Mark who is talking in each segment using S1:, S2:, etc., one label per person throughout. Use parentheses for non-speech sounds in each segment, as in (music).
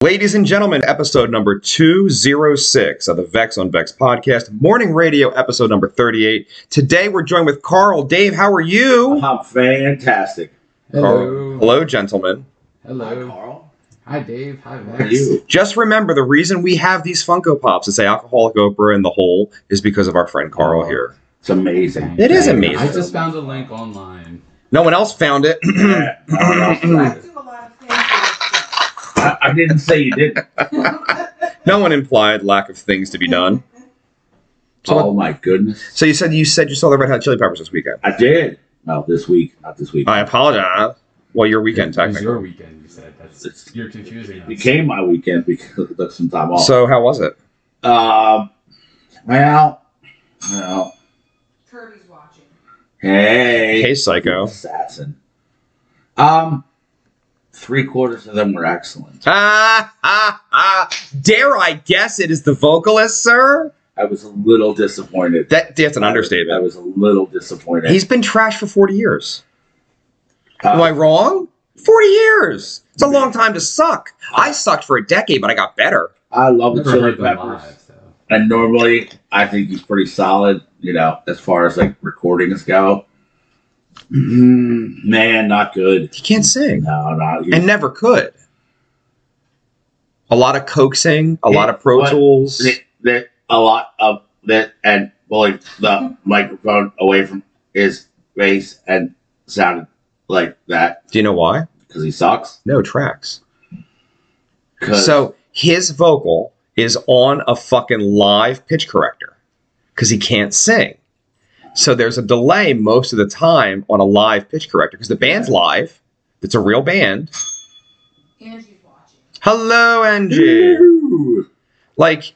S1: Ladies and gentlemen, episode number 206 of the Vex on Vex podcast, morning radio episode number 38. Today we're joined with Carl. Dave, how are you?
S2: I'm fantastic.
S1: Carl.
S3: Hello.
S1: Hello, gentlemen.
S3: Hello.
S2: Carl.
S3: Hi, Dave. Hi,
S2: How
S3: Max.
S2: are you?
S1: Just remember the reason we have these Funko Pops that say Alcoholic Oprah in the hole is because of our friend Carl here.
S2: It's amazing.
S1: It is
S2: Thank
S1: amazing.
S2: you.
S3: I just found
S2: (clears throat)
S3: a link online.
S1: No one else found it. (clears throat)
S2: Yeah.
S4: I
S2: I,
S4: do a lot of things.
S2: I didn't say you didn't.
S1: no one implied lack of things to be done. So,
S2: oh my goodness.
S1: so you said you said you saw the Red Hot Chili Peppers this weekend.
S2: I did. No, this week, not this week.
S1: I apologize. Well, your weekend,
S3: It was
S1: technically.
S3: your weekend, you said. That's you're confusing us.
S2: It came my weekend because (laughs) I took some time off.
S1: So how was it?
S2: um, well, well,
S4: (laughs) Kirby's watching.
S2: hey,
S1: Hey, psycho.
S2: assassin. Um, three quarters of them
S1: (laughs)
S2: were excellent.
S1: Ah, ah, ah. Dare I guess it is the vocalist, sir?
S2: I was a little disappointed.
S1: That that's an
S2: I
S1: understatement.
S2: was a little disappointed.
S1: He's been trashed for 40 years. Am I
S2: Uh,
S1: wrong? 40 years. It's a long time to suck. I sucked for a decade, but I got better.
S2: I love the
S3: Never
S2: chili
S3: heard them
S2: peppers.
S3: live, so.
S2: And normally, I think he's pretty solid, you know, as far as like recordings go. Mm, man, not good.
S1: He can't sing
S2: No, not
S1: Mm-hmm. and never could. A lot of coaxing, a lot of Pro
S2: What?
S1: Tools.
S2: That- that- a lot of that, and pulling the microphone away from his face and sounded like that
S1: Do you know why?
S2: because he sucks.
S1: No tracks.
S2: 'Cause
S1: So his vocal is on a fucking live pitch corrector because he can't sing. So there's a delay most of the time on a live pitch corrector because the band's live. It's a real band.
S4: Angie's watching.
S1: Hello,
S2: (laughs)
S1: Angie.
S2: Ooh.
S1: Like,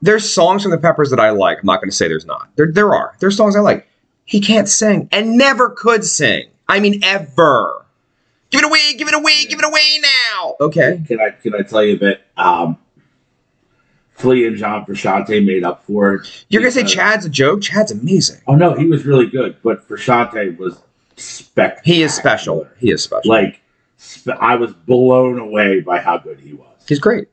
S1: there's songs from the Peppers that I like. I'm not going to say there's not. There, there are. There's songs I like. He can't sing and never could sing. I mean, ever. Give it away, give it away, give it away now. Okay.
S2: can I can I tell you that um, Flea and John Frusciante made up for it?
S1: You're going to say
S2: because-
S1: Chad's a joke? Chad's amazing.
S2: Oh no, he was really good, but Frusciante was spectacular.
S1: He is special. He is special.
S2: Like sp- I was blown away by how good he was.
S1: He's great.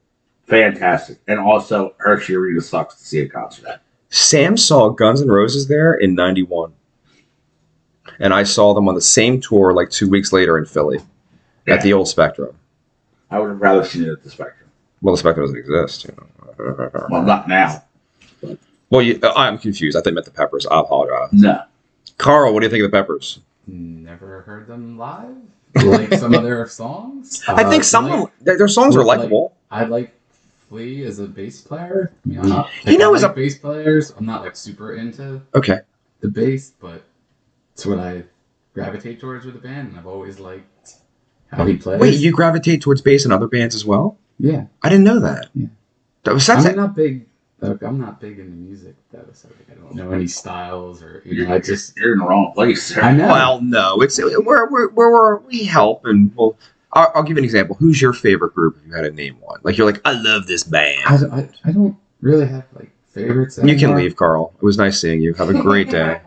S2: Fantastic, and also Hershey Arena sucks to see a concert.
S1: Sam saw Guns N' Roses there in 91. And I saw them on the same tour like two weeks later in Philly at the old Spectrum.
S2: I would have rather seen it at the Spectrum.
S1: Well, the Spectrum doesn't exist. You know.
S2: Well, not now.
S1: Well, you, uh, I'm confused. I think I meant the Peppers. I apologize.
S2: No,
S1: Carl, what do you think of the Peppers?
S3: Never heard them live. Like some of their songs.
S1: (laughs) I think
S3: Uh,
S1: some
S3: like-
S1: of their, their songs are
S3: Like-
S1: likable.
S3: I like Flea as a bass player. I mean, I'm not,
S1: You know,
S3: I
S1: as
S3: like bass players, I'm not like super into
S1: Okay.
S3: the bass, but it's what I gravitate towards with the band, and I've always liked how he plays.
S1: Wait, you gravitate towards bass in other bands as well?
S3: yeah.
S1: I didn't know that.
S3: Yeah.
S1: That was
S3: I'm
S1: that's
S3: not big. Like, I'm not big into music though, so like, I don't know any styles or you know.
S2: you're,
S3: I just
S2: you're in the wrong place, sir.
S3: I
S1: (laughs)
S2: (laughs)
S3: know.
S1: Well, no, it's we're we're, we're, we're we help and we'll. I'll, I'll give you an example. Who's your favorite group? If you had to name one, like you're like, I love this
S3: I,
S1: band.
S3: don't- I, I don't really have like favorites.
S1: You can
S3: anymore.
S1: leave, Carl. It was nice seeing you. Have a
S4: (laughs)
S1: great
S3: (laughs)
S1: day.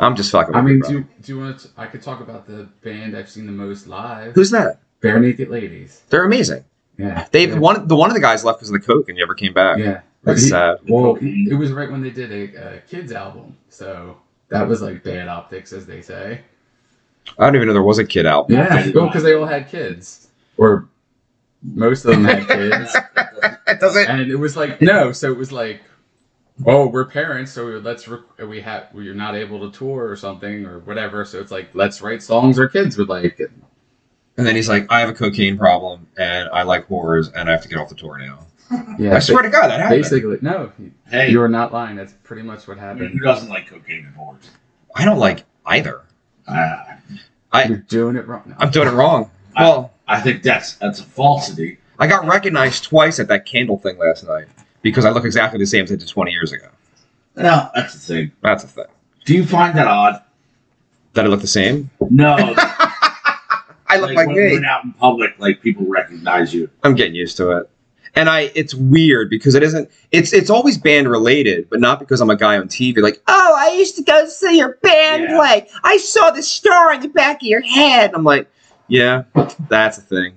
S1: I'm just fucking.
S3: I
S1: with you,
S3: mean,
S1: bro.
S3: do you, do you want to? I could talk about the band I've seen the most live.
S1: who's that?
S3: Bare Naked Ladies?
S1: They're amazing.
S3: Yeah,
S1: They've
S3: yeah.
S1: one. The one of the guys left because of the coke and never came back.
S3: Yeah,
S1: That's
S3: He-
S1: sad.
S3: Well,
S2: Okay.
S3: it was right when they did a, a kids album, so that was like bad optics, as they say.
S1: I don't even know there was a kid
S3: (laughs)
S1: out.
S2: I
S3: Yeah,
S2: did
S3: well,
S2: not.
S3: because they all had kids, or most of them (laughs) had kids.
S1: It doesn't.
S3: and it was like no so it was like oh we're parents so we- let's rec- we have we're not able to tour or something or whatever so it's like let's write songs our kids would like
S1: And then he's like, I have a cocaine problem and I like horrors and I have to get off the tour now.
S3: yeah
S1: I swear to God, that happened.
S3: basically no you-
S2: hey,
S3: you're not lying that's pretty much what
S2: who
S3: happened
S2: doesn't like cocaine and horns?
S1: I don't like either.
S2: Uh,
S1: I-
S3: (laughs) you're doing it wrong No.
S1: I'm doing it wrong.
S2: I-
S1: Well.
S2: I think that's that's a falsity.
S1: I got recognized twice at that candle thing last night because I look exactly the same as I did 20 years ago.
S2: No, that's the thing.
S1: That's a thing.
S2: Do you find that odd?
S1: That I look the same? (laughs)
S2: No,
S1: I look like
S2: when you're
S1: me.
S2: out in public, like people recognize you.
S1: I'm getting used to it. And I it's weird because it isn't it's it's always band related, but not because I'm a guy on TV like, "Oh, I used to go see your band
S2: Yeah.
S1: play. I saw the star on the back of your head." I'm like, "Yeah, that's a thing."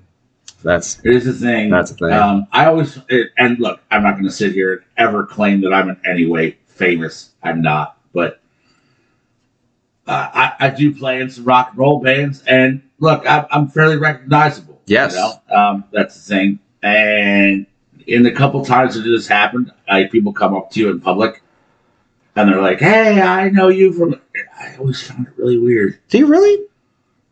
S1: That's
S2: It is a thing.
S1: That's a thing.
S2: Um, I always it, and look, I'm not going to sit here and ever claim that I'm in any way famous. I'm not, but uh, I, I do play in some rock and roll bands, and look, I'm, I'm fairly recognizable. you
S1: Yes.
S2: know? um, that's the thing. And in the couple times that this happened, I, people come up to you in public, and they're like, "Hey, I know you from." I always found it really weird.
S1: do you really?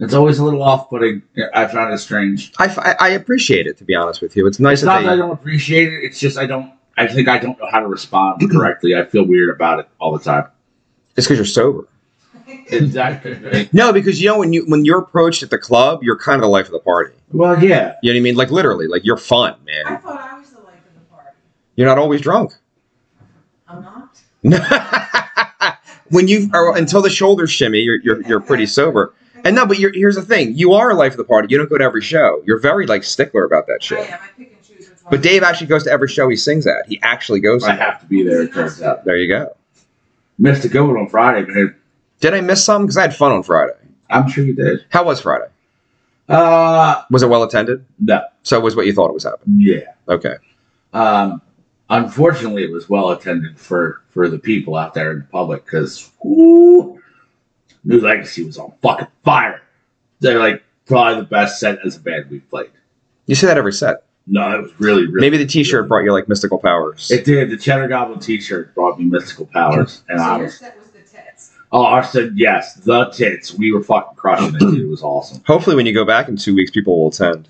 S2: It's always a little off-putting. I found it strange.
S1: I, f- I- I appreciate it to be honest with you. It's nice
S2: It's not
S1: that
S2: that I
S1: they,
S2: don't appreciate it. It's just I don't. I think I don't know how to (clears throat) respond correctly. I feel weird about it all the time.
S1: it's because you're sober.
S2: Exactly.
S1: No, because you know when you when you're approached at the club, you're kind of the life of the party.
S2: well, yeah.
S1: You know what I mean? Like literally, like you're fun,
S4: I
S1: man.
S4: thought I was the life of the party.
S1: You're not always drunk. (laughs)
S4: I'm not.
S1: when you or until the shoulder shimmy, you're you're, you're pretty sober. And no, but you're, here's the thing: you are a life of the party. You don't go to every show. You're very like stickler about that
S4: I
S1: shit.
S4: am. I pick and choose which one.
S1: But Dave actually goes to every show he sings at. He actually goes.
S2: I
S1: To
S2: have to be there. It turns out.
S1: there you go.
S2: Missed a good one on Friday, but
S1: Did I miss something? Because I had fun on Friday.
S2: I'm sure you did.
S1: How was Friday?
S2: Uh,
S1: Was it well attended?
S2: no.
S1: So it was what you thought it was happening.
S2: Yeah.
S1: Okay.
S2: Um, unfortunately, it was well attended for for the people out there in the public because New Legacy was on fucking fire. They're like probably the best set as a band we've played.
S1: You see that every set.
S2: No, it was really, really
S1: Maybe the T-shirt
S2: really-
S1: brought you like mystical powers.
S2: It did. The Cheddar Goblin T-shirt brought me mystical powers, and
S4: so
S2: I
S4: your
S2: was.
S4: set was the tits.
S2: Oh, I said yes. The tits. We were fucking crushing it. dude. It was awesome.
S1: Hopefully, when you go back in two weeks, people will attend.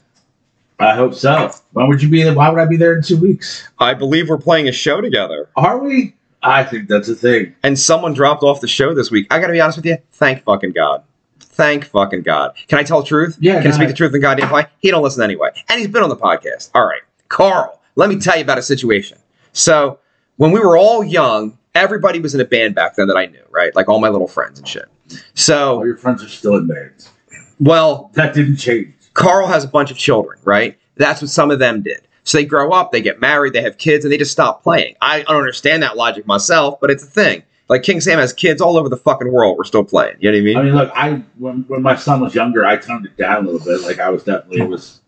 S2: I hope so. Why would you be there? Why would I be there in two weeks?
S1: I believe we're playing a show together.
S2: Are we? I think that's a thing.
S1: and someone dropped off the show this week. I gotta be honest with you. Thank fucking God. Thank fucking God. Can I tell the truth?
S2: Yeah,
S1: Can
S2: go
S1: I speak
S2: ahead.
S1: the truth in goddamn fine? He don't listen anyway. And he's been on the podcast. All right. Carl, let me tell you about a situation. So when we were all young, everybody was in a band back then that I knew, right? Like all my little friends and shit.
S2: All
S1: So,
S2: your friends are still in bands.
S1: well,
S2: That didn't change.
S1: Carl has a bunch of children, right? That's what some of them did. So they grow up, they get married, they have kids, and they just stop playing. I don't understand that logic myself, but it's a thing. Like King Sam has kids all over the fucking world. We're still playing. You know what I mean?
S2: I mean, look, I when when my son was younger, I toned it down a little bit. Like I was definitely it was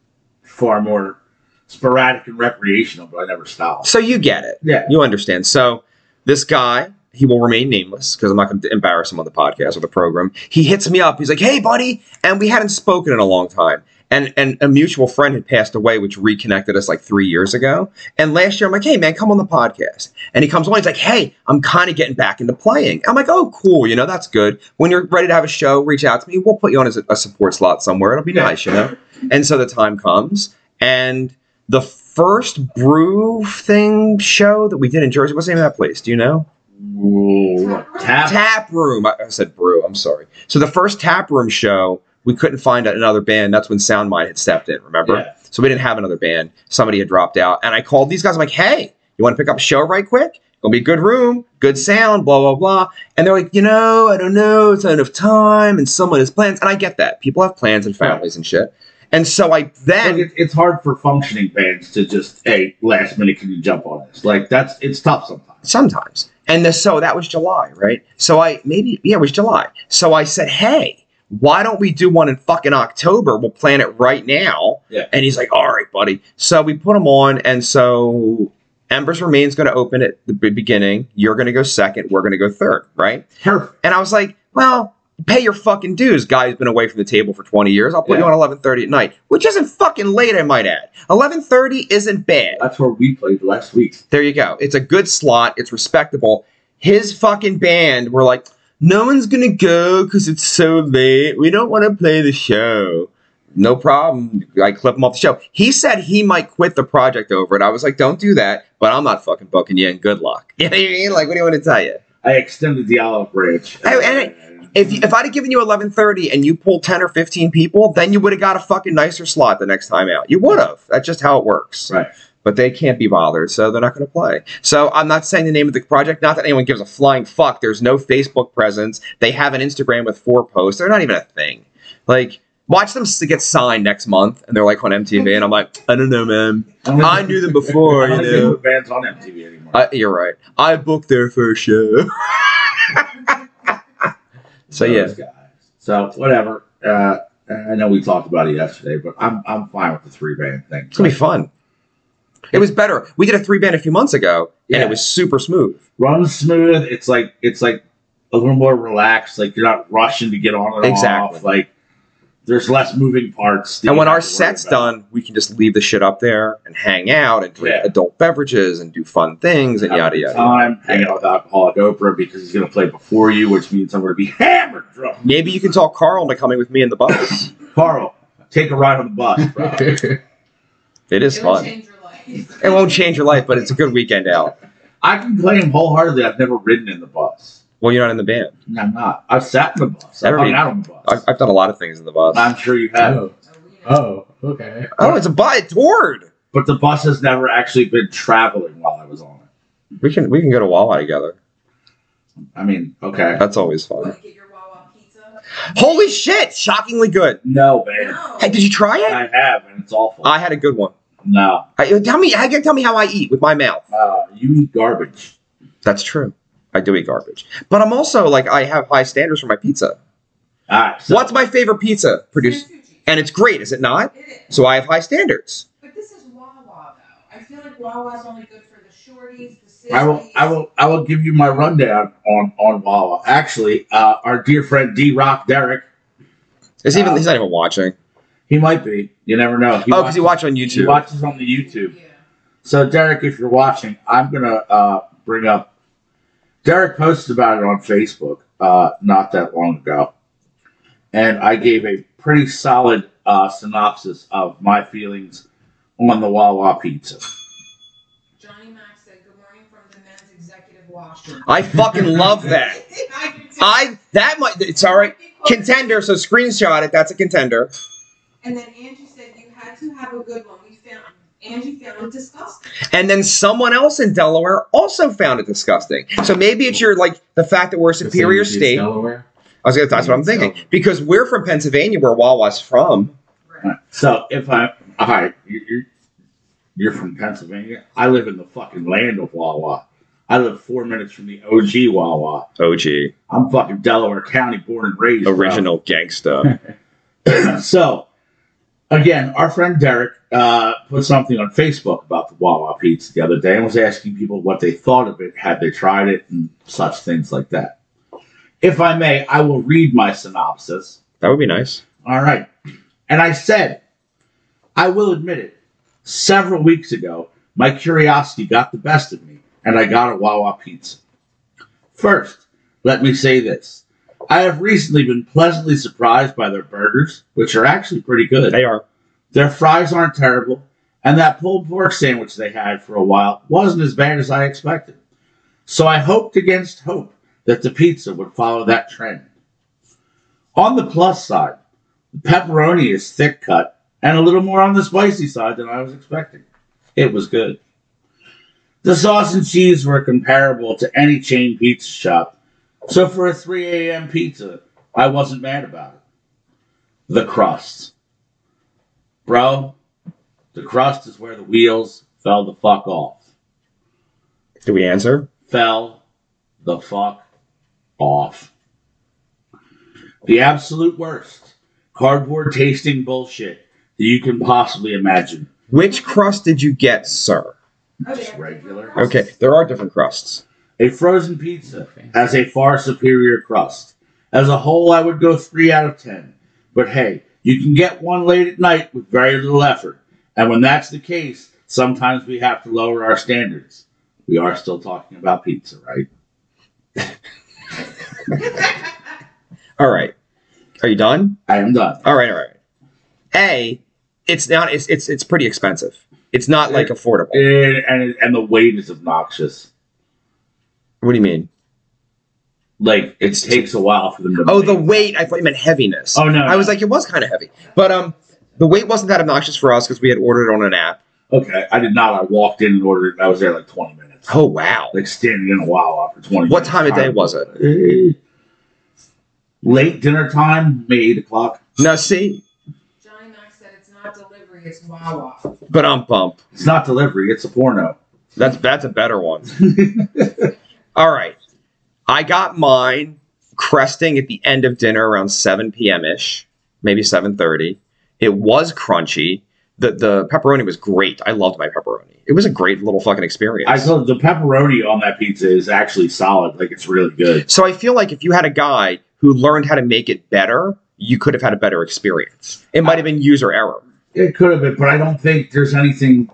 S2: far more sporadic and recreational, but I never stopped.
S1: so you get it.
S2: Yeah.
S1: You understand. So this guy, he will remain nameless because I'm not going to embarrass him on the podcast or the program. He hits me up. He's like, "Hey, buddy," and we hadn't spoken in a long time. And and a mutual friend had passed away, which reconnected us like three years ago. And last year, I'm like, "Hey, man, come on the podcast." And he comes on. He's like, "Hey, I'm kind of getting back into playing." I'm like, "Oh, cool. You know, that's good. When you're ready to have a show, reach out to me. We'll put you on as a, a support slot somewhere. It'll be
S2: Yeah.
S1: nice, you know." And so the time comes, and the first brew thing show that we did in Jersey. What's the name of that place? Do you know?
S2: Whoa, tap.
S1: Tap Room. I I said brew. I'm sorry. So the first Tap Room show, we couldn't find another band. That's when Soundmind had stepped in. Remember?
S2: Yeah.
S1: So we didn't have another band. Somebody had dropped out, and I called these guys. I'm like, "Hey, you want to pick up a show right quick? Gonna be a good room, good sound, blah blah blah." And they're like, "You know, I don't know. It's not enough time, and someone has plans." And I get that. People have plans and families and shit. And so I then
S2: Look, it, it's hard for functioning bands to just hey last minute can you jump on this like that's it's tough sometimes
S1: sometimes. And the, so that was July, right? So I maybe yeah, it was July. So I said, hey, why don't we do one in fucking October? We'll plan it right now.
S2: Yeah.
S1: And he's like, all right, buddy. So we put him on, and so Embers Remain's going to open at the b- beginning. You're going to go second. We're going to go third, right?
S2: perfect
S1: And I was like, well, pay your fucking dues. Guy who's been away from the table for 20 years. I'll put
S2: Yeah.
S1: you on 11:30 at night, which isn't fucking late, I might add. 11:30 isn't bad.
S2: that's where we played last week
S1: There you go. It's a good slot. It's respectable. His fucking band were like, no one's gonna go because it's so late. We don't want to play the show. No problem. I clip him off the show. He said he might quit the project over it. I was like, don't do that. But I'm not fucking booking you, and good luck. (laughs) You know what I mean? Like, what do you want to tell you?
S2: i extended the olive branch
S1: Oh, and If if I'd have given you 11:30 and you pulled 10 or 15 people, then you would have got a fucking nicer slot the next time out. You would have. That's just how it works.
S2: Right.
S1: But they can't be bothered, so they're not going to play. So I'm not saying the name of the project. Not that anyone gives a flying fuck. There's no Facebook presence. They have an Instagram with four posts. They're not even a thing. Like, watch them s- get signed next month, and they're like on MTV, and I'm like, I don't know, man.
S2: I don't
S1: I
S2: think-
S1: knew them before, you
S2: I don't think
S1: know.
S2: the band's on mtv anymore
S1: I, you're right. I booked their first show. (laughs) so yeah.
S2: Those guys. so whatever uh I know we talked about it yesterday, but I'm I'm fine with the three band thing.
S1: It's gonna be fun. It was better. We did a three band a few months ago, and
S2: Yeah.
S1: it was super smooth.
S2: runs smooth. It's like it's like a little more relaxed. Like you're not rushing to get on and
S1: Exactly.
S2: off. Like there's less moving parts. that
S1: and
S2: you
S1: when
S2: have
S1: our
S2: to worry
S1: set's
S2: about.
S1: done, we can just leave the shit up there and hang out and drink
S2: Yeah.
S1: adult beverages and do fun things and
S2: Have
S1: yada
S2: a good
S1: yada.
S2: Time hanging out with alcoholic Oprah because he's gonna play before you, which means I'm gonna be (laughs) hammered drunk.
S1: Maybe you can talk Carl into coming with me in the bus.
S2: Carl, take a ride on the bus.
S3: Oh,
S2: (laughs) bro.
S1: it is
S4: It will
S1: fun.
S4: change your life.
S1: It won't
S4: (laughs)
S1: change your life, but it's a good weekend out.
S2: I can claim wholeheartedly I've never ridden in the bus.
S1: Well, you're not in the band.
S2: I'm not. I've sat in the bus. I've
S1: Never
S2: hung
S1: been.
S2: out on the bus.
S1: I've, I've done a lot of things in the bus.
S2: I'm sure you have.
S3: oh,
S4: Oh.
S3: oh, okay.
S1: oh, it's a bus. It toured.
S2: But the bus has never actually been traveling while I was on it.
S1: We can we can go to Wawa together.
S2: I mean, okay.
S1: That's always fun.
S4: What, get your Wawa pizza?
S1: Holy shit! Shockingly good.
S2: No, man.
S4: No.
S1: Hey, did you try it?
S2: I have, and it's awful.
S1: I had a good one.
S2: no.
S1: I, tell me, I, tell me how I eat with my mouth.
S2: Uh, you eat garbage.
S1: That's true. I do eat garbage, but I'm also like I have high standards for my pizza.
S2: All right. So
S1: What's my favorite pizza produced?
S4: Santucci.
S1: And it's great, is it not?
S4: It is.
S1: So I have high standards.
S4: But this is Wawa though. I feel like Wawa's only good for the shorties, the sissies.
S2: I will, I will, I will give you my rundown on on Wawa. Actually, uh, our dear friend D Rock Derek,
S1: Is he even
S2: Uh,
S1: he's not even watching.
S2: he might be. You never know. He
S1: Oh, because he watched on
S2: He
S1: YouTube.
S2: watches on the YouTube.
S4: Yeah.
S2: So Derek, if you're watching, I'm gonna uh, bring up. Derek posted about it on Facebook uh, not that long ago, and I gave a pretty solid uh, synopsis of my feelings on the Wawa pizza.
S4: Johnny Mack said, "Good morning from the men's executive washroom."
S1: I fucking love that.
S4: (laughs) I do too.
S1: I that might it's all right. Contender, so screenshot it. That's a contender.
S4: And then Angie said, "You had to have a good one." We found Angie found it disgusting.
S1: And then someone else in Delaware also found it disgusting. So maybe it's your like the fact that we're a superior
S3: Vicinity is
S1: state. I
S3: Delaware.
S1: was gonna that's what I'm thinking.
S3: Delaware.
S1: Because we're from Pennsylvania where Wawa's from.
S4: Right.
S2: So if I, all right, you- you're you're from Pennsylvania. I live in the fucking land of Wawa. I live four minutes from the OG Wawa.
S1: OG.
S2: I'm fucking Delaware County, born and raised. bro.
S1: Original (laughs) gangsta.
S2: So, again, our friend Derek uh, put something on Facebook about the Wawa pizza the other day and was asking people what they thought of it, had they tried it, and such things like that. If I may, I will read my synopsis.
S1: That would be nice.
S2: All right. And I said, I will admit it, several weeks ago, my curiosity got the best of me, and I got a Wawa pizza. First, let me say this I have recently been pleasantly surprised by their burgers, which are actually pretty good.
S1: They are.
S2: Their fries aren't terrible, and that pulled pork sandwich they had for a while wasn't as bad as I expected. So I hoped against hope that the pizza would follow that trend. On the plus side, the pepperoni is thick cut and a little more on the spicy side than I was expecting. It was good. The sauce and cheese were comparable to any chain pizza shop, so for a 3 a.m. pizza, I wasn't mad about it. The crust bro, the crust is where the wheels fell the fuck off.
S1: Do we answer?
S2: Fell the fuck off. The absolute worst cardboard tasting bullshit that you can possibly imagine.
S1: Which crust did you get, sir?
S4: Oh, they
S2: Just
S4: have
S2: regular.
S4: different
S1: Okay,
S4: crosses.
S1: there are different crusts.
S2: A frozen pizza has a far superior crust. As a whole, I would go 3 out of 10. But hey, you can get one late at night with very little effort. And when that's the case, sometimes we have to lower our standards. We are still talking about pizza, right?
S1: All right. Are you done?
S2: I am done.
S1: All right, all right. A, it's not it's it's it's pretty expensive. It's not like affordable.
S2: And, and, and the weight is obnoxious.
S1: What do you mean?
S2: Like, it
S1: It's-
S2: takes a while for them to.
S1: Oh, the
S2: make-
S1: weight. I thought you meant heaviness.
S2: Oh, no.
S1: I was like, it was kind of heavy, but um, the weight wasn't that obnoxious for us because we had ordered on an app.
S2: Okay, I did not. I walked in and ordered, and I was there like 20 minutes.
S1: Oh wow,
S2: Like, standing in a while after 20
S1: what
S2: minutes.
S1: time of day was it?
S2: Eh, late dinner time, maybe eight o'clock.
S1: No, see,
S4: (laughs) Johnny Mack said it's not delivery, it's Wawa.
S1: but um, bump.
S2: It's not delivery; it's a porno.
S1: That's that's a better one. All right, I got mine cresting at the end of dinner around seven p.m. ish. maybe 7:30. It was crunchy. The the pepperoni was great. I loved my pepperoni. It was a great little fucking experience.
S2: I feel the pepperoni on that pizza is actually solid. Like it's really good.
S1: so I feel like if you had a guy who learned how to make it better, you could have had a better experience. It might have been user error.
S2: It could have been, but I don't think there's anything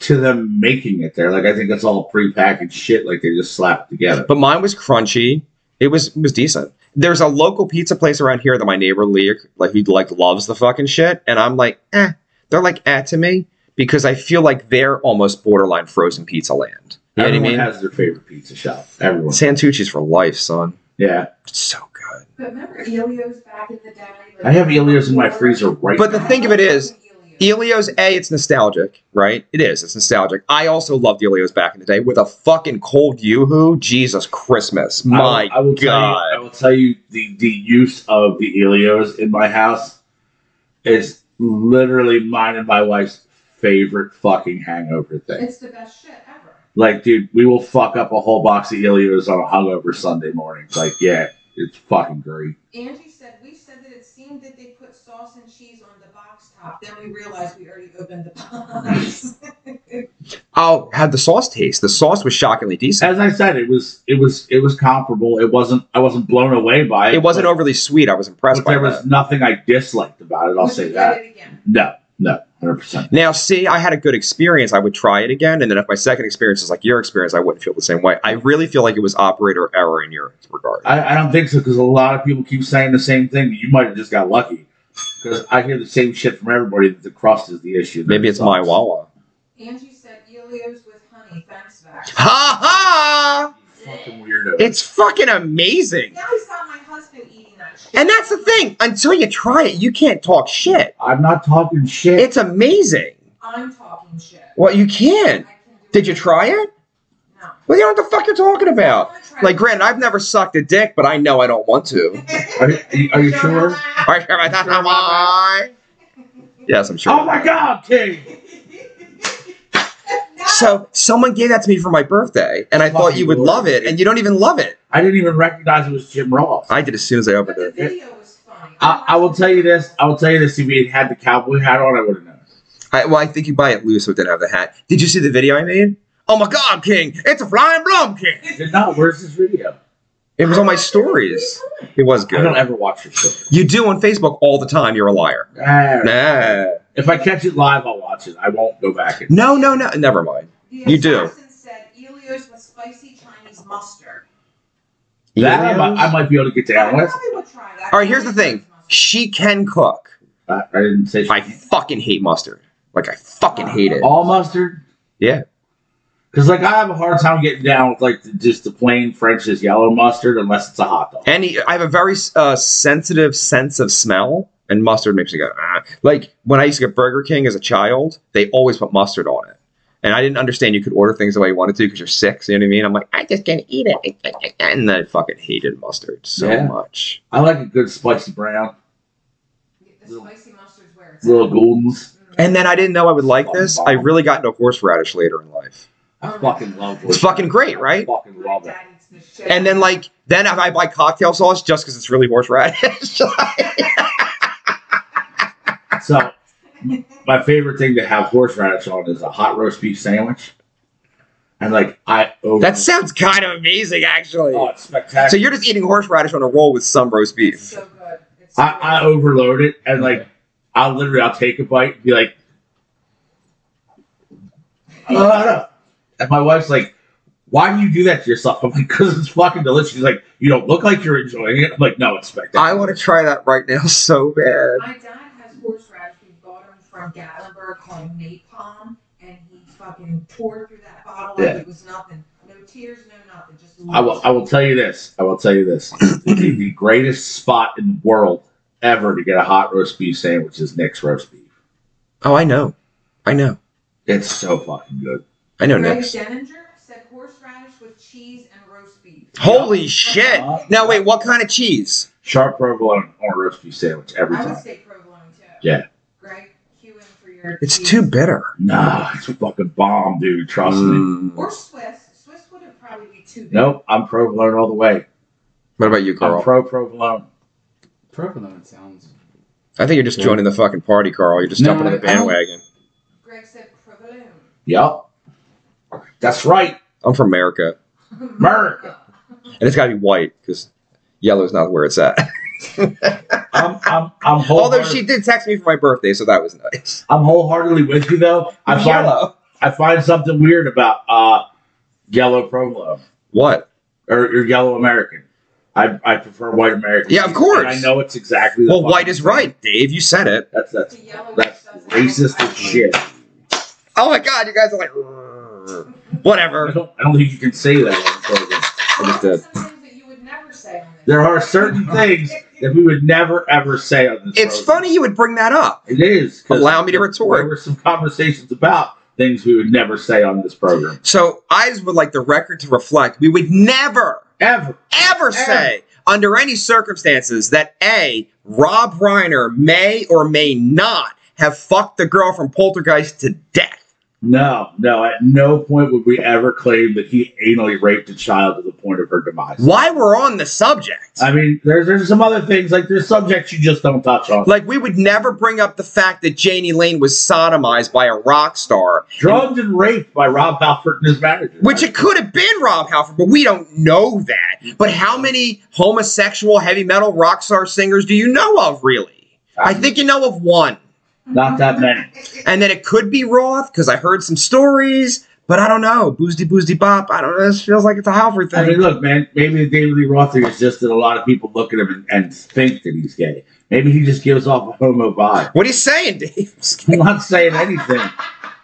S2: to them making it there. Like I think it's all prepackaged shit. Like they just slapped together.
S1: But mine was crunchy. It was it was decent. There's a local pizza place around here that my neighbor Lee like who like loves the fucking shit, and I'm like, eh. They're like eh to me because I feel like they're almost borderline frozen pizza land. You know what I
S2: Everyone
S1: mean?
S2: has their favorite pizza shop. Everyone.
S1: Santucci's for life, son.
S2: Yeah,
S1: It's so good.
S4: But remember Elio's back in the day? like-
S2: I have Elios in my freezer right
S1: But the
S2: now.
S1: thing of it is,
S4: Elio's.
S1: Elio's A, it's nostalgic, right? It is. It's nostalgic. I also loved Elio's back in the day with a fucking cold yoo-hoo. Jesus Christmas.
S2: I will-
S1: My
S2: I will
S1: God.
S2: Tell you, I will tell you the the use of the Elios in my house is literally mine and my wife's favorite fucking hangover thing.
S4: It's the best shit ever.
S2: Like, dude, we will fuck up a whole box of Elios on a hungover Sunday morning. It's Like, yeah, it's fucking great.
S4: Angie said, we said that it seemed that they put sauce and cheese on the box top. Then we realized we already opened the box.
S1: oh, had the sauce taste. The sauce was shockingly decent.
S2: As I said, it was it was it was comparable. It wasn't I wasn't blown away by it.
S1: It wasn't
S2: but,
S1: overly sweet. I was impressed
S2: but
S1: by
S2: there
S1: that.
S2: was nothing I disliked about it. I'll
S4: Would
S2: say
S4: you
S2: that.
S4: Get it again.
S2: No, no, hundred percent.
S1: Now, see, I had a good experience. I would try it again, and then if my second experience is like your experience, I wouldn't feel the same way. I really feel like it was operator error in your regard.
S2: I, I don't think so because a lot of people keep saying the same thing. You might have just got lucky because I hear the same shit from everybody that the crust is the issue.
S1: Maybe it's my
S2: wall.
S1: Wawa.
S4: Angie said, Elio's with honey. Thanks, back.
S1: Ha ha!
S2: Fucking weirdo.
S1: It's fucking amazing.
S4: Now I saw my husband eating that shit.
S1: And that's the thing. Until you try it, you can't talk shit.
S2: I'm not talking shit.
S1: It's amazing.
S4: I'm talking shit.
S1: Well, you
S4: I
S1: can.
S4: can do
S1: Did you try it?
S4: No.
S1: Well, you know what the fuck you're talking
S4: I'm
S1: about.
S4: gonna try
S1: Like,
S4: it.
S1: granted,
S4: (laughs)
S1: I've never sucked a dick, but I know I don't want to.
S2: are, you, are you
S4: (laughs)
S1: Are
S2: sure?
S1: you sure about that? Am I? Yes, I'm sure.
S2: Oh my god, King!
S4: No.
S1: So someone gave that to me for my birthday, and I thought you would love it, and you don't even love it.
S2: I didn't even recognize it was Jim Ross. I,
S1: I did as soon as I opened
S4: But the
S1: it.
S4: video was funny.
S2: I, will tell you this. I will tell you this. If he had had the cowboy hat on, I would have known.
S1: I, well, I think you buy it loose, so it didn't have the hat. Did you see the video I made? Oh my God, King! It's a flying blum, King.
S2: Did not. Where's this video?
S1: It was on my stories. It was
S2: I don't
S1: good.
S2: ever watch your show.
S1: You do on Facebook all the time. You're a liar.
S2: Ah,
S1: Nah.
S2: If I catch it live, I'll watch it. I won't go back. And,
S1: No, no, no. Never mind.
S4: The
S1: You do.
S4: assassin Said Elio's with spicy Chinese mustard.
S2: that I might, I might be able to get down
S4: I
S2: with.
S4: probably would try that.
S1: All right. Here's the thing. She can cook.
S2: I, I didn't say.
S1: I fucking hate mustard. Like I fucking hate it.
S2: All mustard?
S1: Yeah.
S2: Because like I have a hard time getting down with like the, just the plain French's yellow mustard unless it's a hot dog.
S1: any i have a very uh, sensitive sense of smell and mustard makes me go ah. like when i used to get burger king as a child they always put mustard on it and i didn't understand you could order things the way you wanted to because you're six you know what i mean i'm like i just can't eat it and i fucking hated mustard so
S2: Yeah.
S1: much
S2: I like a good spicy brown,
S4: The spicy mustard's where it's.
S2: little goldens.
S4: at. Mm.
S1: and then i didn't know i would like this i really got into horseradish later in life
S2: I fucking love
S1: it's fucking great right
S2: fucking
S4: My
S2: love it.
S4: dad eats the shit.
S1: and then like then if i buy cocktail sauce just because it's really horseradish (laughs)
S2: So my favorite thing to have horseradish on is a hot roast beef sandwich. And like I over
S1: that sounds kind of amazing actually
S2: oh, it's
S1: so
S2: spectacular.
S1: you're just eating horseradish on a roll with some roast beef
S4: It's so good. It's so
S2: I, I
S4: good.
S2: overload it and like I'll literally I'll take a bite and be like "Ah." and my wife's like, Why do you do that to yourself? I'm like, because it's fucking delicious. She's like, You don't look like you're enjoying it. I'm like, no, it's spectacular.
S1: I want to try that right now (laughs) so bad.
S4: My dad has horseradish. We bought him from Gatlinburg called Napalm, and he fucking poured through that bottle like
S2: Yeah.
S4: it was nothing. No tears, no nothing. Just
S2: I will I will tell you this. I will tell you this. the, the greatest spot in the world ever to get a hot roast beef sandwich is Nick's roast beef.
S1: Oh, I know. I know.
S2: It's so fucking good.
S1: I know
S4: Greg
S1: next.
S4: Denninger said horseradish with cheese and roast beef.
S1: Holy shit.
S2: Uh,
S1: Eh, Now, wait, what kind of cheese?
S2: Sharp provolone on a roast beef sandwich every
S4: I would
S2: time.
S4: say provolone too.
S2: Yeah.
S4: Greg, cue in for your.
S1: It's
S4: cheese.
S1: too bitter.
S2: Nah, it's a fucking bomb, dude. Trust me.
S1: Mm.
S4: Or Swiss. Swiss would have probably be too. big.
S2: Nope, I'm provolone all the way.
S1: What about you,
S2: I'm
S1: girl?
S2: pro provolone.
S3: Provolone sounds
S1: I think you're just joining the fucking party, Carl. You're just
S3: No,
S1: jumping on the
S3: I- I don't-
S1: bandwagon.
S4: Greg said provolone.
S2: Yep. That's right.
S1: I'm from America,
S4: (laughs)
S2: America.
S1: and it's got to be white because yellow's not where it's at.
S2: I'm I'm I'm
S1: (laughs) Although
S2: wholehearted-
S1: she did text me for my birthday, so that was nice.
S2: I'm wholeheartedly with you though. I find
S1: Yellow.
S2: I find something weird about uh yellow provolone
S1: What?
S2: or, or yellow American. I, I prefer white American.
S1: Yeah, of course.
S2: And I know it's exactly. the
S1: Well,
S2: fucking
S1: white is
S2: same.
S1: right, Dave. You said it.
S2: That's that's
S4: The yellow
S2: that's
S4: doesn't have
S2: racist as
S4: eyes.
S2: shit.
S1: Oh my God, you guys are like.
S2: I
S1: Whatever.
S2: don't, I don't think you can say that. on television.
S4: Well,
S1: Understood.
S4: there's some things that you would never say on this.
S2: There are certain things that we would never ever say on this.
S1: It's
S2: program.
S1: funny you would bring that up.
S2: It is. 'cause
S1: Allow me to
S2: There
S1: retort.
S2: were some conversations about things we would never say on this program
S1: So I just would like the record to reflect we would never,
S2: ever.
S1: ever say under any circumstances that A, Rob Reiner may or may not have fucked the girl from Poltergeist to death.
S2: No, no. At no point would we ever claim that he anally raped a child to the point of her demise.
S1: Why we're on the subject.
S2: I mean, there's there's some other things like there's subjects you just don't touch on.
S1: Like we would never bring up the fact that Janie Lane was sodomized by a rock star,
S2: Drugged and raped by Rob Halford and his manager.
S1: which it could have been Rob Halford, but we don't know that. But how many homosexual heavy metal rock star singers do you know of, really? I think you know of one.
S2: not that many.
S1: And then it could be Roth because I heard some stories, but I don't know. Boozdy boozdy bop. I don't know. This feels like it's a Halford
S2: I
S1: thing.
S2: mean, look, man. Maybe David Lee Roth is just that a lot of people look at him and, and think that he's gay. Maybe he just gives off a homo vibe.
S1: what are you saying, Dave? (laughs)
S2: I'm not saying anything.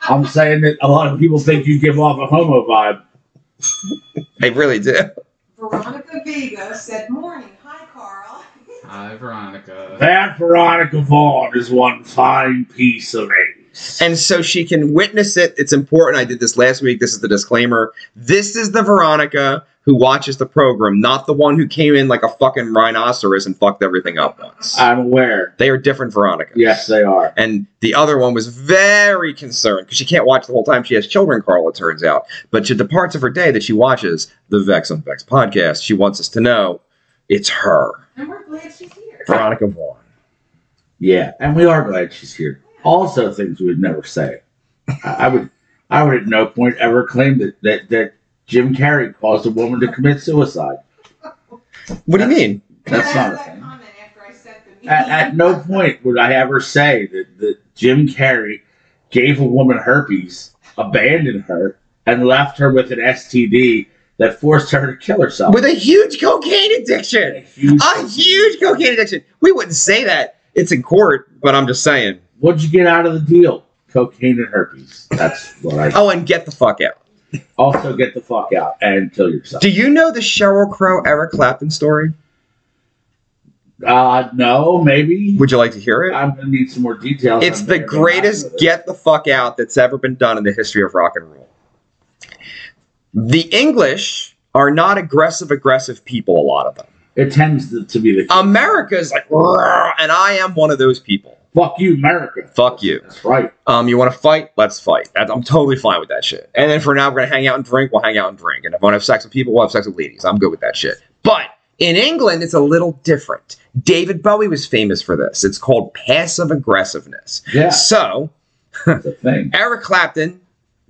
S2: I'm saying that a lot of people think you give off a homo vibe.
S1: I really do.
S4: Veronica Vega said, "Morning, hi Carl." (laughs)
S3: Hi, Veronica.
S2: That Veronica Vaughn is one fine piece of ace.
S1: And so she can witness it. It's important. I did this last week. This is the disclaimer. This is the Veronica who watches the program, not the one who came in like a fucking rhinoceros and fucked everything up once.
S2: I'm aware.
S1: they are different Veronicas.
S2: Yes, they are.
S1: And the other one was very concerned because she can't watch the whole time. She has children, Carl, it turns out. But to the parts of her day that she watches the Vex on Vex podcast, she wants us to know it's her,
S4: And we're glad she's here.
S1: Veronica Vaughn.
S2: Yeah, and we are glad she's here. Also, things we would never say. I, I would, I would at no point ever claim that that that Jim Carrey caused a woman to commit suicide.
S1: What do you mean?
S2: That's
S4: I
S2: not
S4: had
S2: a
S4: that
S2: thing.
S4: comment after I said the meeting.
S2: At, at no point would I ever say that, that Jim Carrey gave a woman herpes, abandoned her, and left her with an STD that forced her to kill herself.
S1: With a huge cocaine addiction.
S2: a huge,
S1: a huge cocaine addiction. We wouldn't say that. It's in court, but I'm just saying.
S2: What'd you get out of the deal? Cocaine and herpes. That's what
S1: (laughs)
S2: I.
S1: Oh, and get the fuck out.
S2: Also, get the fuck out and kill yourself.
S1: Do you know the Cheryl Crow Eric Clapton story?
S2: Uh, no, maybe.
S1: Would you like to hear it?
S2: I'm gonna need some more details.
S1: It's
S2: on
S1: the
S2: that.
S1: greatest get the fuck out that's ever been done in the history of rock and roll. The English are not aggressive, aggressive people, a lot of them.
S2: It tends to, to be the
S1: Um, America's like, "Rrr," and I am one of those people.
S2: fuck you, America.
S1: Fuck you.
S2: That's right.
S1: Um, you want to fight? Let's fight. That- I'm totally fine with that shit. And then for now, we're gonna hang out and drink. We'll hang out and drink. And if I want to have sex with people, we'll have sex with ladies. I'm good with that shit. But in England, it's a little different. David Bowie was famous for this. It's called passive aggressiveness. (laughs)
S2: Yeah,
S1: So
S2: that's a thing.
S1: Eric Clapton,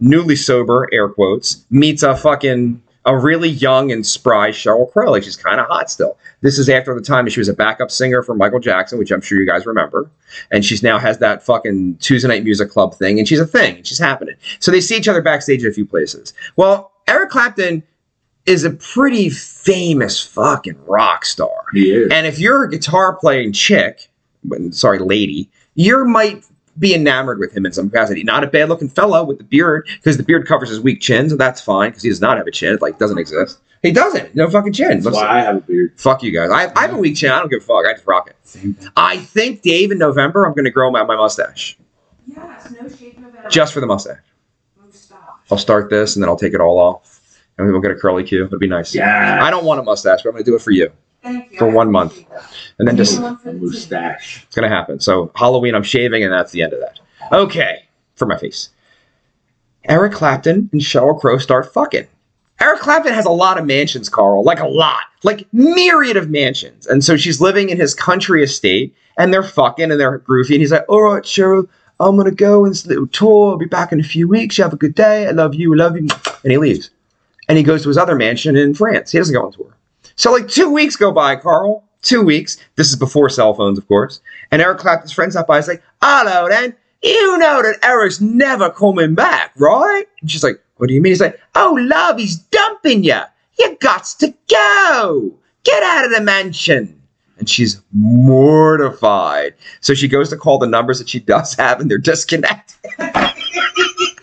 S1: newly sober, air quotes, meets a fucking a really young and spry Cheryl Crow. Like she's kind of hot still. This is after the time that she was a backup singer for Michael Jackson, which I'm sure you guys remember. And she's now has that fucking Tuesday night music club thing, and she's a thing, and she's happening. So they see each other backstage at a few places. Well, Eric Clapton is a pretty famous fucking rock star.
S2: He is.
S1: And if you're a guitar playing chick, when- sorry, lady, you might be enamored with him in some capacity. Not a bad looking fellow with the beard, because the beard covers his weak chin, so that's fine, because he does not have a chin. It, like, doesn't exist. He doesn't. No fucking chin.
S2: That's
S1: Looks-
S2: why I have a beard.
S1: fuck you guys. I, I have a weak chin. I don't give a fuck. I just rock it.
S3: Same thing.
S1: I think, Dave, in November, I'm going to grow my, my mustache.
S4: Yes, no shave November.
S1: Just for the mustache.
S4: Move, stop.
S1: I'll start this, and then I'll take it all off. And we will get a curly Q. It'll be nice.
S2: Yeah,
S1: I don't want a mustache, but I'm going to do it for you.
S4: Thank you.
S1: For
S4: I
S1: one month.
S4: appreciate that.
S1: And then just
S4: One for
S2: a
S4: the team.
S2: mustache.
S1: It's gonna happen. So Halloween, I'm shaving, and that's the end of that. Okay, for my face. Eric Clapton and Sheryl Crow start fucking. Eric Clapton has a lot of mansions, Carl, like a lot, like myriad of mansions. And so she's living in his country estate and they're fucking and they're groovy. And he's like, all right, Cheryl, I'm going to go on this little tour. I'll be back in a few weeks. You have a good day. I love you. I love you. And he leaves. And he goes to his other mansion in France. He doesn't go on tour. So like two weeks go by, Carl. Two weeks. This is before cell phones, of course. And Eric Clapton's friend stopped by. He's like, hello, then. You know that Eric's never coming back, right? And she's like, what do you mean? He's like, oh, love, he's dumping you. You got to go. Get out of the mansion. And she's mortified. So she goes to call the numbers that she does have, and they're disconnected. (laughs)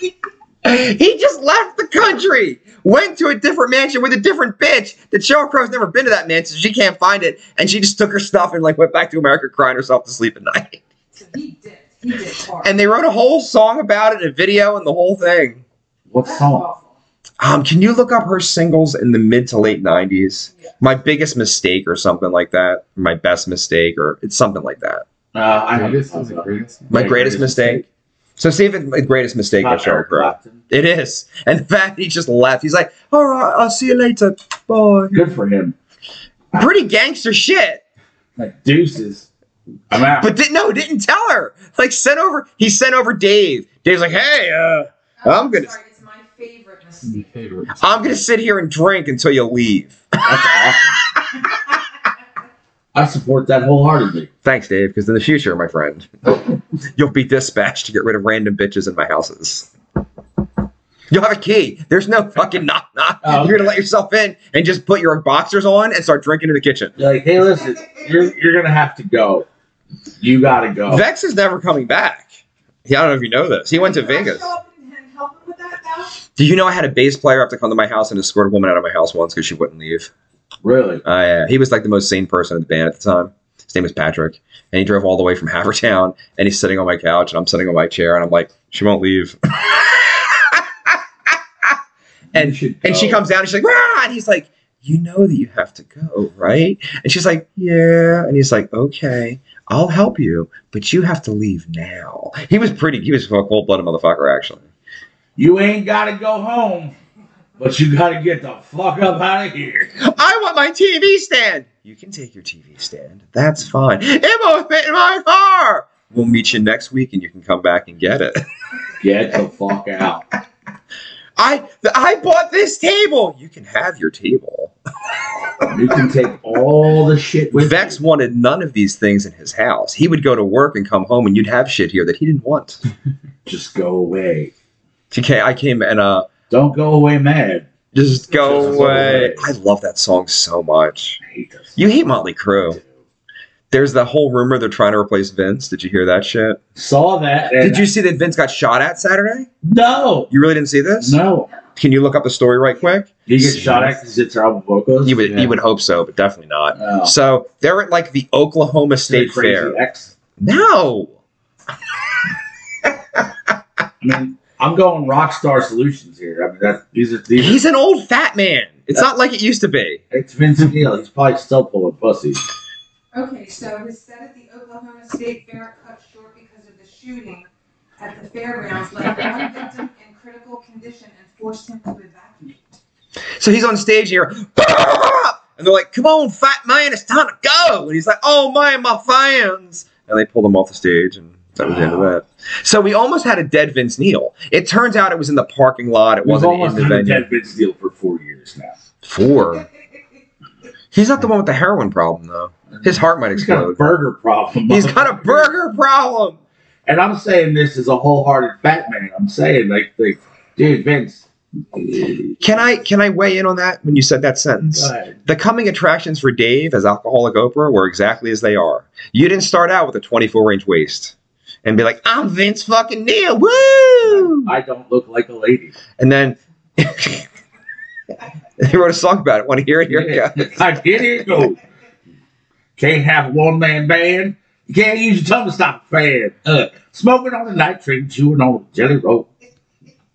S1: he just left the country, went to a different mansion with a different bitch. That Cheryl Crow's never been to that mansion. She can't find it, and she just took her stuff and like went back to America, crying herself to sleep at night. (laughs)
S4: So he did. He did hard.
S1: And they wrote a whole song about it, and a video, and the whole thing.
S2: What
S4: That's
S2: song?
S4: awful.
S1: Um, can you look up her singles in the mid to late '90s?
S4: Yeah.
S1: My biggest mistake, or something like that. My best mistake, or it's something like that.
S2: Uh, I don't
S3: Greatest
S2: know.
S3: is the greatest.
S1: My
S2: My
S1: greatest,
S2: Greatest
S1: mistake. So see if it's my greatest mistake by
S2: Not
S1: Sheryl
S2: Eric
S1: Crow.
S2: Clapton.
S1: It is, and (laughs) the fact he just left. He's like, "All right, I'll see you later. Bye."
S2: Good for him.
S1: Pretty gangster shit.
S2: Like deuces. I'm out.
S1: But did, no, didn't tell her. Like sent over. He sent over Dave. Dave's like, "Hey, uh, I'm gonna-
S4: Oh, Sorry, it's my favorite
S3: My
S4: mistake.
S3: favorite.
S1: I'm gonna sit here and drink until you leave."
S2: That's awesome. I support that wholeheartedly.
S1: Thanks, Dave, because in the future, my friend, you'll be dispatched to get rid of random bitches in my houses. You'll have a key. There's no fucking knock knock.
S2: Oh,
S1: You're gonna let yourself in and just put your boxers on and start drinking in the kitchen.
S2: You're like, hey, listen, you're you're gonna have to go. You gotta go.
S1: Vex is never coming back. Yeah, I don't know if you know this. He went to
S4: Can I
S1: Vegas.
S4: show up and and help him with that now?
S1: Do you know I had a bass player have to come to my house and escort a woman out of my house once because she wouldn't leave?
S2: really?
S1: Uh, yeah. He was like the most sane person in the band at the time. His name was Patrick. And he drove all the way from (laughs) Havertown and he's sitting on my couch and I'm sitting on my chair and I'm like, she won't leave. (laughs) And-
S2: You should
S1: And she
S2: go.
S1: comes down and she's like, Rah! and he's like, you know that you have to go, right? And she's like, yeah. And he's like, okay, I'll help you, but you have to leave now. He was pretty, he was a cold-blooded motherfucker, actually.
S2: You ain't gotta go home, but you gotta get the fuck up out of here.
S1: I want my TV stand. You can take your TV stand. That's fine. It won't fit in my car. We'll meet you next week and you can come back and get it.
S2: Get the fuck out.
S1: I th- I bought this table. You can have your table.
S2: You can take all the shit with
S1: Vex wanted none of these things in his house. He would go to work and come home and you'd have shit here that he didn't want.
S2: you. Just go away.
S1: TK, I came and uh,
S2: Don't go away mad.
S1: just go
S2: Just go
S1: away.
S2: away.
S1: I love that song so much.
S2: I hate this.
S1: You hate Motley Crue. There's the whole rumor they're trying to replace Vince. Did you hear that shit?
S2: Saw that. and-
S1: Did you see that Vince got shot at Saturday?
S2: No.
S1: You really didn't see this?
S2: No.
S1: Can you look up the story right quick?
S2: He gets shot at because it's album vocals.
S1: You would
S3: Yeah.
S1: you would hope so, but definitely not.
S2: Oh.
S1: So they're at like the Oklahoma State
S2: Crazy
S1: Fair.
S2: Ex.
S1: No.
S2: I mean, I'm going Rockstar Solutions here. I mean, that, these are these.
S1: He's an old fat man. It's not like it used to be.
S2: are, it's Vince Neil. He's probably still pulling pussies.
S4: Okay, so his set at the Oklahoma State Fair cut short because of the shooting at the fairgrounds left one victim in critical condition and forced him to evacuate.
S1: So he's on stage here, and they're like, "Come on, fat man, it's time to go." And he's like, "Oh man, my fans!" And they pulled him off the stage, and that was the end of that. So we almost had a dead Vince Neal. It turns out it was in the parking lot. It
S2: We've
S1: wasn't in
S2: almost
S1: the
S2: had a
S1: venue.
S2: dead Vince Neil for four years now.
S4: (laughs)
S1: Four. He's not the one with the heroin problem though. His heart might
S2: He's got a
S1: explode.
S2: burger problem.
S1: He's got a burger problem.
S2: And I'm saying this as a wholehearted Batman. I'm saying like, like dude, Vince. Go
S1: Can I can I weigh in on that when you said that sentence?
S2: ahead.
S1: The coming attractions for Dave as alcoholic Oprah were exactly as they are. You didn't start out with a 24 inch waist and be like, I'm Vince fucking Neil, woo!
S2: I don't look like a lady.
S1: And then (laughs) they wrote a song about it. Want to hear it? Here it goes.
S2: (laughs) I did it go. Can't have a one man band. You can't use your tongue to stop a fan. Uh, smoking on the night train, chewing on a jelly roll.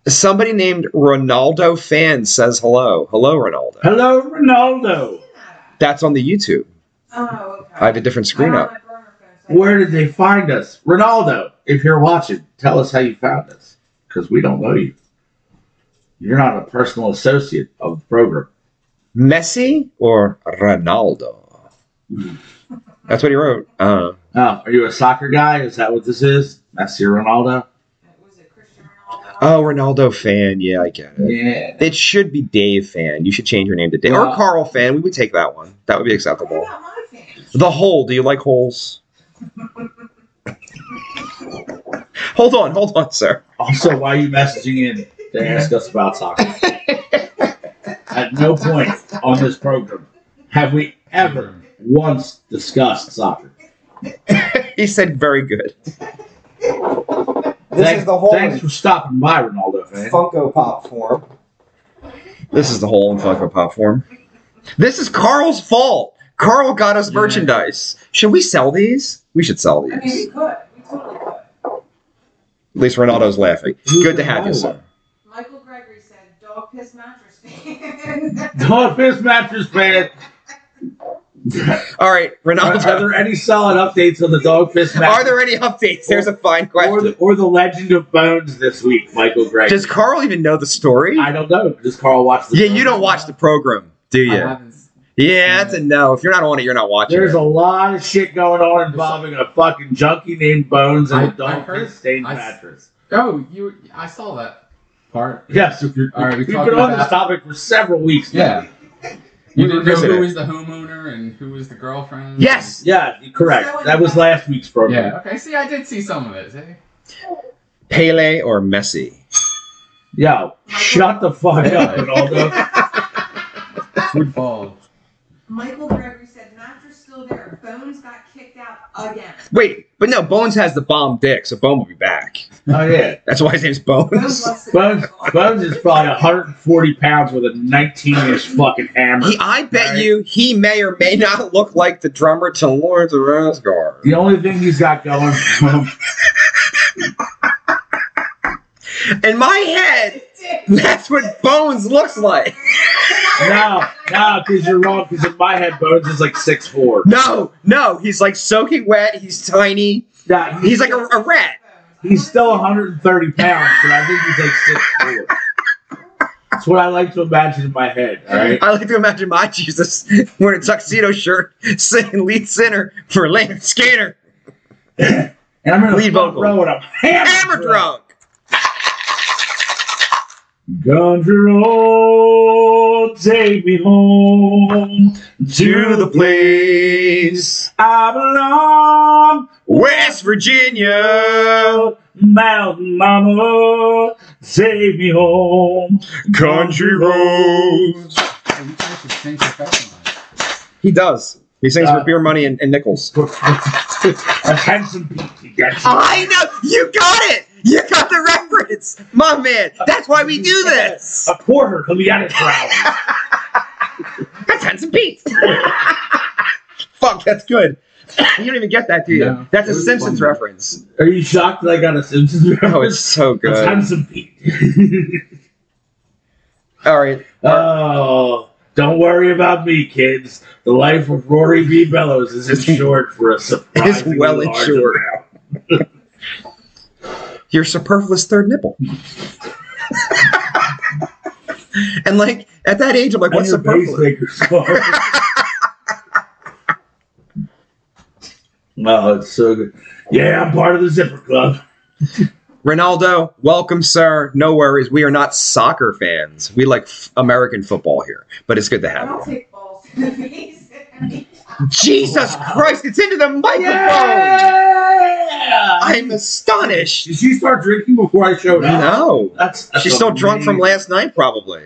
S1: Somebody named Ronaldo Fan says hello. Hello, Ronaldo.
S2: Hello, Ronaldo.
S1: That's on the YouTube.
S4: Oh, okay.
S1: I have a different screen up.
S2: Where did they find us? Ronaldo, if you're watching, tell us how you found us because we don't know you. You're not a personal associate of the program.
S1: Messi or Ronaldo? That's what he wrote. Uh,
S2: Oh, are you a soccer guy? Is that what this is? Messi or Ronaldo?
S4: Was it Cristiano Ronaldo?
S1: oh, Ronaldo fan. Yeah, I get it.
S2: Yeah.
S1: It should be Dave fan. You should change your name to Dave. Or
S2: Well-
S1: Carl fan. We would take that one. That would be
S4: What
S1: acceptable.
S4: about my fans?
S1: The hole. Do you like holes? hold on, hold on, sir.
S2: Also, why are you messaging in to ask us about
S5: (laughs)
S2: soccer? At no point on this program have we ever once discussed soccer.
S1: He said very good.
S5: This
S2: Thank-
S5: is the whole
S2: Thanks for stopping by, Ronaldo fan.
S5: Funko Pop form.
S1: This is the hole in Funko Pop form. This is Carl's fault. Carl got us
S3: Yeah.
S1: merchandise. Should we sell these? We should sell
S4: I mean, we
S1: these.
S4: could. We totally could.
S1: At least Ronaldo's laughing. Good to have you, sir.
S4: Michael Gregory said, dog piss mattress (laughs) fan.
S2: Dog fist mattress
S5: (laughs)
S2: fan.
S1: All right,
S2: Are, are
S1: Ronaldo.
S2: there any solid updates on the dog fist mattress?
S1: (laughs) Are there any updates? There's a fine
S2: uh, or
S1: question.
S2: the, or the Legend of Bones this week, Michael Gray?
S1: Does Carl even know the story?
S2: I don't know. Does Carl watch the?
S1: Yeah, you don't watch the program, do
S3: I
S1: you?
S3: haven't
S1: Yeah, that's a no. If you're not on it, you're not watching.
S2: Uh-huh. There's
S1: it.
S2: a lot of shit going on involving a fucking junkie named Bones and
S3: I-
S2: a
S3: I
S2: dog
S3: heard-
S2: fist stained
S3: I s-
S2: mattress.
S3: Oh, you! I saw that part.
S2: Yes, if you're,
S3: All right, we
S2: we've been on
S3: talking about-
S2: this topic for several weeks. now.
S3: Yeah. You
S1: We
S3: didn't know
S1: revisit it.
S3: who was the homeowner and who was the girlfriend.
S1: Yes.
S2: Yeah, you're correct.
S4: So
S2: that was
S4: annoying.
S2: last week's program.
S3: Yeah. Okay. See, I did see some of it. see?
S1: Pele or Messi?
S2: Yo, shut the fuck up, Ronaldo.
S3: Football.
S4: Michael Gregory said, mattress still there. Bones got kicked out again.
S1: Wait, but no, Bones has the bomb dick, so Bone will be back.
S2: oh yeah,
S1: That's why his name's
S4: Bones
S1: (laughs)
S2: (laughs)
S1: Bones.
S4: loves to
S2: Bones.
S4: tackle.
S2: Bones is probably 140 pounds with a 19-inch fucking hammer.
S1: He, I bet
S2: Right.
S1: you he may or may not look like the drummer to Lawrence of Asgard.
S2: (laughs) The only thing he's got going for him
S1: In my head,
S4: (laughs)
S1: that's what Bones looks like.
S2: No, no, because you're wrong. Because in my head, Bones is like six four.
S1: No, no, he's like soaking wet. He's tiny.
S2: Nah,
S1: He's like a, a rat.
S2: he's still 130 pounds, but I think he's like six four. That's what I like to imagine in my head. All right.
S1: I like to imagine my (laughs) Jesus wearing a tuxedo shirt, singing lead sinner for Leonard Skinner.
S2: And I'm in
S1: Lead
S2: the front
S1: vocal.
S2: row and I'm hammer,
S1: Hammer drunk.
S2: Country road, take me home to the
S1: place,
S2: I belong.
S1: West Virginia,
S2: Mountain mama, take me home.
S1: country roads.
S3: Oh, you guys should sing professionally.
S1: He does. He sings
S2: Uh,
S1: for beer money and, and nickels.
S2: Attention, Pete. Yes.
S1: I know. You got it. You got the reference, my man. That's why we do this.
S2: A quarter could be at it for hours.
S1: That's Henson Pete. (laughs) Fuck, that's good. You don't even get that, do you?
S3: No.
S1: that's
S3: It
S1: a
S3: was
S1: Simpsons
S3: fun.
S1: reference.
S2: (laughs) Are you shocked that I got a Simpsons reference?
S1: Oh, it's so
S2: It's
S1: good.
S2: handsome Pete.
S1: All right.
S2: (laughs) oh, don't worry about me, kids. The life of Rory B. Bellows (laughs) is insured for a surprise.
S1: Is well insured. your superfluous third nipple. (laughs) and like at that age, I'm like, what's
S2: What's a
S1: superfluous?
S2: pacemaker's called? (laughs) Oh, it's so good. Yeah, I'm part of the Zipper Club.
S1: Ronaldo, welcome, sir. No worries. We are not soccer fans. We like f- American football here, but it's good to have
S4: I'll
S1: you.
S4: take balls (laughs) to the face.
S1: Jesus
S2: Wow.
S1: Christ, it's into the microphone.
S2: Yeah!
S1: I'm astonished.
S2: Did she start drinking before I showed up?
S1: No.
S2: That's, that's
S1: She's still drunk from
S2: amazing.
S1: last night, probably.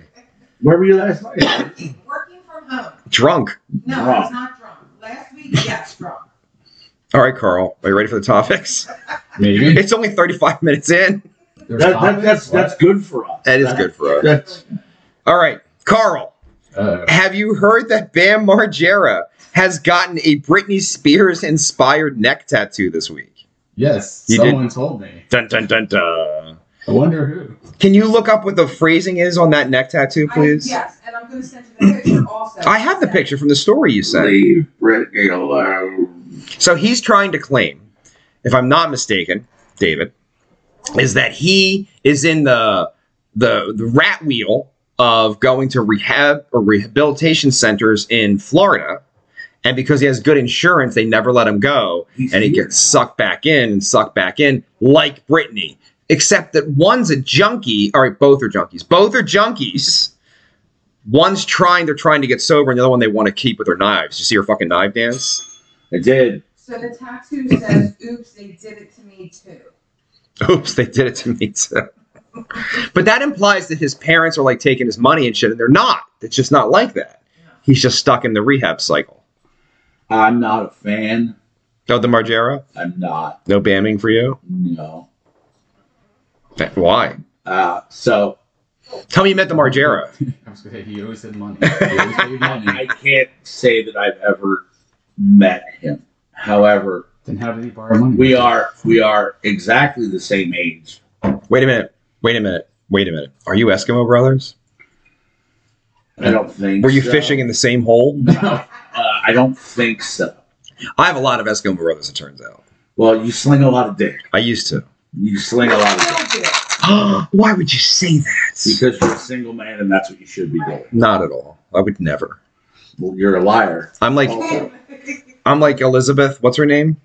S2: Where were you last night?
S4: Working from home.
S1: Drunk.
S4: No, I was not drunk. Last week, yes, drunk.
S1: All right, Carl, are you ready for the (laughs) topics?
S3: (laughs) Maybe.
S1: It's only 35 minutes in.
S2: that, that, that's that's good for us.
S1: That is good for us.
S2: That's
S1: All right, Carl,
S3: Uh,
S1: Have you heard that Bam Margera has gotten a Britney Spears inspired neck tattoo this week?
S3: yes.
S1: You did-
S3: someone told me.
S1: Dun dun dun dun.
S3: I wonder who.
S1: Can you look up what the phrasing is on that neck tattoo, please?
S4: I, yes, and I'm going to send you the picture also.
S1: I have the picture from the story you sent.
S2: leave Brittany alone.
S1: So he's trying to claim, if I'm not mistaken, David, is that he is in the the, the rat wheel of going to rehab or rehabilitation centers in Florida. And because he has good insurance, they never let him go.
S2: He's
S1: and he
S2: here.
S1: gets sucked back in and sucked back in, like Britney. Except that one's a junkie. All right, both are junkies. Both are junkies. One's trying, they're trying to get sober, and the other one they want to keep with their knives. You see her fucking knife dance?
S2: I did.
S4: So the tattoo says, oops, they did it to me too.
S1: (laughs) Oops, they did it to me too. But that implies that his parents are like taking his money and shit, and they're not. It's just not like that. He's just stuck in the rehab cycle.
S2: I'm not a fan.
S1: No, the Margera?
S2: I'm not.
S1: No bamming for you?
S2: No.
S1: Why?
S2: Uh, so
S1: Tell me you met the
S3: (laughs)
S1: Margera.
S3: I was gonna say he always had money. He always gave money.
S2: I can't say that I've ever met him. However,
S3: Then how did he borrow money?
S2: we are we are exactly the same age.
S1: Wait a minute. Wait a minute. Wait a minute. Are you Eskimo brothers?
S2: I don't think.
S1: Were you
S2: so.
S1: fishing in the same hole?
S2: No, (laughs) uh, (laughs) I don't think so.
S1: I have a lot of Eskimo brothers, it turns out.
S2: Well, you sling a lot of dick.
S1: I used to.
S2: You sling a lot of dick
S1: (gasps) Why would you say that?
S2: because you're a single man, and that's what you should be doing.
S1: Not at all. I would never.
S2: Well, you're a liar.
S1: I'm like
S2: Oh.
S4: (laughs)
S1: I'm like Elizabeth, what's her name?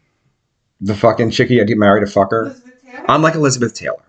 S1: The fucking chickie I'd get married to fuck her.
S4: Elizabeth Taylor?
S1: I'm like Elizabeth Taylor.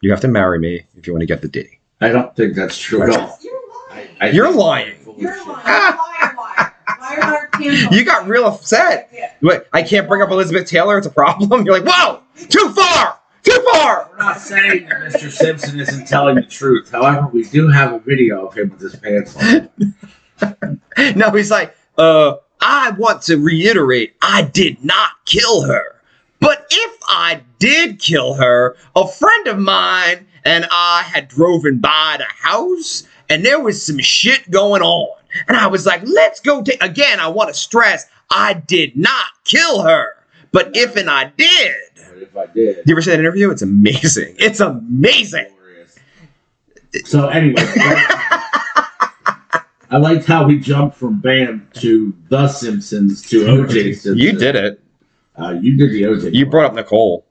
S1: You have to marry me if you want to get the D.
S2: I don't think that's true at all.
S4: You're
S2: I,
S4: lying.
S2: I
S1: You're
S2: think
S1: lying.
S2: full of
S4: You're
S2: shit.
S4: lying. Liar, liar. Liar, liar, candle.
S1: You got real upset.
S4: Yeah.
S1: Wait, I can't bring up Elizabeth Taylor, it's a problem. (laughs) You're like, whoa! Too far! Too far!
S2: We're not saying that Mr. Simpson isn't telling the truth. However, we do have a video of him with his pants on.
S1: (laughs) No, he's like, uh, I want to reiterate, I did not kill her. But if I did kill her, a friend of mine and I had driven by the house and there was some shit going on. And I was like, let's go take again, I want to stress, I did not kill her. But if and I did.
S2: But if I did,
S1: You ever see that interview? It's amazing. It's amazing.
S2: glorious. So anyway, (laughs) I liked how we jumped from Bam to The Simpsons to OJ Simpson.
S1: You did it.
S2: Uh, you did the OJ.
S1: You brought up Nicole.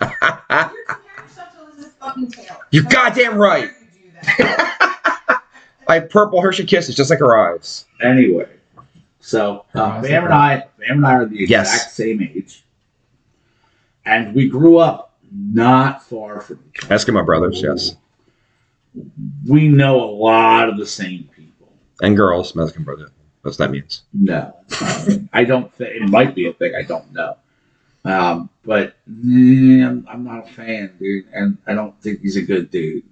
S4: You're comparing yourself to Elizabeth fucking Taylor.
S1: You're
S4: No,
S1: Ah. goddamn right.
S4: you do
S1: (laughs)
S4: that.
S1: I purple Hershey kisses just like her eyes.
S2: anyway. So uh, Bam and I, Bam and I are the exact
S1: Yes.
S2: same age, and we grew up not far from each other.
S1: Eskimo brothers, yes.
S2: We know a lot of the same people.
S1: And girls, Eskimo brothers. That's what that means.
S2: No, (laughs) I don't. Th- it might be a thing. I don't know. Um, but mm, I'm, I'm not a fan, dude, and I don't think he's a good dude.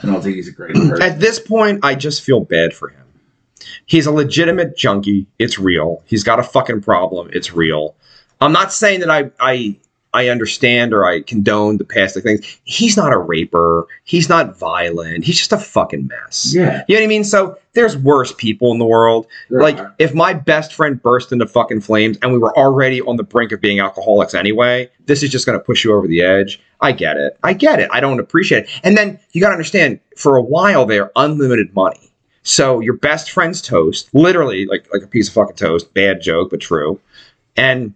S2: I don't think he's a great person.
S1: At this point, I just feel bad for him. He's a legitimate junkie. It's real. He's got a fucking problem. It's real. I'm not saying that I I I understand or I condone the past things. He's not a raper. He's not violent. He's just a fucking mess.
S2: yeah,
S1: You know what I mean? So there's worse people in the world.
S2: there
S1: like
S2: are.
S1: if my best friend burst into fucking flames and we were already on the brink of being alcoholics anyway this is just going to push you over the edge i get it i get it i don't appreciate it and then you got to understand for a while they're unlimited money so your best friend's toast literally like like a piece of fucking toast bad joke but true and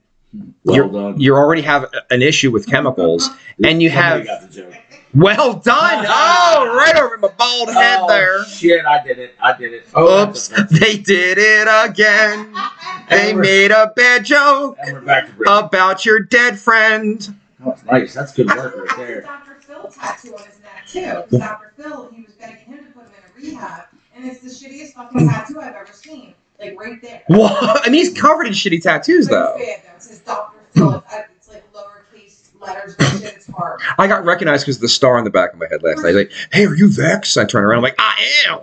S2: well
S1: you're-
S2: done.
S1: you already have a- an issue with chemicals and you
S2: Somebody
S1: have-
S2: got the joke.
S1: well
S2: (laughs)
S1: done oh right over my bald head
S2: Oh,
S1: there
S2: Shit, I did it. I did it. Oh,
S1: oops
S2: that's-
S1: they did it
S4: (laughs)
S1: again they made a bad joke
S2: And we're back to Rick.
S1: about your dead friend.
S2: That was nice. That's good
S4: I
S2: work
S4: feel
S2: right
S4: like it's
S1: (laughs)
S4: a
S2: there.
S4: Dr. Phil tattoo on his neck too. 'Cause Dr. Phil, he was begging him to put him in a rehab, and it's the shittiest fucking tattoo I've ever seen. Like right there.
S1: What? And he's covered in shitty tattoos,
S4: But
S1: though.
S4: It's bad though. It says Dr. Phil.
S1: Hmm.
S4: It's, I- it's like lowercase letters and shit.
S1: (laughs)
S4: It's hard.
S1: I got recognized because the star in the back of my head last night. Like, hey, are you Vex? I turn around, I'm like, I am.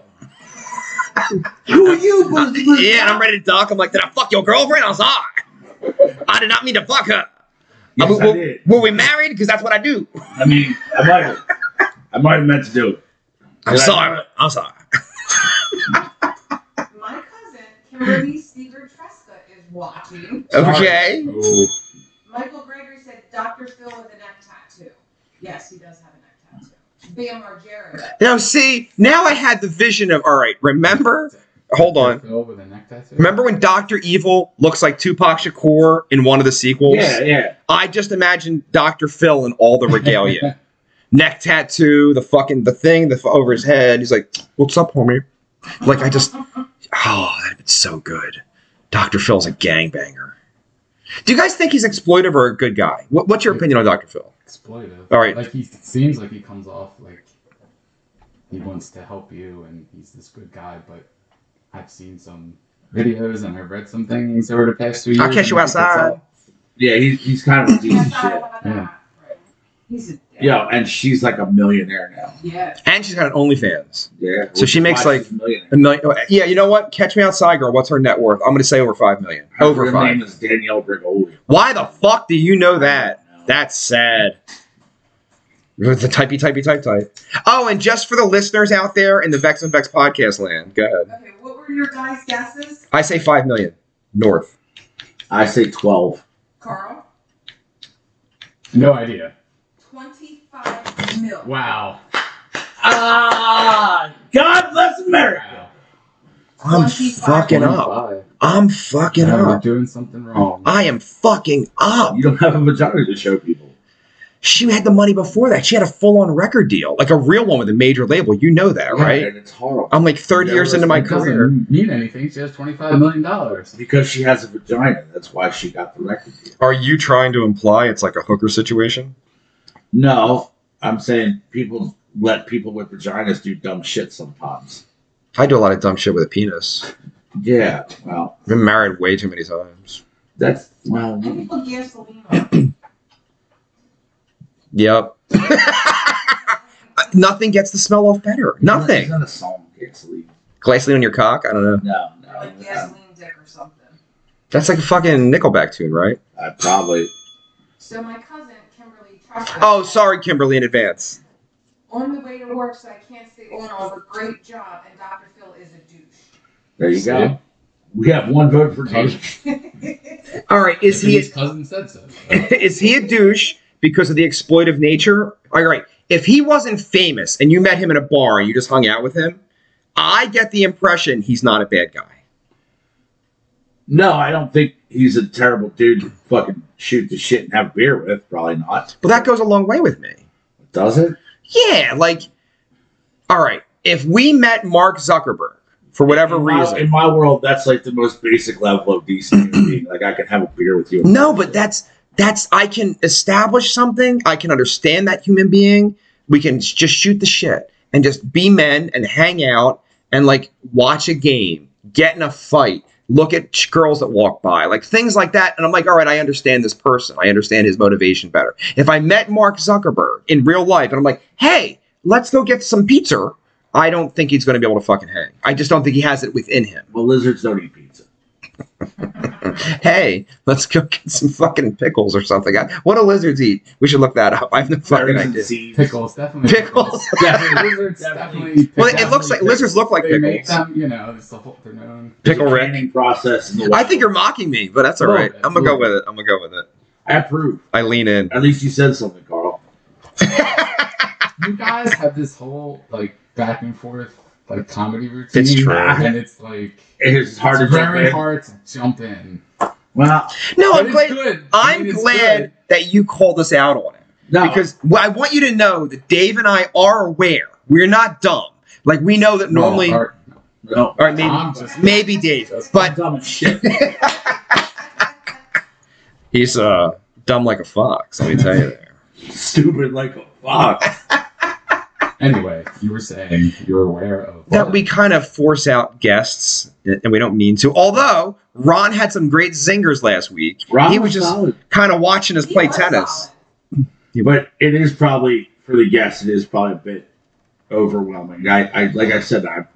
S2: Who are
S1: (laughs)
S2: you,
S1: Yeah, and I'm ready to duck. I'm like, did I fuck your girlfriend? I was sorry. I did not mean to fuck her.
S2: Yes,
S1: I mean,
S2: I
S1: were-
S2: did.
S1: Were we married? Because that's what I do.
S2: I mean, I might have. I might have meant to do it.
S1: I'm
S2: Did I-
S1: sorry. I'm sorry.
S4: My cousin Kimberly Steger Tresca is watching.
S2: Sorry.
S1: Okay.
S3: Oh,
S4: Michael Gregory said Dr. Phil with a neck tattoo. Yes, he does have a neck tattoo. Bam Margera.
S1: Now, see, now I had the vision of, all right, remember? Hold on.
S3: Phil with a neck tattoo.
S1: Remember when Dr. Evil looks like Tupac Shakur in one of the sequels?
S2: Yeah, yeah.
S1: (laughs) I just imagine Dr. Phil and all the regalia. neck tattoo, the fucking the thing, the f- over his head. He's like, "What's up, homie?" Like I just, oh, that'd been so good. Doctor Phil's a gangbanger. Do you guys think he's exploitive or a good guy? What, what's your opinion on Doctor Phil?
S3: exploitive.
S1: All right.
S3: Like he seems like he comes off like he wants to help you and he's this good guy, but I've seen some videos and I've read some things over the past few years.
S1: I'll catch you
S3: and I think it's
S1: outside.
S3: all-
S2: Yeah, he's, he's kind of a piece of shit.
S3: Yeah.
S4: He's a dick.
S2: Yo, and she's like a millionaire now.
S4: Yeah.
S1: And she's got an OnlyFans.
S2: Yeah.
S1: So she makes,
S2: Why
S1: like,
S2: she's a millionaire.
S1: A million, oh, yeah, you know what? Catch me outside, girl. What's her net worth? I'm gonna say over five million.
S2: Her
S1: Over
S2: real
S1: five.
S2: name is Danielle Brigoli.
S1: Why the fuck do you know that?
S2: That
S1: That's sad. With The typey, typey, type, type. Oh, and just for the listeners out there in the Vex and Vex podcast land, go ahead.
S4: Okay, what were your guys' guesses?
S1: I say five million north.
S2: I say twelve.
S4: Carl?
S3: No idea.
S4: 25 mil.
S3: Wow.
S2: Ah, God bless
S3: Wow.
S1: I'm
S4: 25
S1: fucking
S4: mil.
S1: up. I'm fucking
S3: Now we're
S1: up.
S3: doing something wrong.
S1: I am fucking up.
S2: You don't have a vagina to show people.
S1: She had the money before that. She had a full-on record deal, like a real one with a major label. You know that, right?
S2: And it's horrible
S1: I'm like 30
S2: Yeah,
S1: years into
S2: listen,
S1: my
S3: It doesn't
S1: career.
S3: mean anything. She has twenty-five million dollars.
S2: because she has a vagina. That's why she got the record deal.
S1: Are you trying to imply it's like a hooker situation?
S2: No, I'm saying people let people with vaginas do dumb shit sometimes.
S1: I do a lot of dumb shit with a penis.
S2: Yeah. Well,
S1: I've been married way too many times.
S2: that's well.
S4: And people gasoline on
S1: Yep. Uh, Nothing gets the smell off better.
S2: It's
S1: Nothing.
S2: not a song, gasoline.
S1: Glycerin on your cock? I don't know.
S2: No,
S4: Or like
S2: no.
S4: gasoline dick or something.
S1: That's like a fucking Nickelback tune, right?
S2: I probably.
S4: So my cousin, Kimberly Truscott.
S1: Oh, sorry, Kimberly, in advance.
S4: On the way to work, so I can't stay on all, but great job, and Dr. Phil is a
S2: There you
S3: See?
S2: go. We have one vote for Dave.
S4: douche.
S1: All right, is
S3: Maybe
S1: he (laughs)
S3: his cousin said so?
S1: is he a douche because of the exploitive nature? All right, if he wasn't famous and you met him in a bar and you just hung out with him, I get the impression he's not a bad guy.
S2: No, I don't think he's a terrible dude to fucking shoot the shit and have beer with. Probably not.
S1: But that goes a long way with me.
S2: does it.
S1: Yeah, like, all right, if we met Mark Zuckerberg for whatever
S2: in my,
S1: reason,
S2: In my world, that's like the most basic level of decency. like I can have a beer with you.
S1: No, but that's that's I can establish something. I can understand that human being. We can s- just shoot the shit and just be men and hang out and like watch a game, get in a fight, look at ch- girls that walk by, like things like that. And I'm like, all right, I understand this person. I understand his motivation better. If I met Mark Zuckerberg in real life and I'm like, hey, let's go get some pizza. I don't think he's going to be able to fucking hang. I just don't think he has it within him.
S2: Well, lizards don't eat pizza.
S1: hey, let's go get some fucking pickles or something. I- What do lizards eat? We should look that up. I have no fucking
S2: Berries and
S1: idea.
S2: seeds.
S3: Pickles, definitely.
S1: (laughs) Pickles.
S3: Definitely. Lizards, definitely.
S1: Well, it looks like
S3: definitely
S1: lizards look like
S3: they make
S1: pickles.
S3: them, you know, it's the whole, they're known.
S2: There's a
S1: Pickle Rick.
S2: canning process. In the
S1: I
S2: wild.
S1: think you're mocking me, but that's all
S3: Little
S1: right.
S3: bit,
S1: I'm gonna go
S3: little
S1: with it. I'm gonna go with it.
S2: I approve.
S1: I lean in.
S2: At least you said something, Carl.
S3: You guys have this whole, like, back and forth, like, comedy routine.
S1: It's true.
S3: And it's like,
S2: It's hard
S3: it's
S2: to jump
S3: very
S2: in.
S3: hard to jump in.
S2: Well,
S1: No,
S3: But
S1: I'm
S3: it's
S1: glad.
S3: good. I
S1: I'm
S3: mean, it's
S1: glad that you called us out on it
S2: no,
S1: because well, I want you to know that Dave and I are aware. We're not dumb. Like we know that
S3: good. No,
S1: normally. all
S3: our-
S2: no,
S1: right, maybe
S3: I'm just.
S1: maybe Dave,
S3: That's
S1: but
S2: dumb as shit.
S1: he's uh dumb like a fox. Let me tell you. There.
S2: Stupid like a fox.
S3: Anyway, you were saying you're aware of.
S1: that we kind of force out guests and we don't mean to. Although Ron had some great zingers last week.
S2: Ron
S1: he was just
S2: solid.
S1: kind of watching us play
S4: He was
S1: tennis.
S4: solid.
S2: but it is probably for the guests. It is probably a bit overwhelming. I, I like I said, I'm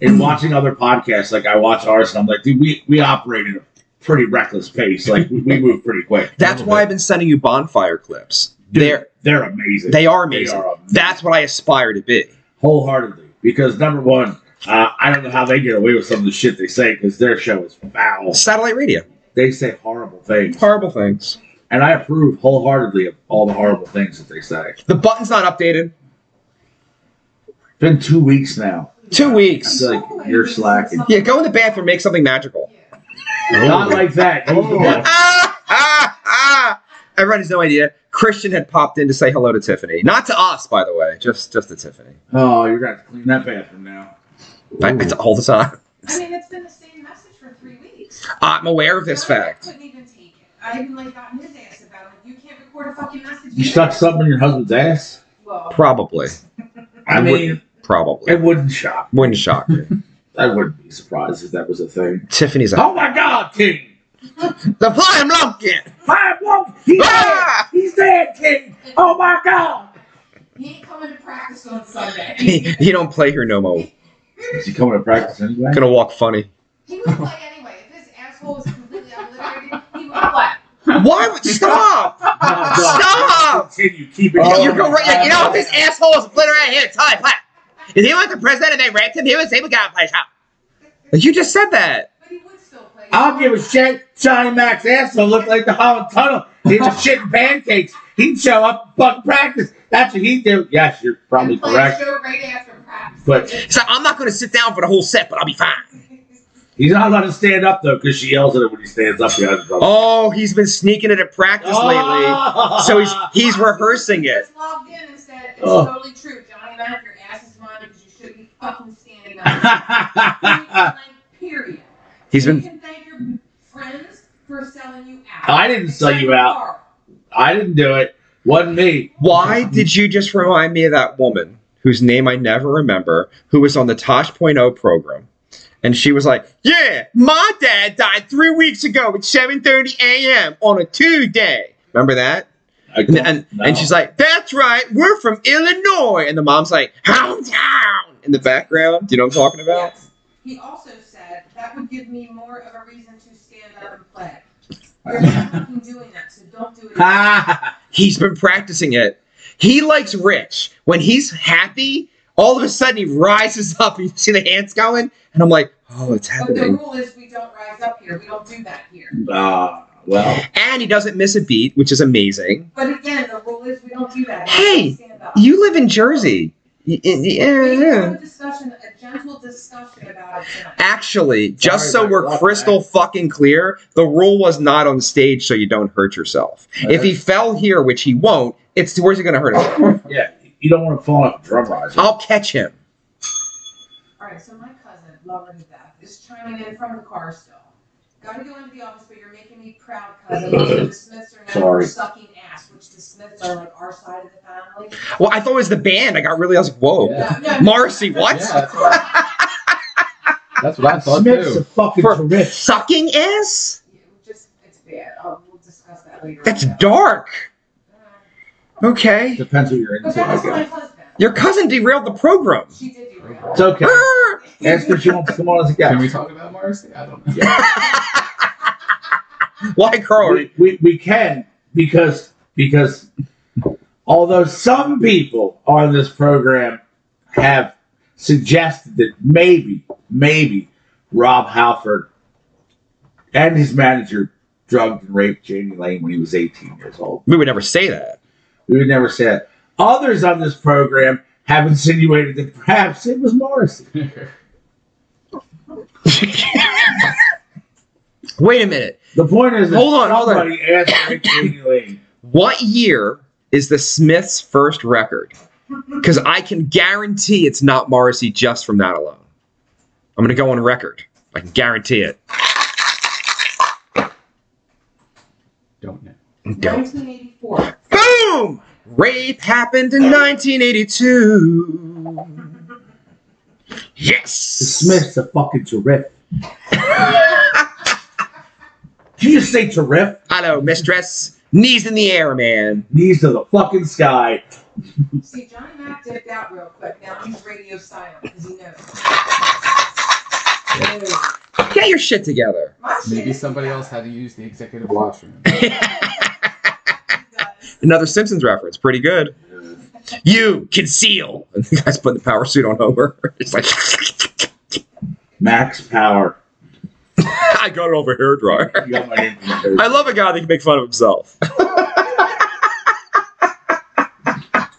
S2: in watching other podcasts. Like I watch ours, and I'm like, dude, we we operate at a pretty reckless pace. Like we, we move pretty quick.
S1: That's
S3: A little
S1: why
S3: bit.
S1: I've been sending you bonfire clips.
S2: Dude,
S1: They're
S2: they're amazing.
S1: they are
S2: They
S1: amazing.
S2: are amazing.
S1: That's what I aspire to be.
S2: wholeheartedly because number one, uh, I don't know how they get away with some of the shit they say because their show is foul.
S1: Satellite radio,
S2: They say horrible things,
S1: horrible things.
S2: and I approve wholeheartedly of all the horrible things that they say.
S1: The button's not updated.
S2: It's been two weeks now.
S1: Two
S2: I
S1: weeks.
S2: feel like you're slacking.
S1: Yeah, go in the bathroom, make something magical. (laughs)
S4: Yeah.
S2: Not like that.
S3: Oh.
S1: Ah, ah, ah. Everyone has no idea. Christian had popped in to say hello to Tiffany. Not to us, by the way. Just just to Tiffany.
S2: Oh, you're gonna have to clean that bathroom now.
S1: I, it's all the time.
S4: I mean, it's been the same message for three weeks.
S1: I'm aware of this
S4: John
S1: fact.
S4: couldn't even take it. I even like got in his ass about it. You can't record a fucking message.
S2: You stuck something in your husband's ass?
S4: Well,
S1: Probably.
S2: I
S1: It
S2: mean,
S1: Probably.
S2: it wouldn't shock.
S1: Wouldn't shock me. (laughs)
S2: I wouldn't be surprised if that was a thing.
S1: Tiffany's a
S2: Oh my God, King!
S1: the flying lumpkin.
S2: Five one, he's dead!
S1: Ah!
S2: He's dead, King! Oh my God!
S4: he ain't coming to practice on Sunday.
S1: (laughs) (laughs) you don't play here no more.
S2: Is he coming to practice anyway?
S1: Gonna walk funny.
S4: He would play anyway. If his asshole was completely obliterated, he would play.
S1: Why? would- (laughs) Stop!
S2: Ah,
S1: Stop!
S2: Continue, keep it
S1: You-
S2: going.
S1: you go right. you know if this asshole was split around here, tell him, If he was the president and they raped him, he would say we gotta play shop. You just said that.
S4: But he would still play.
S2: I don't give a shit. Johnny Mac's asshole looked like the Holland Tunnel. He was
S1: (laughs)
S2: shitting pancakes. He'd show up and fucking practice. That's what he'd do. Yes, you're probably
S4: And play
S2: correct.
S4: a show right after practice. (laughs)
S2: But-
S1: So I'm not gonna sit down for the whole set, but I'll be fine.
S2: He's not allowed to stand up, though, because she yells at him when he stands up. Yeah,
S1: Oh, he's been sneaking it at practice lately. So
S2: (laughs)
S1: he's he's rehearsing it.
S4: Just logged in and said, it's
S2: Oh.
S4: totally true, Johnny Mack, your ass is mine because you shouldn't be fucking standing
S1: (laughs)
S4: up. like, period.
S1: He's
S4: you
S1: been
S4: can thank your friends for selling you out.
S2: I didn't sell you out. I didn't do it. Wasn't me.
S1: Why did you just remind me of that woman whose name I never remember, who was on the Tosh.0 program? And she was like, Yeah, my dad died three weeks ago at 7.30 a.m. on a Tuesday. Remember that?
S2: I
S1: And, and,
S2: don't know.
S1: and she's like, That's right, we're from Illinois. And the mom's like, Hometown in the background. Do you know what I'm talking about?
S4: Yes. He also said that would give me more of a reason to stand up and play. You're not fucking doing that, so don't do it.
S2: Ah,
S1: (laughs) He's been practicing it. He likes Rich. When he's happy, all of a sudden he rises (laughs) up. You see the hands going? And I'm like, Oh, it's
S4: But the
S1: happening.
S4: rule is we don't rise up here. We don't do that here.
S2: ah, well,
S1: and he doesn't miss a beat, which is amazing.
S4: But again, the rule is we don't do that.
S1: Hey,
S4: stand up.
S1: You live in Jersey. Y- y- yeah,
S4: We have
S1: yeah.
S4: a discussion, a gentle discussion about it tonight.
S1: Actually, just
S2: Sorry
S1: so we're
S2: about that.
S1: crystal fucking clear, the rule was not on stage so you don't hurt yourself. If he fell here, which he won't, it's where's he gonna hurt
S2: (laughs)
S1: us?
S2: yeah, you don't want to fall off a drum riser.
S1: I'll catch him.
S4: All right, so my cousin, love her to death, is chiming in from the car still. Gotta go into the office, but you're making me proud, cousin. Also, the Smiths are now
S2: Sorry.
S4: sucking ass, which the Smiths are like our side of the family.
S1: Well, I thought it was the band. I got really I was like, whoa.
S3: Yeah.
S4: No, no,
S1: Marcy,
S4: no,
S1: what?
S3: Yeah, that's what, that's what I thought
S2: Smith's a
S3: too.
S2: fucking
S1: For
S2: terrific.
S1: sucking ass?
S4: You Just, it's bad. Oh, we'll discuss that later.
S1: That's
S4: on.
S1: dark. Okay.
S2: Depends who you're into.
S4: But that
S2: I
S4: was my
S2: guess.
S4: husband.
S1: Your cousin derailed the program. (laughs)
S4: She did do that.
S2: It's okay.
S1: Ah!
S2: Ask her if she wants to come on as a guest.
S3: Can we talk about Marcy? I don't know.
S1: Why, Carl?
S2: we, we, we can because because although some people on this program have suggested that maybe maybe Rob Halford and his manager drugged and raped Jamie Lane when he was 18 years old.
S1: We would never say that. (laughs)
S2: We would never say that. Others on this program have insinuated that perhaps it was Morrissey.
S1: Wait a minute.
S2: The point is, that
S1: Hold on, hold on.
S2: somebody asked to rape Jamie Lane.
S1: What year is the Smiths' first record? Because I can guarantee it's not Morrissey just from that alone. I'm going to go on record. I can guarantee it.
S3: (laughs) Don't know.
S1: Go.
S4: 1984.
S1: Boom! Rape happened in 1982. Yes!
S2: The Smiths are fucking terrific.
S1: (laughs)
S2: Can you say terrific?
S1: Hello, mistress. Knees in the air, man.
S2: knees to the fucking sky.
S4: See, Johnny Mac dipped out real quick. Now he's radio silent because he knows.
S1: Get your shit together. (laughs)
S4: My shit
S3: Maybe
S4: is-
S3: somebody else had to use the executive
S1: (clears throat)
S3: washroom.
S1: Another Simpsons reference. Pretty good. You conceal. And (laughs) the guy's putting the power suit on (laughs) Homer. It's like,
S2: Max power.
S1: I got it over hair dryer. (laughs)
S2: You got my name from
S1: I
S2: the
S1: love a guy that can make fun of himself.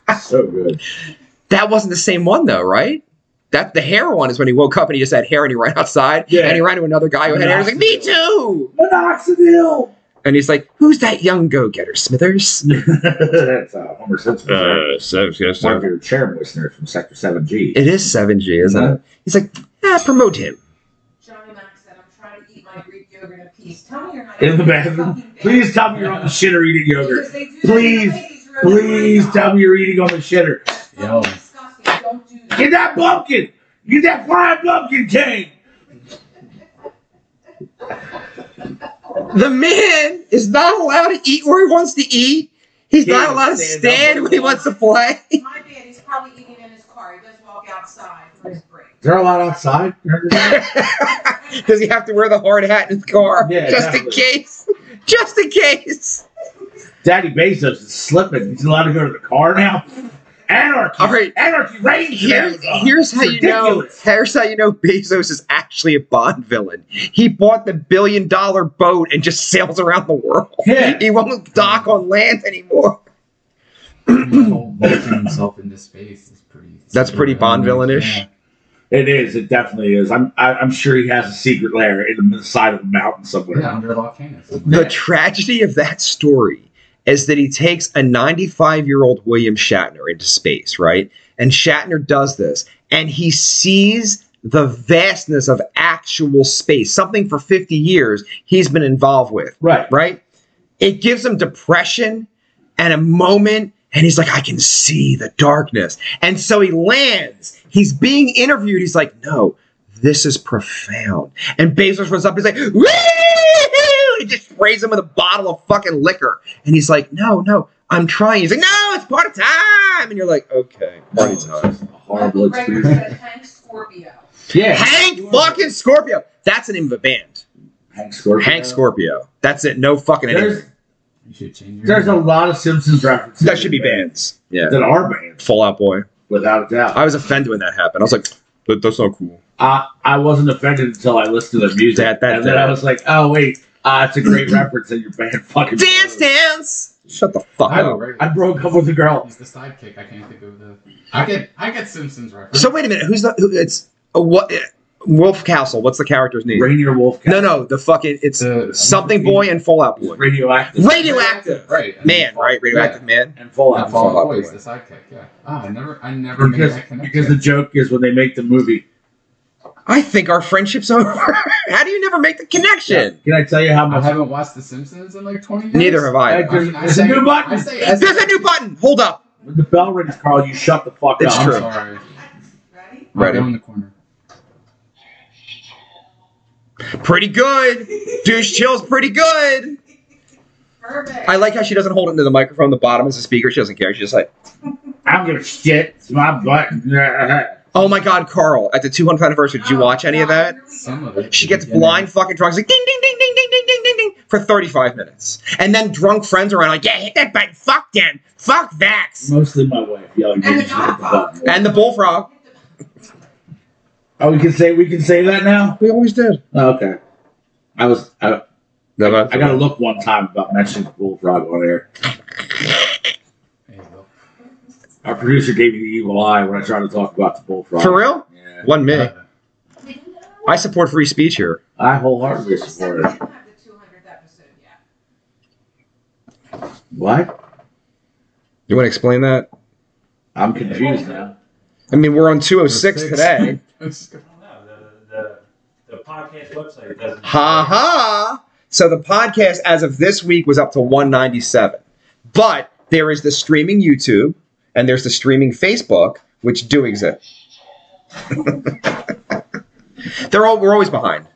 S2: first. So good.
S1: That wasn't the same one though, right? That the hair one is when he woke up and he just had hair and he ran outside
S2: Yeah.
S1: and he ran to another guy who had hair. He's like, "Me too."
S2: Minoxidil.
S1: And he's like, "Who's that young go-getter, Smithers?"
S2: (laughs) That's uh, Homer Simpson. right?
S1: so, so,
S2: One of your chair moisteners from Sector 7G.
S1: It is seven G, isn't it? He's like, "Ah, promote him."
S4: Johnny Mac said, I'm trying to eat my Greek yogurt in peace. Tell me you're not
S2: In the
S4: eating your
S2: bathroom.
S4: fucking
S2: Please tell me you're on the shitter eating (laughs) yogurt.
S4: Because they do that
S2: Please,
S4: in the ladies' room.
S2: Please tell me you're eating on the shitter.
S4: That's fucking
S3: Yo.
S4: disgusting. Don't do that.
S2: Get that pumpkin. Get that fried pumpkin king.
S1: The man is not allowed to eat where he wants to eat. He's
S2: He
S1: not
S2: can
S1: allowed to
S2: stand
S1: stand when he
S2: up when he
S1: wants to play.
S4: My bad, he's probably eating in his car. He does walk outside for his break.
S2: Is there a lot outside?
S1: (laughs) Does he have to wear the hard hat in his car
S2: Yeah,
S1: just in
S2: exactly.
S1: case? Just in case.
S2: Daddy Bezos is slipping. He's allowed to go to the car now. Anarchy.
S1: All right.
S2: Anarchy reigns. in
S1: Here-
S2: Amazon.
S1: here's how you know.
S2: Ridiculous.
S1: Here's how you know Bezos is actually a Bond villain. He bought the billion dollar boat and just sails around the world.
S2: Yeah.
S1: He won't dock on land anymore.
S3: The whole bolting himself into space is pretty.
S1: That's pretty Bond villain-ish.
S3: Yeah.
S2: It is. It definitely is. I'm. I, I'm sure he has a secret lair in the side of the mountain somewhere.
S3: Yeah, under lock hands.
S1: The tragedy of that story is that he takes a 95 year old William Shatner into space, right? And Shatner does this, and he sees the vastness of actual space, something for 50 years he's been involved with,
S2: Right.
S1: right? It gives him depression and a moment, and he's like, I can see the darkness. And so he lands. He's being interviewed. He's like, No, this is profound. And Bezos runs up. He's like, Woo! He just sprays him with a bottle of fucking liquor. And he's like, No, no, I'm trying. He's like, No, it's party time. And you're like, Okay, party
S2: It's
S1: time.
S2: just a (laughs) horrible
S4: Michael Greger
S2: experience.
S4: said
S2: (laughs)
S4: Hank Scorpio.
S2: Yeah.
S1: Hank fucking Scorpio. That's the name of a band.
S2: Hank Scorpio.
S1: Hank Scorpio. That's it. No fucking
S2: There's
S1: name.
S3: You should change your
S2: there's a
S3: name.
S2: lot of Simpsons references
S1: That should be bands. Yeah.
S2: that are banned
S1: Fallout Boy.
S2: without a doubt.
S1: I was offended when that happened. I was like, that, that's not cool.
S2: I I wasn't offended until I listened to the music,
S1: That- that-
S2: and then
S1: that.
S2: I was like, oh wait, uh, it's
S1: (clears throat)
S2: a great reference, and you're banned fucking.
S1: Dance, dance! Shut the fuck
S3: I,
S1: up.
S3: don't know,
S2: I
S3: right?
S2: broke up with a girl.
S3: He's the sidekick. I can't think of the. I get I get Simpsons reference.
S1: So wait a minute. Who's the? Who, it's uh, what? uh, Wolf Castle. What's the character's name?
S2: Rainier Wolf.
S1: no, no. The fucking. It's
S3: The-
S1: something boy and Fallout
S2: He's
S1: boy.
S2: radioactive.
S1: Radioactive
S3: right? and
S1: man,
S3: Fall-
S1: right? Radioactive man.
S2: and
S3: Yeah,
S2: Fallout.
S3: Fall Out
S1: Fallout
S3: Boy is
S1: Boy.
S3: the sidekick. Yeah. Ah, I never I never made
S2: Because
S3: that connection.
S2: because the joke is when they make the movie.
S1: I think our friendship's (laughs) over. How do you never make the connection?
S2: Can I tell you how
S3: I
S2: much?
S3: haven't watched The Simpsons in like 20 years.
S1: Neither have I.
S2: I-
S3: mean,
S2: There's a
S3: say-
S2: new button.
S3: I say
S1: There's a new button. Hold up.
S2: When the bell rings, Carl, you shut the fuck
S1: It's
S2: up.
S3: I'm
S1: true.
S3: sorry.
S4: Ready?
S1: Ready.
S3: I'll go in the corner.
S1: Pretty good. Douche chill's pretty good.
S4: Perfect.
S1: I like how she doesn't hold it into the microphone. The bottom is the speaker. She doesn't care. She's just like,
S2: I don't give a shit. It's my button. (laughs)
S1: oh my god, Carl. At the 200th anniversary, did you watch any of that?
S3: Some of it.
S1: She gets blind fucking drunk. She's like ding ding ding ding ding ding ding ding ding for 35 minutes. And then drunk friends around like, yeah, hit that button. Fuck them. Fuck that.
S2: Mostly my wife yelling.
S4: And
S2: "Give
S4: the
S2: a shit at the button."
S1: And the bullfrog.
S2: Oh, we can say we can say that now.
S1: We always did.
S2: Oh, okay. I was I,
S1: No,
S2: I got a look one time about mentioning the bullfrog on air.
S3: There you go.
S2: Our producer gave me the evil eye when I tried to talk about the bullfrog.
S1: For real?
S2: Yeah.
S1: One minute.
S3: Uh,
S1: I support free speech here.
S2: I wholeheartedly support
S4: We
S2: it.
S4: don't have the 200th episode yet.
S2: What?
S1: You want to explain that?
S2: I'm confused now.
S1: I mean, we're on 206
S3: six. (laughs)
S1: today.
S2: (laughs)
S5: don't know. The, the, the podcast website doesn't.
S1: ha ha. So the podcast as of this week was up to 197. But there is the streaming YouTube and there's the streaming Facebook, which do exist. (laughs) They're all we're always behind.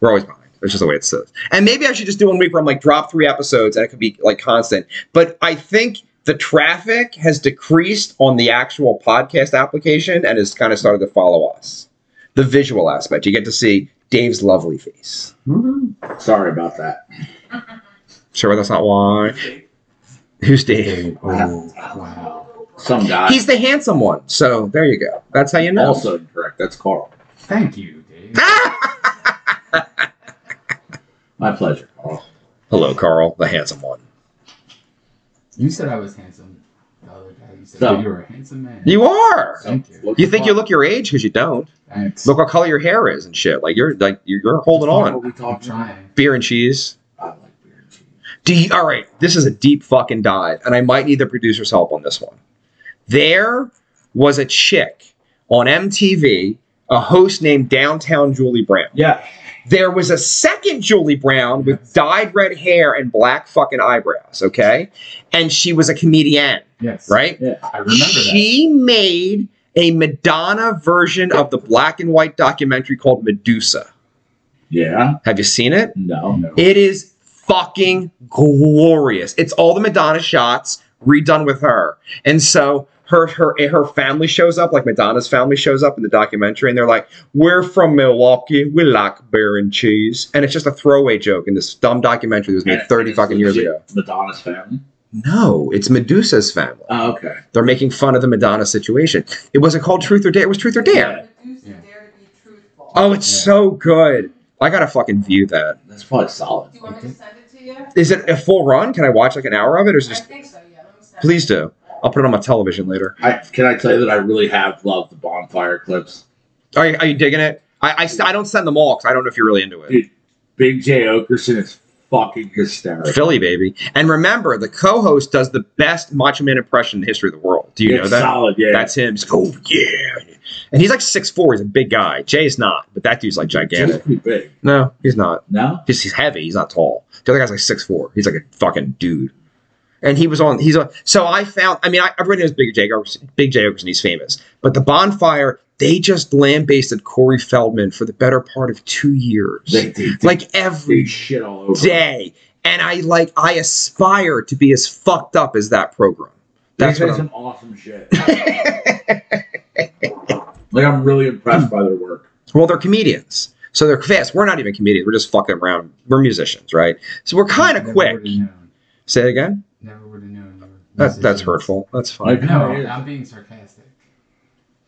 S1: We're always behind. That's just the way it says. And maybe I should just do one week where I'm like drop three episodes and it could be like constant. But I think the traffic has decreased on the actual podcast application and has kind of started to follow us. The visual aspect. You get to see Dave's lovely face.
S2: Sorry about that.
S1: Sure, that's not why. Who's Dave?
S3: Hey, oh, wow.
S2: Some guy.
S1: He's the handsome one. So there you go. That's how you know. (laughs)
S2: also incorrect. That's Carl.
S3: Thank you, Dave.
S2: My pleasure, Carl.
S1: Hello, Carl, the handsome one.
S3: You said I was handsome. The other day, you said
S2: So-
S3: you were a handsome man.
S1: You are.
S3: Thank you.
S1: You think you look your age because you don't.
S3: Thanks.
S1: Look what color your hair is and shit. Like you're like you're, you're holding
S2: What
S1: on.
S2: were we
S3: I'm
S2: talking about?
S3: trying.
S1: Beer and cheese.
S2: I like beer and cheese.
S1: Do you, all right, this is a deep fucking dive, and I might need the producer's help on this one. There was a chick on MTV, a host named Downtown Julie Brown.
S2: Yeah.
S1: There was a second Julie Brown with dyed red hair and black fucking eyebrows, okay? And she was a comedian,
S3: Yes.
S1: right?
S3: I remember that.
S1: she made a Madonna version of the black and white documentary called Medusa.
S2: Yeah.
S1: Have you seen it?
S2: No.
S3: Oh, No.
S1: It is fucking glorious. It's all the Madonna shots redone with her. And so her her her family shows up, like Madonna's family shows up in the documentary, and they're like, We're from Milwaukee, we like beer and cheese. And it's just a throwaway joke in this dumb documentary that was made
S2: And
S1: 30
S2: it's
S1: fucking years
S2: legit
S1: ago.
S2: Madonna's family.
S1: No, it's Medusa's family.
S2: Oh, okay.
S1: They're making fun of the Madonna situation. It wasn't called Truth or Dare, it was Truth or Dare.
S4: Medusa
S3: Yeah.
S4: dare to be truthful.
S1: Oh, it's
S3: Yeah.
S1: so good. I gotta fucking view that.
S2: That's probably solid.
S4: Do you want me to send it to you?
S1: Is it a full run? Can I watch like an hour of it or is it
S4: I
S1: just
S4: think so, yeah. Let me send
S1: please
S4: it.
S1: do. I'll put it on my television later.
S2: I can I tell you that I really have loved the bonfire clips.
S1: Are you, are you digging it? I, I, st- I don't send them all because I don't know if you're really into it.
S2: Dude, Big J Okerson is fucking hysterical.
S1: Philly, baby. And remember, the co host does the best Macho Man impression in the history of the world. Do you
S2: it's
S1: know that?
S2: solid, yeah.
S1: That's him. He's like, oh, yeah. And he's like 6'4. He's a big guy. Jay's not, but that dude's like
S2: Jay's
S1: gigantic.
S2: pretty big.
S1: No, he's not.
S2: No?
S1: He's, he's heavy. He's not tall. The other guy's like six four. He's like a fucking dude. And he was on. He's on. So I found. I mean, I, everybody knows Big J. Okerson- Big J. Okerson. He's famous. But the bonfire, they just lambasted Corey Feldman for the better part of two years,
S2: They, they, they,
S1: like
S2: they
S1: every
S2: shit all over.
S1: day. And I like. I aspire to be as fucked up as that program. That's
S2: they say
S1: what. I'm,
S2: some awesome shit. like I'm really impressed by their work.
S1: well, they're comedians, so they're fast. We're not even comedians. We're just fucking around. We're musicians, right? So we're kind of
S3: Never
S1: quick.
S3: would've known.
S1: Say it again.
S3: Never would have known. you were
S1: That's that's
S3: musicians.
S1: hurtful. That's fine.
S2: Like,
S3: No,
S2: it is.
S3: I'm being sarcastic.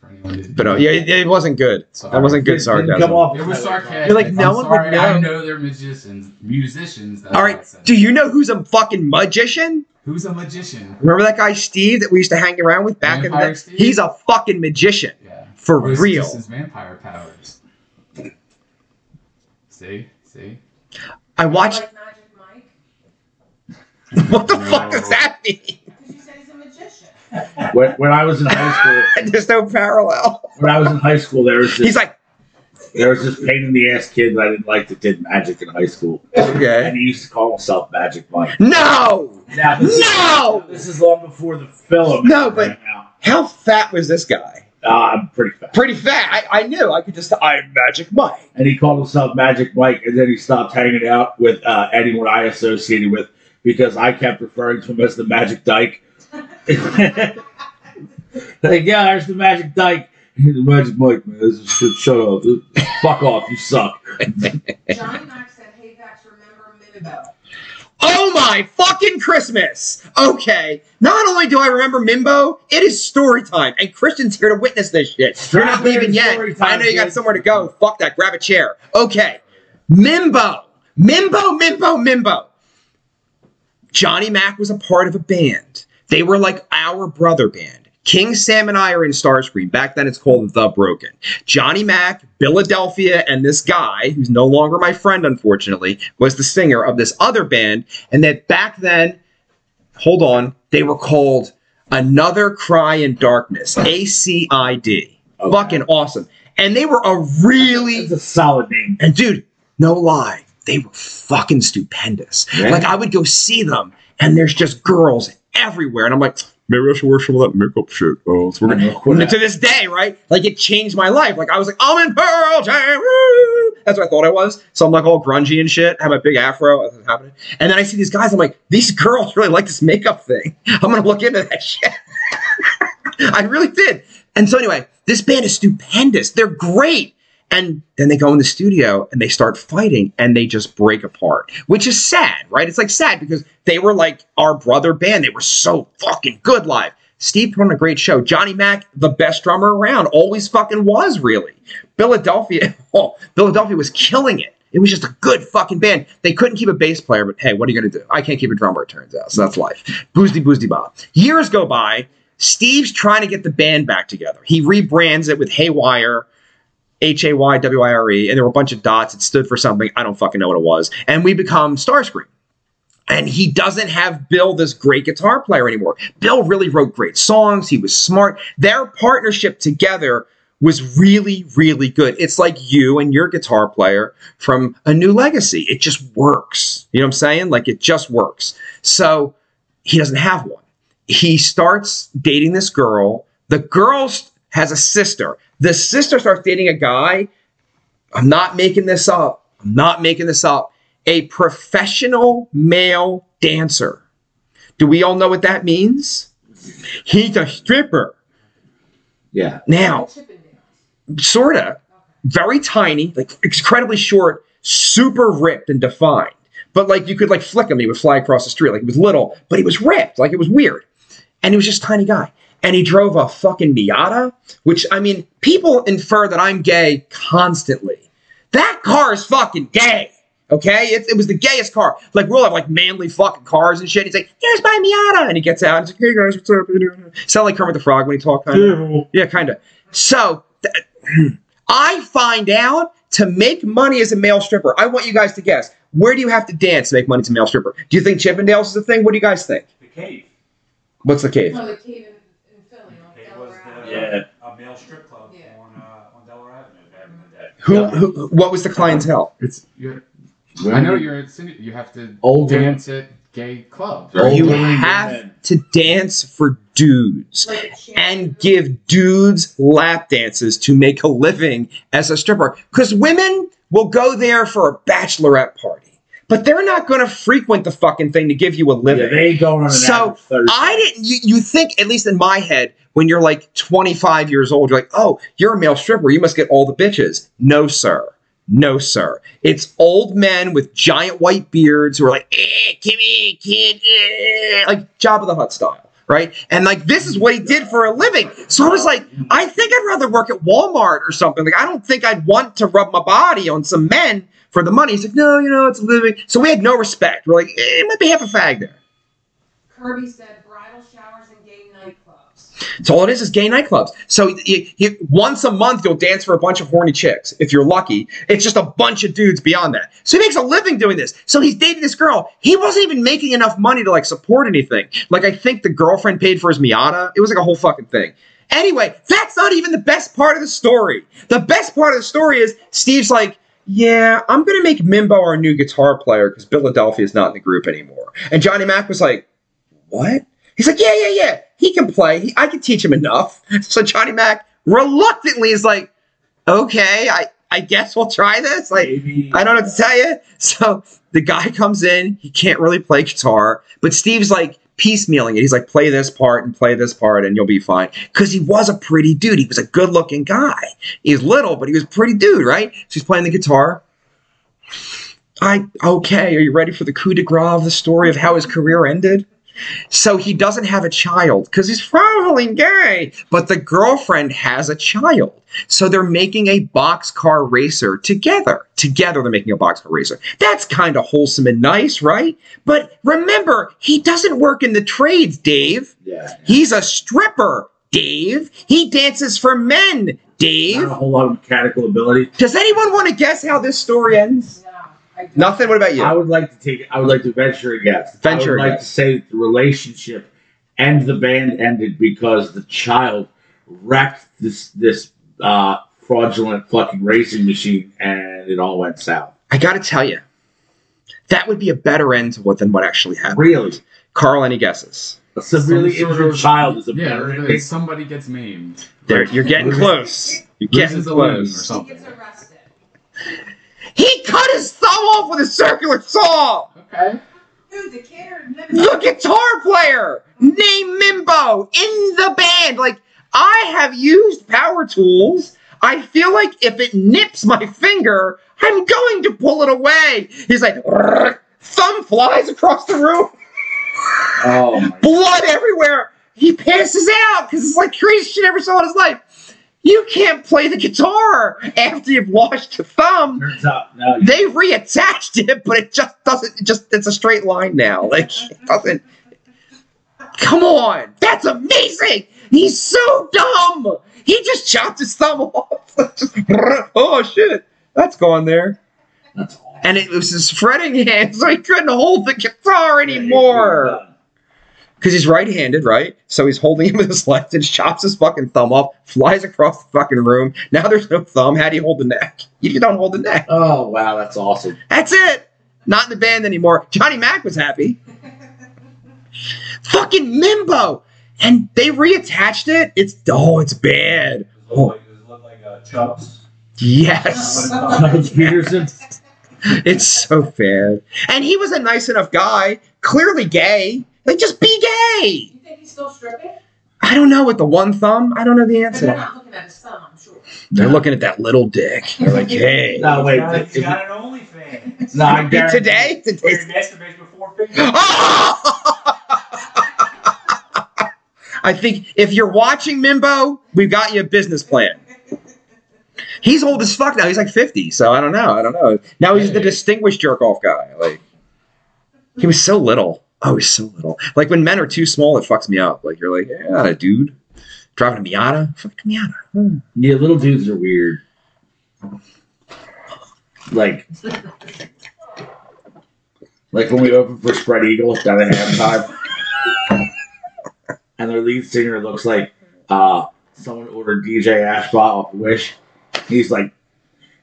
S3: For anyone who-
S1: But uh, yeah, it, it wasn't good.
S3: Sorry.
S1: That wasn't good
S2: Didn't- didn't
S1: sarcasm.
S2: Come off
S3: It was sarcastic.
S1: You're like,
S3: I'm
S1: no one would
S3: sorry, I
S1: know.
S3: know they're musicians. Musicians. That's
S1: All
S3: what I
S1: right.
S3: said.
S1: Do you know who's a fucking magician?
S3: Who's a magician?
S1: Remember that guy Steve that we used to hang around with back in
S3: Vampire
S1: the
S3: Steve?
S1: He's a fucking magician
S3: Yeah.
S1: for
S3: Or is it
S1: real.
S3: just his vampire powers. See, see.
S1: I watched.
S4: Like Magic Mike?
S1: (laughs) What the
S3: No.
S1: fuck does that mean? (laughs)
S4: Because you said he's a magician.
S2: When, when I was in high school,
S1: There's no parallel.
S2: when I was in high school, there was
S1: He's
S2: this,
S1: like,
S2: there was this pain in the ass kid that I didn't like that did magic in high school, and
S1: okay,
S2: he used to call himself Magic Mike.
S1: no.
S2: Eh? Now, this is-
S1: No!
S2: this is long before the film.
S1: No, but-
S2: right now.
S1: How fat was this guy?
S2: Uh, I'm pretty fat.
S1: Pretty fat. I, I knew. I could just. I'm Magic Mike.
S2: and he called himself Magic Mike, and then he stopped hanging out with uh, anyone I associated with because I kept referring to him as the Magic Dyke. (laughs) like, yeah, there's the Magic Dyke. He's the Magic Mike, man. This is shit. Shut up. Fuck off. You suck.
S4: Johnny Mac said, hey, Vax, remember Mimbo.
S1: Oh my fucking Christmas! Okay, not only do I remember Mimbo, it is story time, and Christian's here to witness this shit. You're not
S2: Strawberry
S1: leaving yet.
S2: story time,
S1: I know you got
S2: kids.
S1: somewhere to go. Fuck that. Grab a chair. Okay, Mimbo, Mimbo, Mimbo, Mimbo. Johnny Mac was a part of a band. They were like our brother band. King Sam and I are in Starscream. Back then, it's called The Broken. Johnny Mac, Philadelphia, and this guy, who's no longer my friend, unfortunately, was the singer of this other band. And that back then, hold on, they were called Another Cry in Darkness, ACID.
S2: Okay.
S1: Fucking awesome. And they were a really
S2: It's a solid name.
S1: and dude, no lie, they were fucking stupendous.
S2: Yeah.
S1: Like I would go see them, and there's just girls everywhere, and I'm like, maybe I should wear some of that makeup shit. Oh, it's we're gonna-
S2: Quit.
S1: to this day, right? Like it changed my life. Like I was like, I'm in Pearl Jam. woo!" That's what I thought I was. So I'm like all grungy and shit. I have a big afro. That's what's happening. And then I see these guys. I'm like, these girls really like this makeup thing. I'm gonna look into that shit. I really did. And so anyway, this band is stupendous. They're great. And then they go in the studio and they start fighting and they just break apart, which is sad, right? It's like sad because they were like our brother band. They were so fucking good live. Steve put on a great show. Johnny Mack, the best drummer around, always fucking was really. Philadelphia, (laughs) oh, Philadelphia was killing it. It was just a good fucking band. They couldn't keep a bass player, but hey, what are you gonna do? I can't keep a drummer, it turns out. So that's life. Boozdy boozdy bob. Years go by. Steve's trying to get the band back together. He rebrands it with Haywire, H A Y W I R E, and there were a bunch of dots. It stood for something. I don't fucking know what it was. And we become Starscream. And he doesn't have Bill, this great guitar player, anymore. Bill really wrote great songs. He was smart. Their partnership together was really, really good. It's like you and your guitar player from A New Legacy. It just works. You know what I'm saying? Like it just works. So he doesn't have one. He starts dating this girl. The girl s- has a sister. The sister starts dating a guy. I'm not making this up. I'm not making this up. A professional male dancer. Do we all know what that means? He's a stripper.
S2: Yeah.
S1: Now,
S4: Chippendales.
S1: sort of very tiny, like incredibly short, super ripped and defined. But like you could like flick him, he would fly across the street. Like he was little, but he was ripped. Like it was weird, and he was just a tiny guy. And he drove a fucking Miata, which I mean, people infer that I'm gay constantly. That car is fucking gay. Okay, it, it was the gayest car. Like we'll have like manly fucking cars and shit. He's like, "Here's my Miata," and he gets out. And he's like, "Hey guys, what's up?" Sound like Kermit the Frog when he talked. kinda. Yeah, kind of. So th- I find out to make money as a male stripper. I want you guys to guess. Where do you have to dance to make money as a male stripper? Do you think Chippendales is a thing? What do you guys think?
S5: The cave.
S1: What's the cave?
S4: Well, the cave in, in Philly on
S5: It was
S4: Delaware
S5: the
S4: Island.
S2: Yeah.
S5: a male strip club
S4: Yeah.
S5: on uh, on Delaware Avenue back in the day.
S1: Who, who? What was the clientele?
S3: It's you I know you're insinu- you have to
S2: Old
S3: dance at gay clubs.
S2: Old
S1: You
S2: women and
S1: have
S2: men.
S1: to dance for dudes
S4: Like a chair.
S1: and give dudes lap dances to make a living as a stripper. Because women will go there for a bachelorette party, but they're not going to frequent the fucking thing to give you a
S2: Yeah,
S1: living.
S2: they ain't going on an
S1: So,
S2: average Thursday.
S1: I didn't. You, you think at least in my head when you're like 25 years old, you're like, oh, you're a male stripper. You must get all the bitches. No, sir. No, sir. It's old men with giant white beards who are like, eh, give me, kid, eh, like Job of the Hutt style, right? And like this is what he did for a living. So I was like, I think I'd rather work at Walmart or something. Like I don't think I'd want to rub my body on some men for the money. He's like, no, you know, it's a living. So we had no respect. We're like, eh, it might be half a fag there.
S4: Kirby said bridal showers and gay nightclubs.
S1: So all it is is gay nightclubs. So y y- once a month you'll dance for a bunch of horny chicks if you're lucky. It's just a bunch of dudes beyond that. So he makes a living doing this. So he's dating this girl. He wasn't even making enough money to like support anything. Like I think the girlfriend paid for his Miata. It was like a whole fucking thing. Anyway, that's not even the best part of the story. The best part of the story is Steve's like, yeah, I'm gonna make Mimbo our new guitar player because Philadelphia is not in the group anymore. And Johnny Mac was like, what? He's like, yeah, yeah, yeah. He can play. He, I can teach him enough. (laughs) So Johnny Mac reluctantly is like, okay, I, I guess we'll try this. Like,
S2: Maybe-
S1: I don't know what to tell you. (laughs) So the guy comes in. He can't really play guitar, but Steve's like piecemealing it. He's like, play this part and play this part, and you'll be fine. Because he was a pretty dude. He was a good looking guy. He's little, but he was a pretty dude, right? So he's playing the guitar. I okay. Are you ready for the coup de grace of the story of how his career ended? So he doesn't have a child because he's probably gay, but the girlfriend has a child. So they're making a boxcar racer together. Together, they're making a boxcar racer. That's kind of wholesome and nice, right? But remember, he doesn't work in the trades, Dave.
S2: Yeah.
S1: He's a stripper, Dave. He dances for men,
S2: Not
S1: Dave.
S2: a whole lot of mechanical ability.
S1: Does anyone want to guess how this story ends?
S4: No, I don't.
S1: Nothing. What about you?
S2: I would like to take. I would like to venture a guess.
S1: Venture a
S2: I would like
S1: guess.
S2: to say that the relationship and the band ended because the child wrecked this this uh, fraudulent fucking racing machine, and it all went south.
S1: I got to tell you, that would be a better end to what than what actually happened.
S2: Really,
S1: Carl, any guesses?
S2: a severely
S3: Some sort
S2: injured
S3: of-
S2: child is a
S3: yeah,
S2: better
S3: really,
S2: ending.
S3: somebody gets maimed.
S1: There, you're getting
S3: Loses-
S1: close. You're getting
S3: loses a limb or
S1: close.
S3: something.
S4: He gets arrested.
S1: He cut his thumb off with a circular saw.
S3: Okay.
S4: Who, the kid or
S1: The guitar player named Mimbo in the band. Like I have used power tools. I feel like if it nips my finger, I'm going to pull it away. He's like, "Rrrr." thumb flies across the room.
S2: Oh my
S1: blood everywhere. He passes out because it's like crazy shit ever saw in his life. You can't play the guitar after you've washed your thumb.
S2: Turns out no.
S1: They reattached it, but it just doesn't. It just it's a straight line now. Like it doesn't. Come on, that's amazing. He's so dumb. (laughs) He just chopped his thumb off. Just, oh shit, that's gone there.
S2: That's all.
S1: and it was his fretting hand, so he couldn't hold the guitar anymore. Because he's right-handed, right? So he's holding it with his left, and chops his fucking thumb off, flies across the fucking room. Now there's no thumb. How do you hold the neck? You don't hold the neck.
S2: Oh wow, that's awesome.
S1: That's it. Not in the band anymore. Johnny Mack was happy. Fucking Mimbo, and they reattached it. It's oh, it's bad.
S5: Does it look like, does it look like uh, Chubbs?
S1: Yes. (laughs)
S2: Chubbs Peterson.
S1: It's so bad. And he was a nice enough guy, clearly gay. Like, just be gay.
S4: You think he's still stripping?
S1: I don't know with the one thumb. I don't know the
S4: But they're
S1: answer.
S4: not looking at his thumb, I'm sure.
S1: They're looking at that little dick. They're like, hey.
S2: No wait,
S5: He's got,
S2: if you-
S5: he's got an OnlyFans.
S2: no, I guarantee-
S1: Today?
S5: Where
S1: Today's.
S5: he masturbates before fingers.
S1: Oh! (laughs) I think if you're watching Mimbo, we've got you a business plan. He's old as fuck now. He's like 50, so I don't know. I don't know. Now he's the
S3: Hey.
S1: distinguished jerk off guy. Like he was so little. Oh, he's so little. Like when men are too small, it fucks me up. Like you're like, yeah, not a dude. Driving a Miata? Fuck a Miata. Hmm.
S2: Yeah, little dudes are weird. Like, like when we opened for Spread Eagle down at halftime, and their lead singer looks like uh someone ordered DJ Ashbot off Wish. He's like,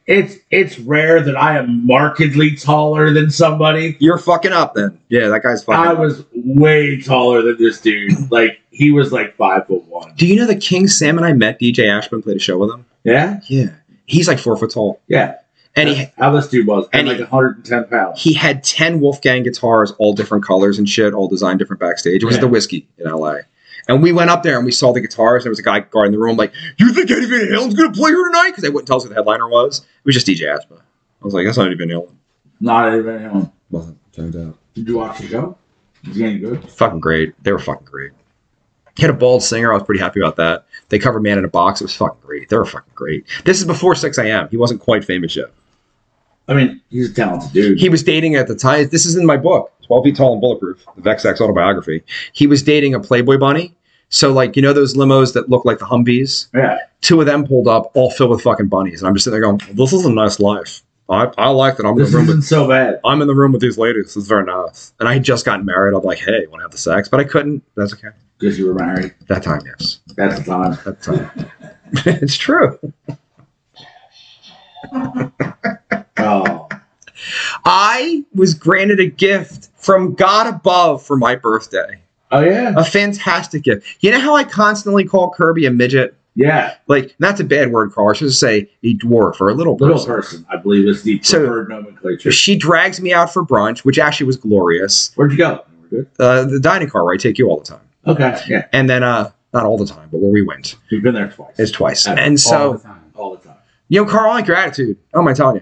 S2: it's it's rare that I am markedly taller than somebody.
S1: You're fucking up then. Yeah, that guy's fucking
S2: I
S1: up.
S2: was way taller than this dude. Like he was like five foot one.
S1: Do you know that King Sam and I met DJ Ashman, played a show with him?
S2: Yeah,
S1: Yeah. He's like four foot tall.
S2: yeah.
S1: And he
S2: That's how this dude was,
S1: and
S2: and, like
S1: he-
S2: 110 pounds.
S1: he had 10 Wolfgang guitars, all different colors and shit, all designed different backstage. It was
S2: Yeah.
S1: the whiskey in LA. And we went up there and we saw the guitars. And there was a guy guarding the room, like, You think Eddie Van Halen's going to play here tonight? Because they wouldn't tell us who the headliner was. It was just DJ Aspa. I was like, That's not Eddie Van Halen.
S2: Not even him.
S1: Wasn't, turned out.
S2: Did you watch the show? Is he any good?
S1: Fucking great. They were fucking great. He had a bald singer. I was pretty happy about that. They covered Man in a Box. It was fucking great. They were fucking great. This is before 6 a.m. He wasn't quite famous yet.
S2: I mean, he's a talented dude.
S1: he was dating at the time. This is in my book, 12 Feet Tall and Bulletproof, the Vexax autobiography. He was dating a Playboy bunny. So, like, you know those limos that look like the Humvees?
S2: yeah.
S1: Two of them pulled up, all filled with fucking bunnies. And I'm just sitting there going, this is a nice life. I, I like that. I'm in,
S2: This
S1: the room
S2: isn't
S1: with,
S2: so bad.
S1: I'm in the room with these ladies. It's very nice. And I had just gotten married. I'm like, hey, want to have the sex? But I couldn't. That's okay.
S2: Because you were married.
S1: That time, yes.
S2: That's the time.
S1: That time. (laughs) it's true.
S2: Oh.
S1: I was granted a gift from God above for my birthday.
S2: Oh, yeah.
S1: a fantastic gift. You know how I constantly call Kirby a midget?
S2: Yeah.
S1: Like, that's a bad word, Carl. I should say a dwarf or a little person.
S2: Little person. I believe it's the
S1: So-
S2: preferred nomenclature.
S1: She drags me out for brunch, which actually was glorious.
S2: Where'd you go? You were good.
S1: Uh, the dining car where I take you all the time.
S2: Okay. Yeah.
S1: And then, uh, not all the time, but where we went
S2: You've been there twice.
S1: is twice.
S2: Oh,
S1: And
S3: all the
S1: so,
S3: time.
S2: all the time.
S1: you know, Carl, I like your attitude. Oh, my telling you.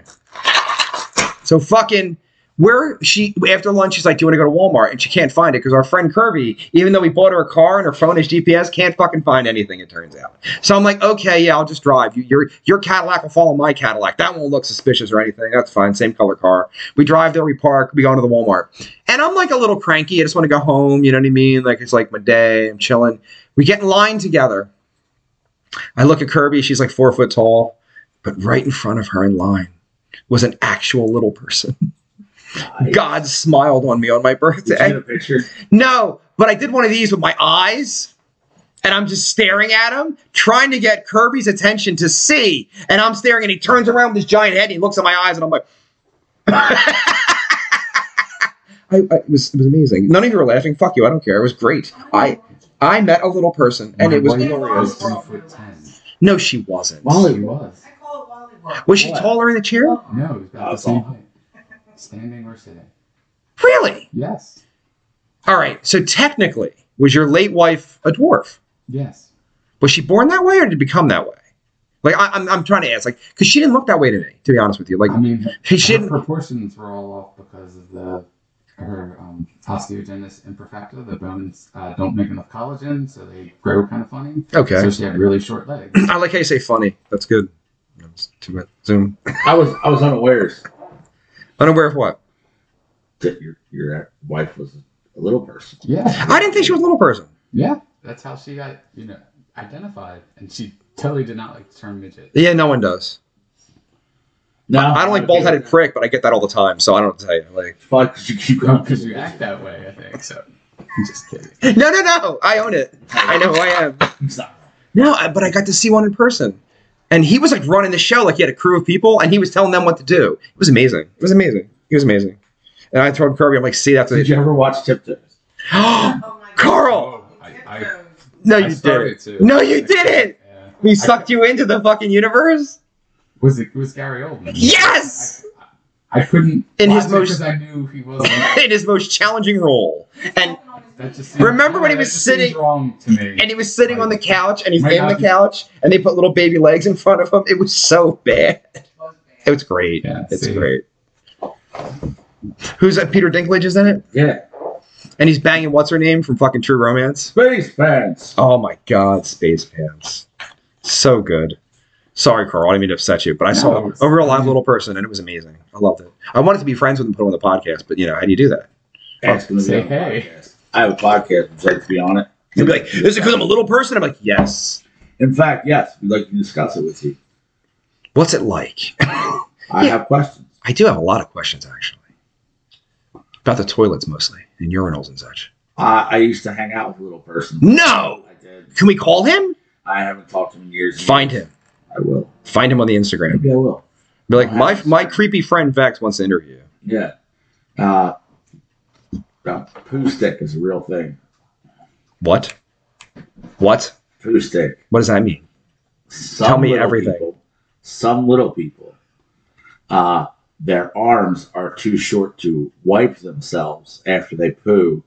S1: So fucking. Where she after lunch, she's like, "Do you want to go to Walmart?" And she can't find it because our friend Kirby, even though we bought her a car and her phone is GPS, can't fucking find anything. It turns out. So I'm like, "Okay, yeah, I'll just drive. You, your your Cadillac will follow my Cadillac. That won't look suspicious or anything. That's fine. Same color car. We drive there. We park. We go into the Walmart. And I'm like a little cranky. I just want to go home. You know what I mean? Like it's like my day. I'm chilling. We get in line together. I look at Kirby. She's like four foot tall, but right in front of her in line was an actual little person.
S2: Nice.
S1: God smiled on me on my
S2: Did you get
S1: birthday.
S2: a picture?
S1: No, but I did one of these with my eyes, and I'm just staring at him, trying to get Kirby's attention to see. And I'm staring, and he turns around with his giant head, and he looks at my eyes, and I'm like, (laughs) I, I, it, was, it was amazing. None of you were laughing. Fuck you. I don't care. It was great. I I met a little person, and it was
S3: Wally
S1: glorious.
S3: was three foot ten.
S1: No, she wasn't.
S2: Wally
S3: She was.
S4: I call it Wally
S1: Was she
S2: What?
S1: taller in the chair?
S3: No, it was about the
S2: That's
S3: same
S2: all.
S3: height. Standing or sitting.
S1: Really?
S3: Yes.
S1: All right. So technically, was your late wife a dwarf?
S3: Yes.
S1: Was she born that way or did it become that way? Like I, I'm, I'm trying to ask, like, because she didn't look that way to me, to be honest with you. Like
S3: I mean,
S1: she
S3: her
S1: didn't.
S3: proportions were all off because of the her um, osteogenesis imperfecta. The bones uh, don't make enough collagen, so they grow kind of funny.
S1: Okay.
S3: So she had really short legs.
S1: I like how you say funny. That's good. That's Too much zoom.
S2: I was I was unawares
S1: Unaware of what?
S2: that your your wife was a little person.
S3: Yeah.
S1: I didn't think she was a little person.
S3: Yeah. That's how she got you know (laughs) identified, and she totally did not like the term midget.
S1: Yeah, no one does.
S2: No,
S1: I don't like bald headed prick, but I get that all the time, so I don't tell you. Like,
S2: Fuck, 'cause you keep going
S3: because you act that way. I think so. I'm just kidding.
S1: no, no, no, I own it. I know who I am.
S2: Stop.
S1: No, I, but I got to see one in person, and he was like running the show, like he had a crew of people, and he was telling them what to do. It was amazing. It was amazing. It was amazing. And I told Kirby, I'm like, see after (gasps)
S2: Did (gasps) you ever watch Tip Tips?
S1: the.
S4: Oh my God.
S1: Carl!
S3: I-
S4: Zip
S3: I-
S4: code.
S1: no,
S3: I
S1: you
S3: started
S1: didn't.
S3: to.
S1: No, you didn't!
S3: Yeah.
S1: He sucked you into the fucking universe.
S3: Was it was Gary Oldman?
S1: Yes!
S3: I, I couldn't.
S1: In
S3: watch
S1: his
S3: it
S1: most-
S3: 'cause I knew he wasn't.
S1: (laughs) in his most challenging role, and
S3: That just seems,
S1: Remember when he
S3: that
S1: was
S3: just seems
S1: sitting-
S3: wrong to me.
S1: and he was sitting on the couch, and he's
S3: Might
S1: in
S3: not
S1: the
S3: be-
S1: couch, and they put little baby legs in front of him. It was so bad. It was great.
S3: Yeah,
S1: it's
S3: see.
S1: great. Who's that? Peter Dinklage is in it,
S2: Yeah.
S1: and he's banging what's her name from fucking True Romance.
S2: Space fans.
S1: Oh my god, Space Pants. So good. Sorry, Carl, I didn't mean to upset you, but I
S3: No,
S1: saw
S3: it's
S1: a real live
S3: fine.
S1: little person and it was amazing. I loved it. I wanted to be friends with him and put him on the podcast, but you know, how do you do that?
S2: That's gonna be
S3: Say
S2: on the
S3: hey.
S2: podcast. I have a podcast. Would you like to be on it?
S1: He'll be like, Is it because I'm a little person? I'm like, Yes.
S2: In fact, yes, we'd like to discuss it with you.
S1: What's it like?
S2: I
S1: Yeah.
S2: have questions.
S1: I do have a lot of questions actually. About the toilets mostly and urinals and such.
S2: I, I used to hang out with a little person.
S1: No!
S2: I did.
S1: Can we call him?
S2: I haven't talked to him in years. and
S1: Find
S2: years.
S1: him.
S2: I will.
S1: Find him on the Instagram.
S2: Maybe I will.
S1: Be like, my my creepy friend Vex wants to interview you.
S2: Yeah. Uh, uh, poo stick is a real thing.
S1: What? What?
S2: Poo stick.
S1: What does that mean?
S2: Some
S1: Tell me
S2: little
S1: everything.
S2: people- some little people, uh, their arms are too short to wipe themselves after they poo,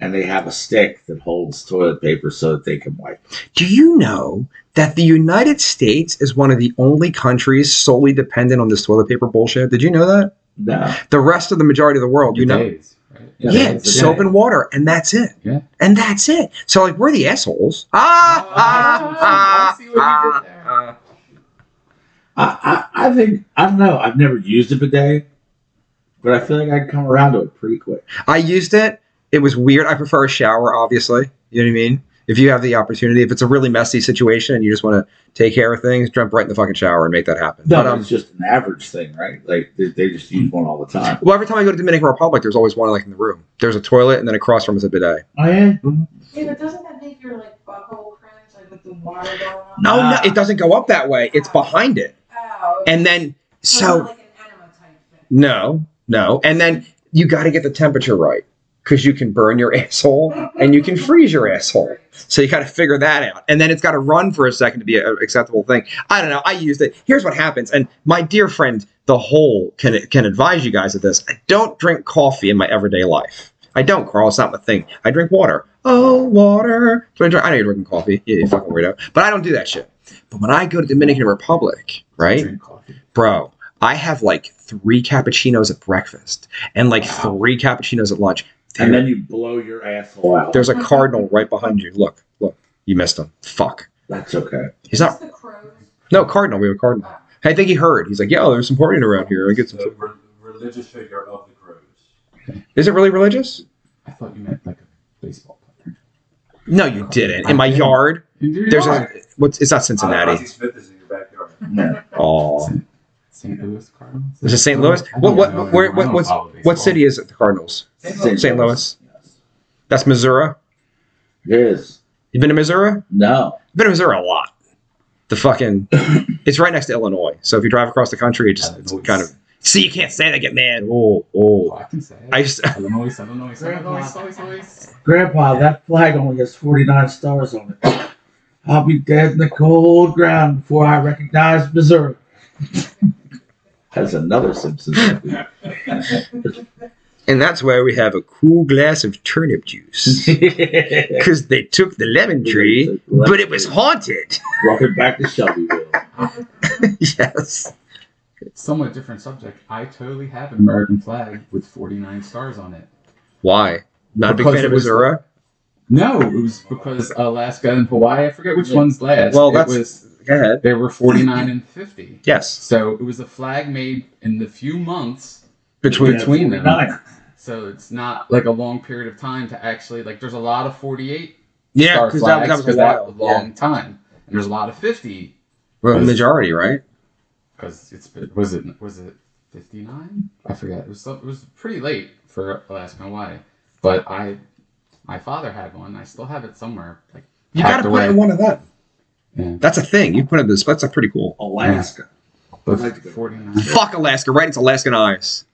S2: and they have a stick that holds toilet paper so that they can wipe.
S1: Do you know that the United States is one of the only countries solely dependent on this toilet paper bullshit? Did you know that?
S2: No.
S1: The rest of the majority of the world, you know,
S3: Days, right?
S1: yeah,
S2: it's a
S1: soap
S2: day.
S1: and water, and that's it.
S3: Yeah.
S1: And that's it. So like we're the assholes.
S3: Ah, I
S1: Ah, ah,
S3: see what you did
S1: ah,
S3: there.
S1: ah,
S2: I, I, I think I don't know. I've never used a bidet, but I feel like I'd come around to it pretty quick.
S1: ah. I used it. It was weird. I prefer a shower, obviously. You know what I mean? If you have the opportunity, if it's a really messy situation and you just want to take care of things, jump right in the fucking shower and make that happen.
S2: No,
S1: But, um,
S2: it's just an average thing, right? Like they, they just use one all the time.
S1: well, every time I go to Dominican Republic, there's always one like in the room. There's a toilet, and then across from is a bidet.
S2: Oh yeah.
S4: Yeah, but doesn't that make your like butthole cringe, like with the water going up?
S1: No,
S2: Ah.
S1: no, it doesn't go up that way. It's behind it.
S4: Oh, okay.
S1: And then
S4: it's not
S1: so
S4: like an enema type thing.
S1: no, no. And then you got to get the temperature right cuz you can burn your (laughs) asshole and you can freeze your asshole. So you got to figure that out. And then it's got to run for a second to be an acceptable thing. I don't know. I used it. Here's what happens. And my dear friend, the whole can can advise you guys of this. I don't drink coffee in my everyday life. I don't, Carl. It's not my thing. I drink water. Oh, water. So I, drink, I know you're drinking coffee. You, you fucking weirdo. But I don't do that shit. But when I go to Dominican Republic, right,
S3: Drink coffee.
S1: bro, I have like three cappuccinos at breakfast and like
S2: Wow.
S1: three cappuccinos at lunch.
S2: And then you blow your asshole out.
S1: There's a cardinal right behind you. Look, look. You missed him. Fuck.
S2: That's okay.
S1: He's not.
S4: Just the crows.
S1: No, Cardinal. We have a Cardinal. I think he heard. He's like, yeah, there's some partying around here. I get some.
S5: The re- religious figure of the crows.
S1: Is it really religious?
S3: I thought you meant like a baseball player.
S1: No, you didn't. In my yard, there's a. What's? It's not Cincinnati.
S5: Ozzie Uh, Smith is in your
S1: (laughs)
S5: backyard.
S2: No.
S1: Oh.
S3: St. Louis Cardinals.
S1: Is it St. Louis?
S3: I
S1: What-
S3: don't
S1: what-
S3: know.
S1: where-
S3: I
S1: what-
S3: don't
S1: what's-
S3: follow baseball.
S1: What city is it? The Cardinals. St. Louis.
S2: Yes.
S1: That's Missouri.
S2: It is.
S1: You been to Missouri?
S2: No.
S1: Been to Missouri a lot. The fucking. It's right next to Illinois. So if you drive across the country, it just it's
S3: Illinois.
S1: kind of. See, you can't say that. Get mad. Oh, oh.
S3: Oh, I can say it.
S1: I just. (laughs)
S3: Illinois, Illinois, Illinois,
S2: Grandma.
S3: Illinois.
S2: Grandpa, that flag only has 49 stars on it. I'll be dead in the cold ground before I recognize Missouri. (laughs) That's another Simpsons. reference.
S1: And that's why we have a cool glass of turnip (laughs) juice. Because they took the lemon (laughs) tree. but it was haunted. (laughs)
S2: Welcome back to Shelbyville.
S1: yes.
S3: Somewhat different subject. I totally have an American flag with 49 stars on it.
S1: Why? Not a
S3: Because
S1: big fan
S3: it
S1: of
S3: was-
S1: Missouri.
S3: No, it was because Alaska and Hawaii. I forget which
S2: Yeah.
S3: one's last.
S1: Well,
S3: it
S1: that's-
S3: was
S1: Go ahead.
S3: they were 49 and 50.
S1: Yes.
S3: So it was a flag made in the few months.
S1: Between
S3: Yeah. Between them.
S2: 49.
S3: So it's not like a long period of time to actually like. There's a lot of 48
S1: yeah,
S3: star
S1: because that,
S3: flags
S1: that was
S3: because
S1: wild.
S3: a long time, and there's a lot of 50.
S1: Well, majority, right?
S3: because it's been- was it was it fifty nine? I forget. It was some- it was pretty late for Alaska and Hawaii, but I my father had one. I still have it somewhere. Like
S1: You got to
S3: packed
S1: put
S3: away.
S1: in one of them.
S3: Yeah.
S1: That's a thing. You put in this. That's a pretty cool.
S2: Alaska.
S3: But
S2: like to go.
S3: 49.
S1: Fuck Alaska, right? It's Alaskan ice.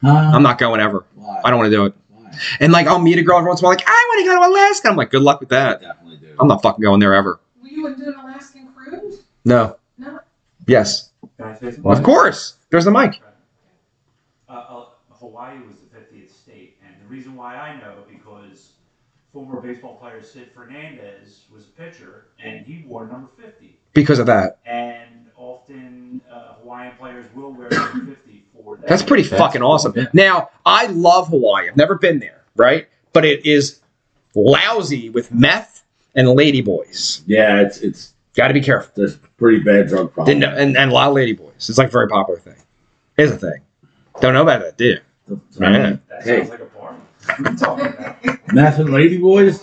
S2: Huh?
S1: I'm not going ever.
S2: Why?
S1: I don't want to do it.
S2: Why?
S1: And like, I'll meet a girl every once in a while, like, I want to go to Alaska. I'm like, good luck with
S2: I
S1: that.
S2: definitely do.
S1: I'm not fucking going there ever.
S4: You wouldn't do an Alaskan cruise?
S1: No.
S4: No.
S1: Yes.
S5: Can I say something?
S3: What?
S1: Of course. There's the mic.
S5: Uh, uh, Hawaii was the 50th state, and the reason why I know because former baseball player Sid Fernandez was a pitcher, and he wore number 50.
S1: Because of that.
S5: And often uh, Hawaiian players will wear (coughs) number 50 for that.
S1: That's pretty
S3: That's
S1: fucking
S3: cool,
S1: awesome.
S3: yeah.
S1: Now, I love Hawaii. I've never been there, right? But it is lousy with meth and ladyboys.
S2: Yeah, it's it's
S1: Got to be careful.
S2: there's pretty bad drug problem.
S1: Didn't know, and, and a lot of ladyboys. It's like a very popular thing. It's a thing. Don't know about that, do you? Man.
S5: That
S2: Hey.
S5: sounds like a bar. I'm talking about.
S2: Math and Lady Boys.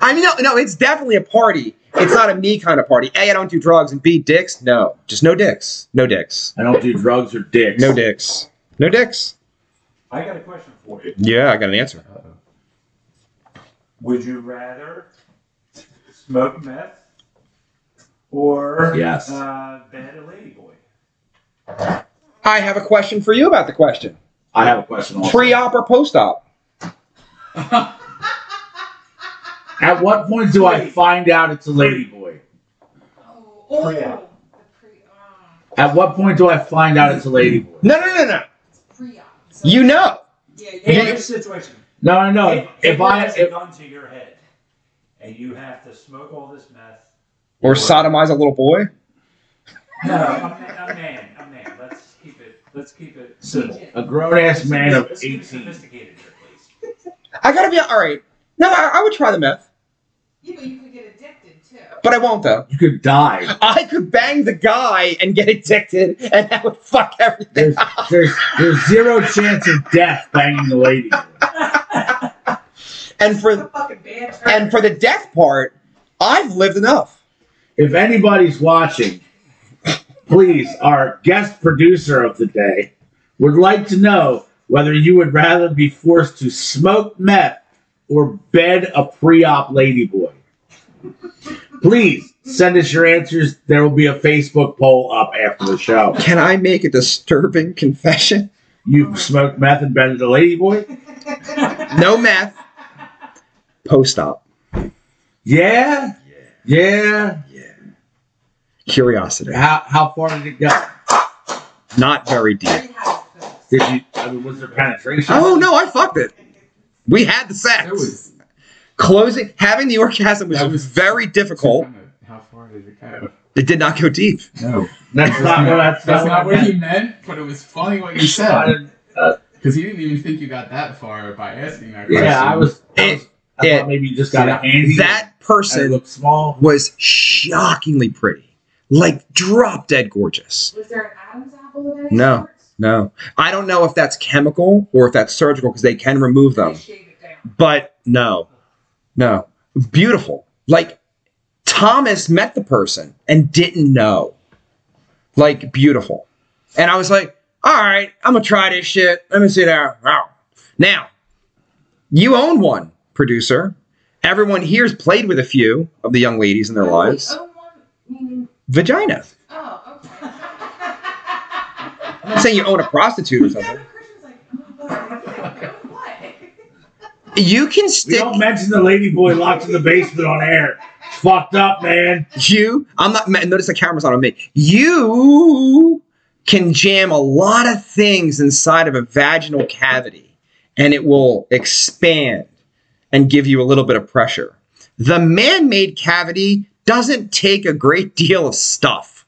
S1: I mean, no, no, it's definitely a party. It's not a me kind of party. A, I don't do drugs, and B, dicks. No, just no dicks. No dicks.
S2: I don't do drugs or dicks.
S1: No dicks. No dicks.
S5: I got a question for you.
S1: Yeah, I got an answer.
S3: Uh-oh.
S5: Would you rather smoke meth or
S2: Yes.
S5: uh, bed a ladyboy?
S1: I have a question for you about the question.
S2: I have a question. Also.
S1: Pre-op or post-op?
S2: At what point do I find out it's a lady boy?
S4: Oh, oh,
S5: Pre-op.
S4: the pre, um,
S2: At what point do I find out it's a lady boy?
S1: No, no, no, no.
S4: pre-op. So-
S1: You know.
S4: Yeah,
S5: Hey,
S4: yeah.
S5: here's the situation.
S2: No, no, no. If,
S5: if
S2: I
S5: a
S2: if,
S5: gun to your head and you have to smoke all this meth,
S1: Or sodomize a little boy?
S5: no, a man, a man, a man. Let's keep it. Let's keep it simple.
S2: a grown ass man of
S5: Let's keep it
S2: eighteen,
S5: sophisticated here, please.
S1: I gotta be all right. No, I, I would try the meth,
S4: Yeah, but you could get addicted too.
S1: but I won't though.
S2: you could die.
S1: I could bang the guy and get addicted, and that would fuck everything.
S2: There's there's there's zero chance of death banging the lady. Boy.
S1: And
S4: It's
S1: for
S4: a fucking bad turn.
S1: and for the death part, I've lived enough.
S2: If anybody's watching, please, our guest producer of the day would like to know whether you would rather be forced to smoke meth or bed a pre-op ladyboy. Please send us your answers. There will be a Facebook poll up after the show.
S1: Can I make a disturbing confession?
S2: You've smoked meth and bedded a ladyboy?
S1: No meth. Post op.
S2: Yeah? Yeah.
S1: Curiosity.
S2: How how far did it go?
S1: Not very deep.
S4: Pre-house pills.
S2: Did you I mean was there penetration?
S1: Oh no, I fucked it. We had the sex.
S3: That was
S1: Closing, having the orgasm was,
S3: That was-
S1: very difficult.
S3: How far did it go?
S1: It did not go deep.
S3: No,
S2: That's not what that's,
S3: (laughs) that's not
S2: what I
S3: what he
S2: meant.
S3: meant. But it was funny what you
S2: I
S3: said
S2: didn't-
S3: because you didn't even think you got that far by asking that question.
S2: Yeah, I was. I,
S1: It-
S2: was, I
S1: it-
S2: thought maybe you just got a
S3: Yeah.
S2: handy.
S1: That
S2: and it
S1: person
S2: looked small.
S1: was shockingly pretty, like drop dead gorgeous.
S4: Was there an Adam's apple in any
S1: No.
S4: sorts?
S1: No, I don't know if that's chemical or if that's surgical because they can remove
S4: They
S1: them.
S4: shave it down.
S1: But no, no, beautiful. Like Thomas met the person and didn't know. Like beautiful, and I was like, all right, I'm gonna try this shit. Let me see that. Wow. Now, you own one, producer. Everyone here's played with a few of the young ladies in their
S4: Oh,
S1: lives.
S4: wait, oh, one- mm,
S1: vagina.
S4: Oh, okay.
S1: I'm not saying you own a prostitute or
S4: Yeah,
S1: something.
S4: (laughs) but Christian's like, oh, God, what?
S1: You can
S2: We
S1: stick
S2: don't mention the lady boy locked in the basement on air. It's fucked up, man.
S1: you. I'm not. ma- Notice the camera's not on me. You can jam a lot of things inside of a vaginal cavity, and it will expand and give you a little bit of pressure. The man-made cavity doesn't take a great deal of stuff.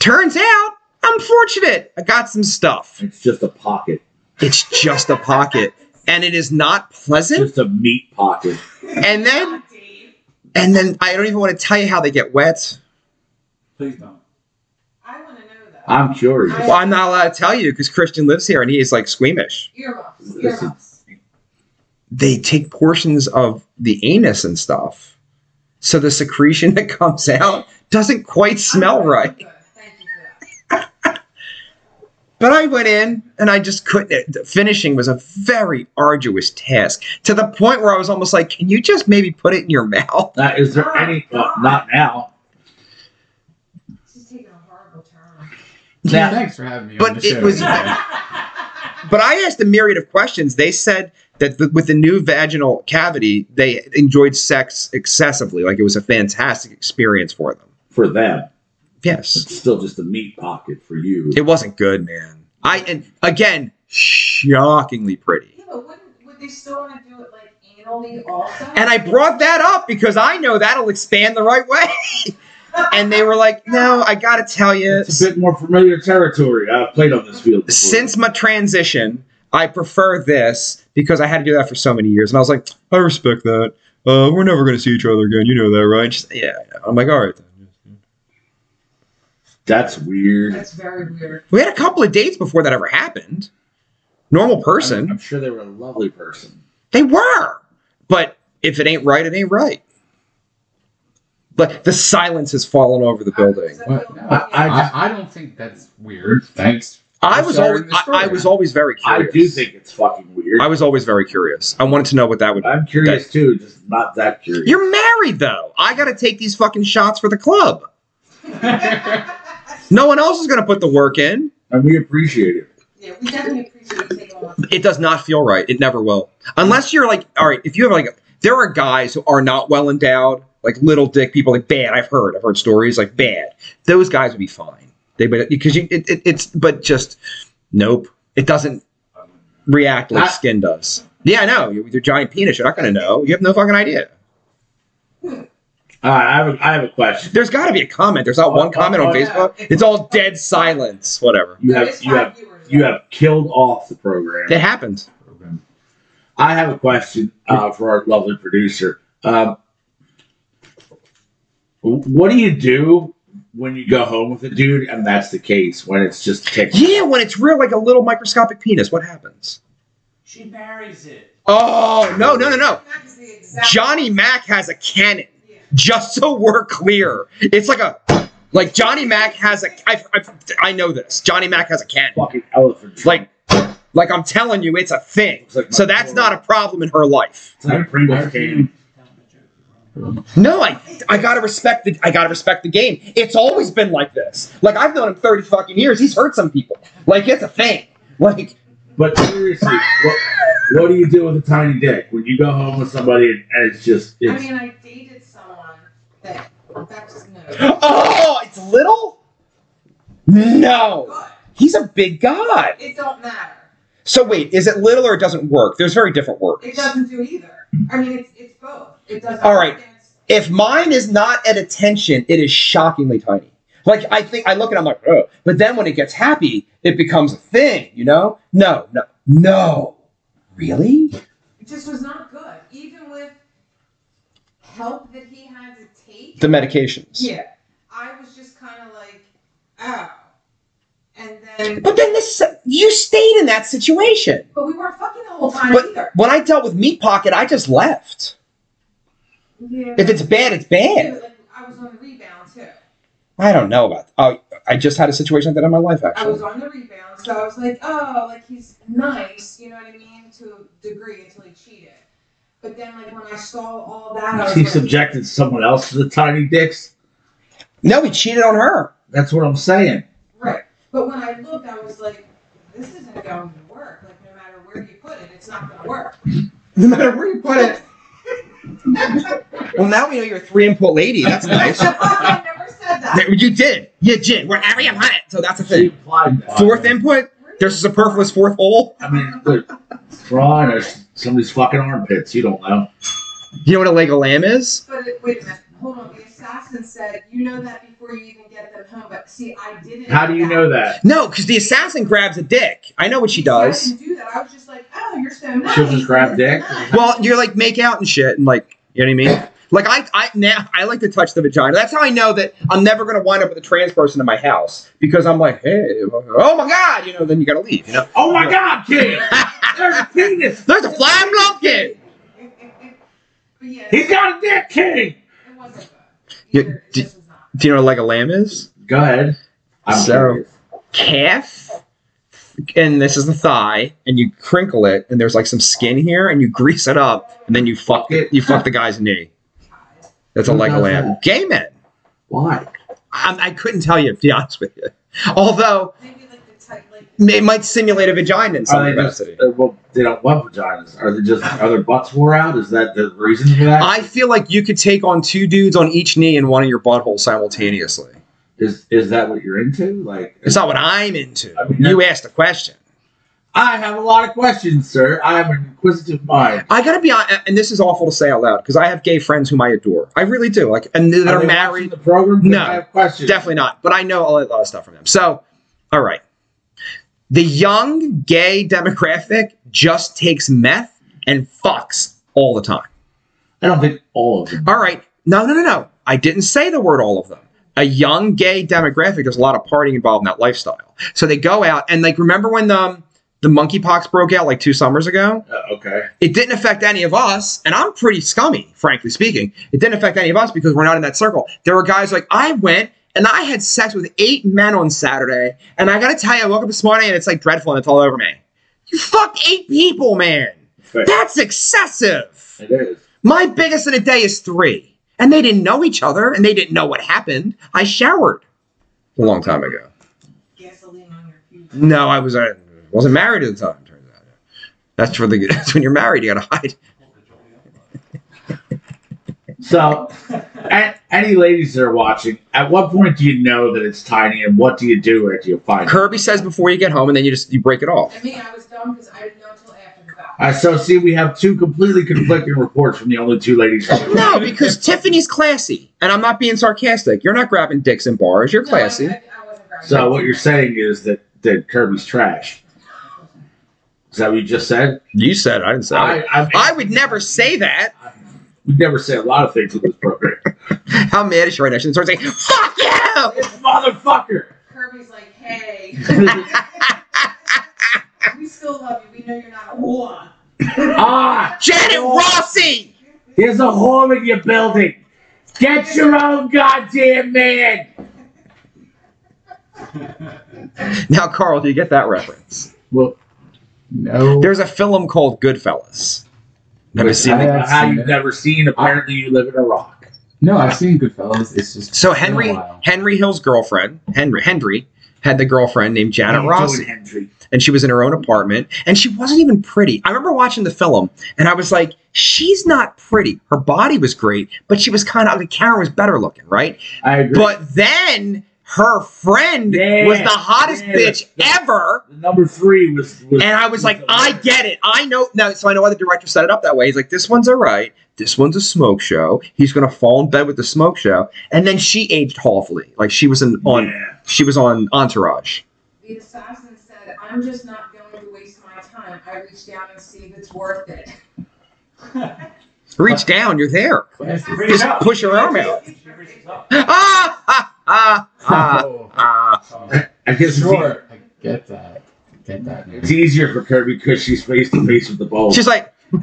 S1: Turns out, I'm fortunate. I got some stuff.
S2: It's just a pocket,
S1: It's just a pocket, and it is not pleasant.
S2: just a meat pocket.
S1: And
S4: (laughs)
S1: then
S4: God, Dave,
S1: And then I don't even want to tell you how they get wet.
S5: Please don't.
S4: I want to know though.
S2: I'm curious.
S1: Well, I'm not allowed to tell you because Christian lives here and he is like squeamish.
S4: Earmuffs.
S2: This is-
S4: Earmuffs.
S1: They take portions of the anus and stuff. So (laughs) the secretion that comes out doesn't quite smell
S4: Okay,
S1: right.
S4: good. Thank you for that.
S1: But I went in and I just couldn't. the Finishing was a very arduous task to the point where I was almost like, can you just maybe put it in your mouth?
S2: Now, is there any? Well, not now.
S4: She's taking a horrible turn.
S3: Yeah, thanks for having me
S1: But
S3: on the
S1: it
S3: show.
S1: was-
S3: man.
S1: But I asked a myriad of questions. They said that the, with the new vaginal cavity, they enjoyed sex excessively. Like it was a fantastic experience for them.
S2: For them,
S1: Yes.
S2: it's still just a meat pocket for you.
S1: It wasn't good, man. I and again, shockingly pretty.
S4: Yeah, but wouldn't would they still want to do it like anally also?
S1: And I brought that up because I know that'll expand the right way. (laughs) and they were like, "No, I gotta tell you,
S2: It's a bit more familiar territory. I've played on this field before.
S1: since my transition, I prefer this because I had to do that for so many years." And I was like, "I respect that. Uh, we're never gonna see each other again. You know that, right?" She's, yeah. I'm like, "All right." Then.
S2: That's weird.
S4: That's very weird.
S1: We had a couple of dates before that ever happened. Normal
S2: I'm, I'm
S1: person,
S2: sure they were a lovely person.
S1: they were, but if it ain't right, it ain't right. Like the silence has fallen over the building.
S4: So
S3: What?
S4: feel-
S3: No,
S4: yeah.
S2: (laughs) I-
S3: I, I don't think that's weird. Thanks.
S1: I
S3: I'm
S1: was
S3: sorry
S1: always,
S3: in the
S1: I,
S3: story.
S1: I was always very
S2: I
S1: curious.
S2: do think it's fucking weird.
S1: I was always very curious. I wanted to know what that would.
S2: I'm curious too, just not that curious.
S1: You're married though. I got to take these fucking shots for the club.
S4: (laughs)
S1: No one else is going to put the work in.
S2: and we appreciate it.
S4: yeah, we definitely appreciate you taking on.
S1: It does not feel right. It never will. Unless you're like, all right, if you have like, there are guys who are not well endowed, like little dick people, like bad. I've heard, I've heard stories like bad. Those guys would be fine. They but because you, it, it, it's but just nope. It doesn't react like
S2: Not-
S1: skin does. Yeah, I know. With your giant penis, you're not going to know. You have no fucking idea.
S2: Uh, I have a, I have a question.
S1: There's got to be a comment. There's not one comment on
S2: Oh, yeah.
S1: Facebook. It's all dead silence. Whatever.
S2: You
S4: No,
S2: have
S4: it's
S2: you
S4: five
S2: have
S4: viewers,
S2: you
S4: right?
S2: have killed off the program.
S1: It happened.
S2: I have a question uh, for our lovely producer. Um, what do you do when you go home with a dude and that's the case when it's just tickling?
S1: Yeah, when it's real, like a little microscopic penis, what happens?
S5: She marries it.
S1: Oh no, no, no, no!
S4: That is the exact-
S1: Johnny Mac has a cannon.
S4: Yeah.
S1: Just so we're clear, it's like a like Johnny Mac has a. I, I, I know this. Johnny Mac has a cannon.
S2: Fucking elephant.
S1: Like, like I'm telling you, it's a thing.
S2: It's like my
S1: So that's
S2: daughter.
S1: not a problem in her life.
S2: it's like Pringles can.
S1: No, I I gotta respect the I gotta respect the game. It's always been like this. Like I've known him thirty fucking years. He's hurt some people. Like it's a thing. Like
S2: But seriously, what, what do you do with a tiny dick when you go home with somebody and, and it's just
S4: I
S2: it's
S4: mean, I dated someone that that was no.
S1: Oh, it's little? No.
S4: But
S1: He's a big guy.
S4: it don't matter.
S1: So wait, is it little or it doesn't work? There's very different words.
S4: It doesn't do either. I mean, it's it's both. It doesn't.
S1: All right. If mine is not at attention, it is shockingly tiny. Like I think I look at it, I'm like, oh. But then when it gets happy, it becomes a thing, you know? No, no, no. Really?
S4: It just was not good, even with help that he had to take.
S1: The medications.
S4: yeah, I was just kind of like, oh, and then
S1: But then this you stayed in that situation.
S4: but we weren't fucking the whole time
S1: But-
S4: either.
S1: When I dealt with Meat Pocket, I just left.
S4: Yeah.
S1: If it's bad, it's
S4: Yeah,
S1: bad.
S4: but, like, I was on the rebound too.
S1: I don't know about. Oh, I just had a situation like that in my life
S4: I
S1: actually.
S4: was on the rebound, so I was like, oh, like he's nice, you know what I mean, to a degree until he cheated. But then, like when I saw all that, I was
S2: she
S4: like,
S2: subjected someone else to the tiny dicks?
S1: No, he cheated on her.
S2: That's what I'm saying.
S4: Right. But when I looked, I was like, this isn't going to work. Like, no matter where you put it, it's not going to work.
S1: No matter where you put it. well, now we know you're a three input lady. That's nice.
S4: I never said that.
S1: There- you did. You did. Wherever you put it. So that's a
S2: She
S1: thing.
S2: implied that.
S1: Fourth input. There's a superfluous fourth hole.
S2: I mean, look, Ron or somebody's fucking armpits. You don't know.
S1: You know what a leg of lamb is?
S4: But it, wait a minute. Hold on. The assassin said, you know that before you even get them home. But see, I didn't.
S2: How do you know that?
S1: No, because the assassin grabs a dick. I know what she
S4: See, I
S1: does.
S4: didn't do that. I was just like, oh, you're so nice.
S2: She'll just grab dick?
S1: Well, you're like make out and shit, and like you know what I mean. Like I, I now I like to touch the vagina. That's how I know that I'm never gonna wind up with a trans person in my house because I'm like, hey, oh my god, you know. Then you gotta leave, you know.
S2: Oh my god, kid! There's a penis!
S1: There's a flying lumpkin.
S4: But yeah,
S2: He's got a dick, kid!
S4: it wasn't good.
S1: You-
S4: Either, it
S1: did-
S4: just was not.
S1: Do you know what like a lamb is?
S2: Go ahead. I'm
S1: So-
S2: curious.
S1: Calf, and this is the thigh, and you crinkle it, and there's like some skin here, and you grease it up, and then you fuck it. You fuck the guy's knee. That's a
S2: Who
S1: leg
S2: does
S1: lamb.
S2: that?
S1: Gay men.
S2: Why?
S1: I, I couldn't tell you, to be honest with you. Although
S4: Maybe like the tight, like.
S1: it might simulate a vagina in some
S2: Are they just,
S1: capacity.
S2: uh, well, they don't want vaginas. Are they just, are their butts wore out? Is that the reason for that?
S1: I feel like you could take on two dudes on each knee and one in your butthole simultaneously.
S2: Is is that what you're into? Like,
S1: It's not what I'm into.
S2: I mean,
S1: you asked a question.
S2: I have a lot of questions, sir. I have an inquisitive mind.
S1: I gotta be honest, and this is awful to say out loud because I have gay friends whom I adore. I really do. Like, and that are
S2: they watching
S1: married.
S2: The program. 'Cause
S1: No,
S2: I have questions.
S1: Definitely not. But I know a lot of stuff from them. So, all right. The young gay demographic just takes meth and fucks all the time.
S2: I don't think all of them.
S1: All right. No, no, no, no. I didn't say the word all of them. A young gay demographic, there's a lot of partying involved in that lifestyle. So they go out and like remember when the, the monkeypox broke out like two summers ago?
S2: Uh, okay.
S1: It didn't affect any of us, and I'm pretty scummy, frankly speaking. It didn't affect any of us because we're not in that circle. There were guys like I went and I had sex with eight men on Saturday, and I gotta tell you, I woke up this morning and it's like dreadful and it's all over me. You fucked eight people, man.
S2: Fair.
S1: That's excessive.
S2: It is.
S1: My biggest in a day is three. And they didn't know each other and they didn't know what happened. I showered. A long time ago.
S4: Gasoline on your feet.
S1: No, I was I wasn't married at the time, turns out. That's for the (laughs) that's when you're married, you gotta hide.
S2: So, a any ladies that are watching, at what point do you know that it's tiny, and what do you do after you find it?
S1: Kirby says before you get home and then you just you break it off.
S4: And me, I was dumb because I didn't know until after the fact.
S2: Uh, so, see, we have two completely conflicting reports from the only two ladies.
S1: No, because Tiffany's classy. And I'm not being sarcastic. You're not grabbing dicks in bars, you're
S4: No, I-
S1: classy.
S4: I, I wasn't grabbing
S2: So,
S4: it.
S2: what you're saying is that that Kirby's trash. Is that what you just said?
S1: You said it, I didn't say it.
S2: I, I'm-
S1: I would never say that.
S2: We never say a lot of things in this program.
S1: How mad is she right now? She starts saying, Fuck you!
S2: This motherfucker.
S4: Kirby's
S2: (laughs)
S4: like, hey. (laughs) we still love you. We know you're not a whore.
S2: Ah,
S1: Janet Rossi!
S2: there's a hole in your building. Get your own goddamn man.
S1: Now, Carl, do you get that reference?
S2: Well,
S3: No.
S1: There's a film called Goodfellas. Have you
S3: Which
S1: seen
S3: I
S1: it?
S3: have
S2: how
S3: seen
S2: you've
S3: it.
S2: never seen. Apparently, you live in a rock.
S3: No, I've seen Goodfellas. It's just
S1: So
S3: been a
S1: Henry
S3: while.
S1: Henry Hill's girlfriend, Henry Henry, had the girlfriend named Janet
S2: What are you
S1: Rossi,
S2: doing, Hendry?
S1: and she was in her own apartment, and she wasn't even pretty. I remember watching the film, and I was like, she's not pretty. Her body was great, but she was kind of like Karen was better looking, right?
S2: I agree.
S1: But then her friend
S2: Yeah,
S1: was the hottest
S2: yeah.
S1: bitch ever.
S2: The number three was. was uh,
S1: And I was like, I get it. I know now. So I know why the director set it up that way. He's like, this one's all right. This one's a smoke show. He's gonna fall in bed with the smoke show. And then she aged awfully. Like she was in, on.
S2: Yeah.
S1: She was on Entourage.
S4: The assassin said, I'm just not going to waste my time. I reach down and see if it's worth it.
S1: Reach down. You're there.
S3: (laughs) Classic.
S5: Reach
S1: Just
S5: out.
S1: push your arm out.
S5: She reaches up.
S1: Ah, ah, ah, ah,
S3: Oh,
S1: ah.
S5: So,
S2: I guess it's e-
S3: sure. I get that. I Get that. now.
S2: It's easier for Kirby because she's face to face with the bowl.
S1: She's like,
S2: (laughs)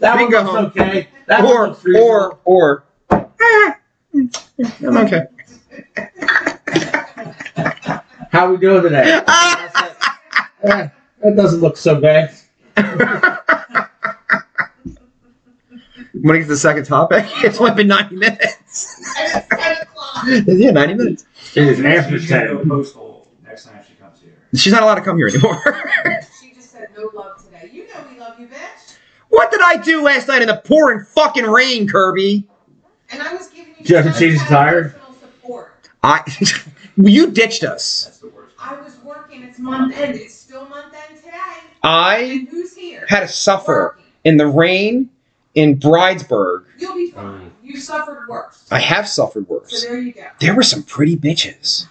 S2: That one
S1: Bingo.
S2: looks okay. That one
S1: or,
S2: looks reasonable.
S1: or, or. "Ah, (laughs) I'm (laughs) okay.
S2: how we doing today?
S1: Ah.
S2: Eh, that doesn't look so bad.
S1: When it gets to the second topic, (laughs) it's only been 90 minutes. (laughs)
S4: At 10 o'clock.
S1: yeah, 90 minutes.
S2: It is after
S5: she's gonna go
S2: ten.
S5: postal next time she comes here.
S1: She's not allowed to come here anymore. (laughs)
S4: She just said, no love today. You know we love you, bitch.
S1: what did I do last night in the pouring fucking rain, Kirby?
S4: And I was giving you
S2: Did you have to change the tire?
S4: emotional support.
S1: I, (laughs) you ditched us.
S5: That's the worst.
S4: I was working. It's month end. It's still month end today.
S1: I
S4: And who's here?
S1: had to suffer
S4: Working.
S1: in the rain in Bridesburg.
S4: You'll be fine. You suffered worse.
S1: I have suffered
S4: So
S1: worse.
S4: there you go.
S1: There were some pretty bitches.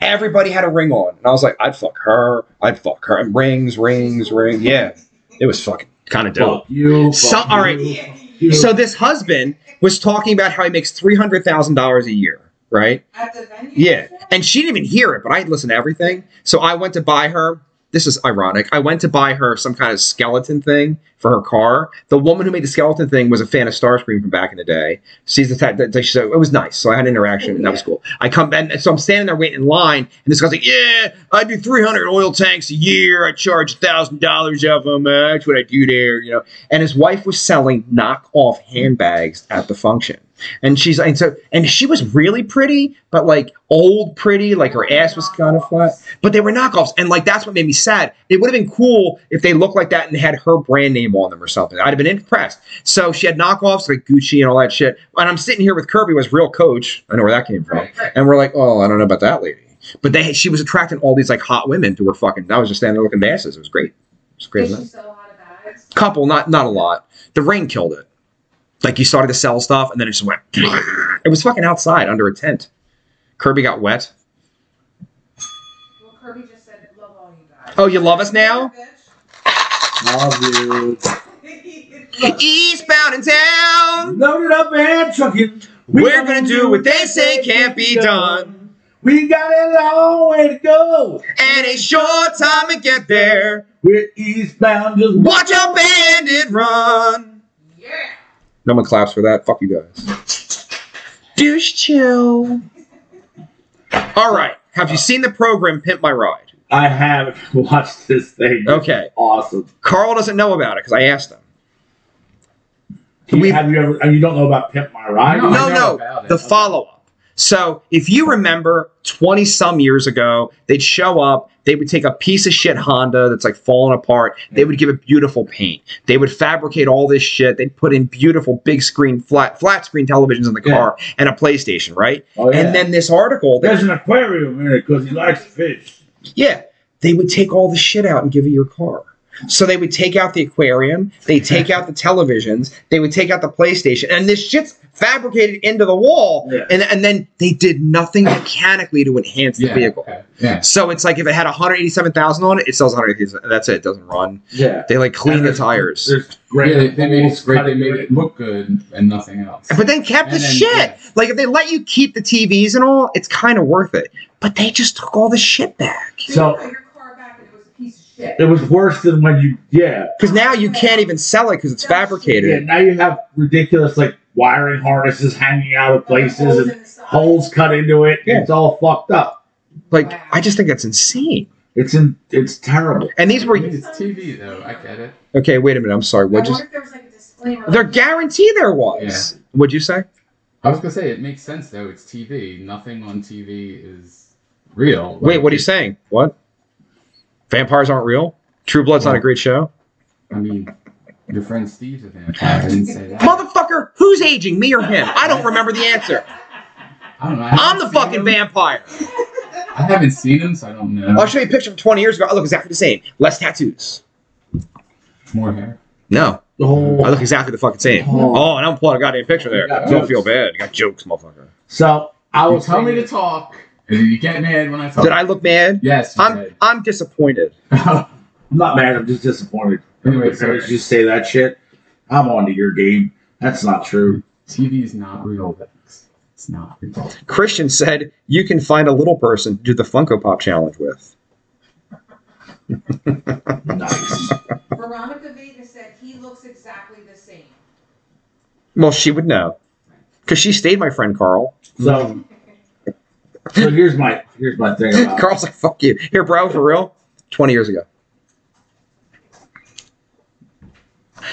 S1: Everybody had a ring on, and I was like, I'd fuck her. I'd fuck her. And rings, rings, ring. Yeah, it was fucking kind of dope.
S2: Fuck you.
S1: So-
S2: fuck
S1: all right.
S2: you,
S4: Yeah.
S2: fuck you.
S1: So this husband was talking about how he makes three hundred thousand dollars a year, right?
S4: At the venue.
S1: Yeah, and she didn't even hear it, but I had listened to everything. So I went to buy her. This is ironic. I went to buy her some kind of skeleton thing for her car. The woman who made the skeleton thing was a fan of Starscream from back in the day. She's the type that, that- so it was nice. So I had an interaction and that was cool. I come and so I'm standing there waiting in line, and this guy's like, "Yeah, I do 300 oil tanks a year. I charge thousand dollars of them. Uh, that's what I do there, you know." And his wife was selling knockoff handbags at the function. And she's and so and she was really pretty, but like old pretty, like her ass was kind of flat but they were knockoffs. And like that's what made me sad. It would have been cool if they looked like that and had her brand name on them or something. I'd have been impressed. So she had knockoffs like Gucci and all that shit. And I'm sitting here with Kirby, was real coach. I know where that came from.
S3: Right, right.
S1: And we're like, oh, I don't know about that lady. But they, she was attracting all these like hot women to her fucking. I was just standing there looking at asses. It was great. It was a great.
S4: Does she
S1: night.
S4: sell a lot of bags?
S1: Couple, not not a lot. The rain killed it. Like you started to sell stuff, and then it just went. (laughs) It was fucking outside under a tent. Kirby got wet.
S4: Well, Kirby just said, love all you guys.
S1: Oh, you love us now?
S2: Love you.
S1: (laughs)
S4: Bitch. (laughs)
S1: Eastbound in town.
S2: Loaded up and trucking.
S1: We're gonna do what they say can't be done.
S2: We got a long way to go.
S1: And a short time to get there.
S2: We're eastbound, just
S1: Watch a bandit run.
S4: yeah.
S1: No one claps for that. Fuck you guys. Douche chill. All right. Have you seen the program Pimp My Ride?
S2: I have (laughs) watched this thing.
S1: Okay.
S2: Awesome.
S1: Carl doesn't know about it because I asked him.
S2: Do
S1: We-
S2: you, have you ever? and You don't know about Pimp My Ride?
S1: No,
S3: No, I know
S1: no.
S3: about it.
S1: The
S3: Okay.
S1: follow up. So if you remember 20 some years ago, they'd show up, they would take a piece of shit Honda that's like falling apart, they would give it beautiful paint. They would fabricate all this shit, they'd put in beautiful big screen flat flat screen televisions in the
S2: Yeah.
S1: car and a PlayStation, right?
S2: Oh, yeah.
S1: And then this article,
S2: there's an aquarium in it because he likes fish.
S1: yeah, they would take all the shit out and give you your car. So they would take out the aquarium, they take out the televisions, they would take out the PlayStation, and this shit's fabricated into the wall.
S2: Yeah.
S1: And, and then they did nothing mechanically to enhance the
S3: yeah,
S1: vehicle.
S3: okay, Yeah.
S1: So it's like if it had 187,000 on it, it sells 187. That's it. It doesn't run.
S2: Yeah.
S1: They like clean
S2: And
S1: the
S2: there's-
S1: tires,
S2: There's
S3: yeah
S2: great.
S3: they, they made it great. They
S2: cutting
S3: made
S2: great-
S3: it look good and nothing else.
S1: but then kept the
S3: And then-
S1: shit.
S3: yeah.
S1: Like if they let you keep the TVs and all, it's kind of worth it. But they just took all the shit back
S2: So-
S4: So, you got your car back and it was a piece of shit.
S2: It was worse than when you. Yeah.
S1: because now you can't even sell it because it's fabricated.
S2: Yeah. Now you have ridiculous like wiring harnesses hanging out of places and
S4: in the side.
S2: holes cut into it.
S1: Yeah.
S2: It's all fucked up.
S1: Like
S4: Wow.
S1: I just think that's insane.
S2: It's in. It's terrible.
S1: And these were
S3: it's TV though. I get it.
S1: okay. Wait a minute. I'm sorry.
S4: I
S1: What
S4: wonder
S1: just?
S4: if there was like a disclaimer.
S1: Their guarantee there was. Would you say?
S3: I was gonna say it makes sense though. It's TV. Nothing on TV is real. Like,
S1: Wait, what are you saying? What? Vampires aren't real. True Blood's not a great show.
S3: I mean, your friend Steve's
S1: (laughs)
S3: a vampire. I didn't say that.
S1: Motherfucker, who's aging, me or him? I don't remember the answer.
S3: I don't know. I
S1: I'm
S3: haven't
S1: the
S3: seen
S1: fucking
S3: him.
S1: vampire.
S3: I haven't seen him, so I don't know.
S1: I'll show you a picture from 20 years ago. I look exactly the same. Less tattoos.
S3: More hair.
S1: No,
S2: The whole.
S1: I look exactly the fucking same. Oh, and I'm pulling a goddamn picture there. Don't feel bad. You got jokes, motherfucker.
S2: So I
S3: You
S2: will
S3: tell me to talk, and then you get mad when I talk.
S1: Did I look mad?
S3: Yes. You
S1: I'm
S3: did.
S1: I'm disappointed. (laughs)
S2: I'm not mad. I'm just disappointed.
S3: Anyway,
S2: If you
S3: sorry.
S2: say that shit, I'm on to your game. That's not true.
S3: TV is not real. Vex. It's not real.
S1: Christian said you can find a little person to do the Funko Pop challenge with.
S2: Nice.
S4: Veronica Vega said he looks exactly the same.
S1: Well, she would know. Because she stayed my friend, Carl.
S2: So, so here's my here's my thing.
S1: (laughs)
S2: About
S1: Carl's like, fuck you. Here, bro, for real? 20 years ago.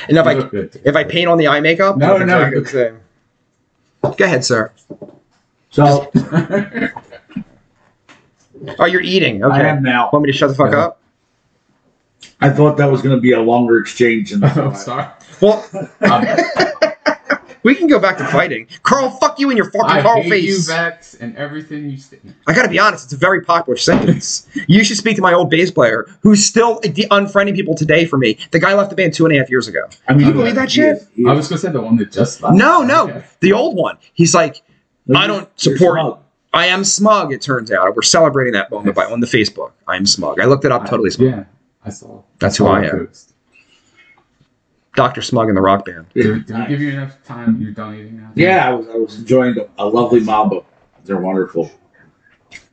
S1: And if
S3: You
S1: I
S3: look good.
S1: if I paint on the eye makeup?
S3: No, no,
S1: exactly
S3: you-
S1: the same. Go ahead, sir.
S2: So
S1: Oh, you're eating. Okay.
S2: I am now.
S1: Want me to shut the fuck
S3: Yeah.
S1: up?
S2: I thought that was going to be a longer exchange
S3: (laughs)
S2: than that.
S3: (laughs) I'm sorry.
S1: Well,
S3: Um,
S1: we can go back to fighting. Carl, fuck you in your (laughs) fucking
S3: I
S1: Carl
S3: hate you,
S1: face.
S3: Vex, and everything you st-
S1: I gotta be honest, it's a very popular sentence. (laughs) you should speak to my old bass player, who's still de- unfriending people today for me. The guy left the band two and a half years ago.
S2: I mean,
S3: Can you
S1: believe that
S2: he
S1: shit?
S2: is- he is-
S3: I was gonna say the one that just left.
S1: No, no,
S3: Okay.
S1: the old one. He's like,
S2: No,
S1: I
S2: you're-
S1: don't
S2: you're
S1: support-
S2: smug.
S1: I am smug. It turns out we're celebrating that moment by on the Facebook. I'm smug. I looked it up. Totally
S3: I,
S1: smug.
S3: Yeah, I saw.
S1: That's
S3: saw
S1: who I
S3: the
S1: am.
S3: post.
S1: Doctor Smug in the rock band.
S3: Did, did we
S2: Nice.
S3: give you enough time? You're done eating now.
S2: Yeah, I was, I was enjoying the, a lovely mambo. They're wonderful.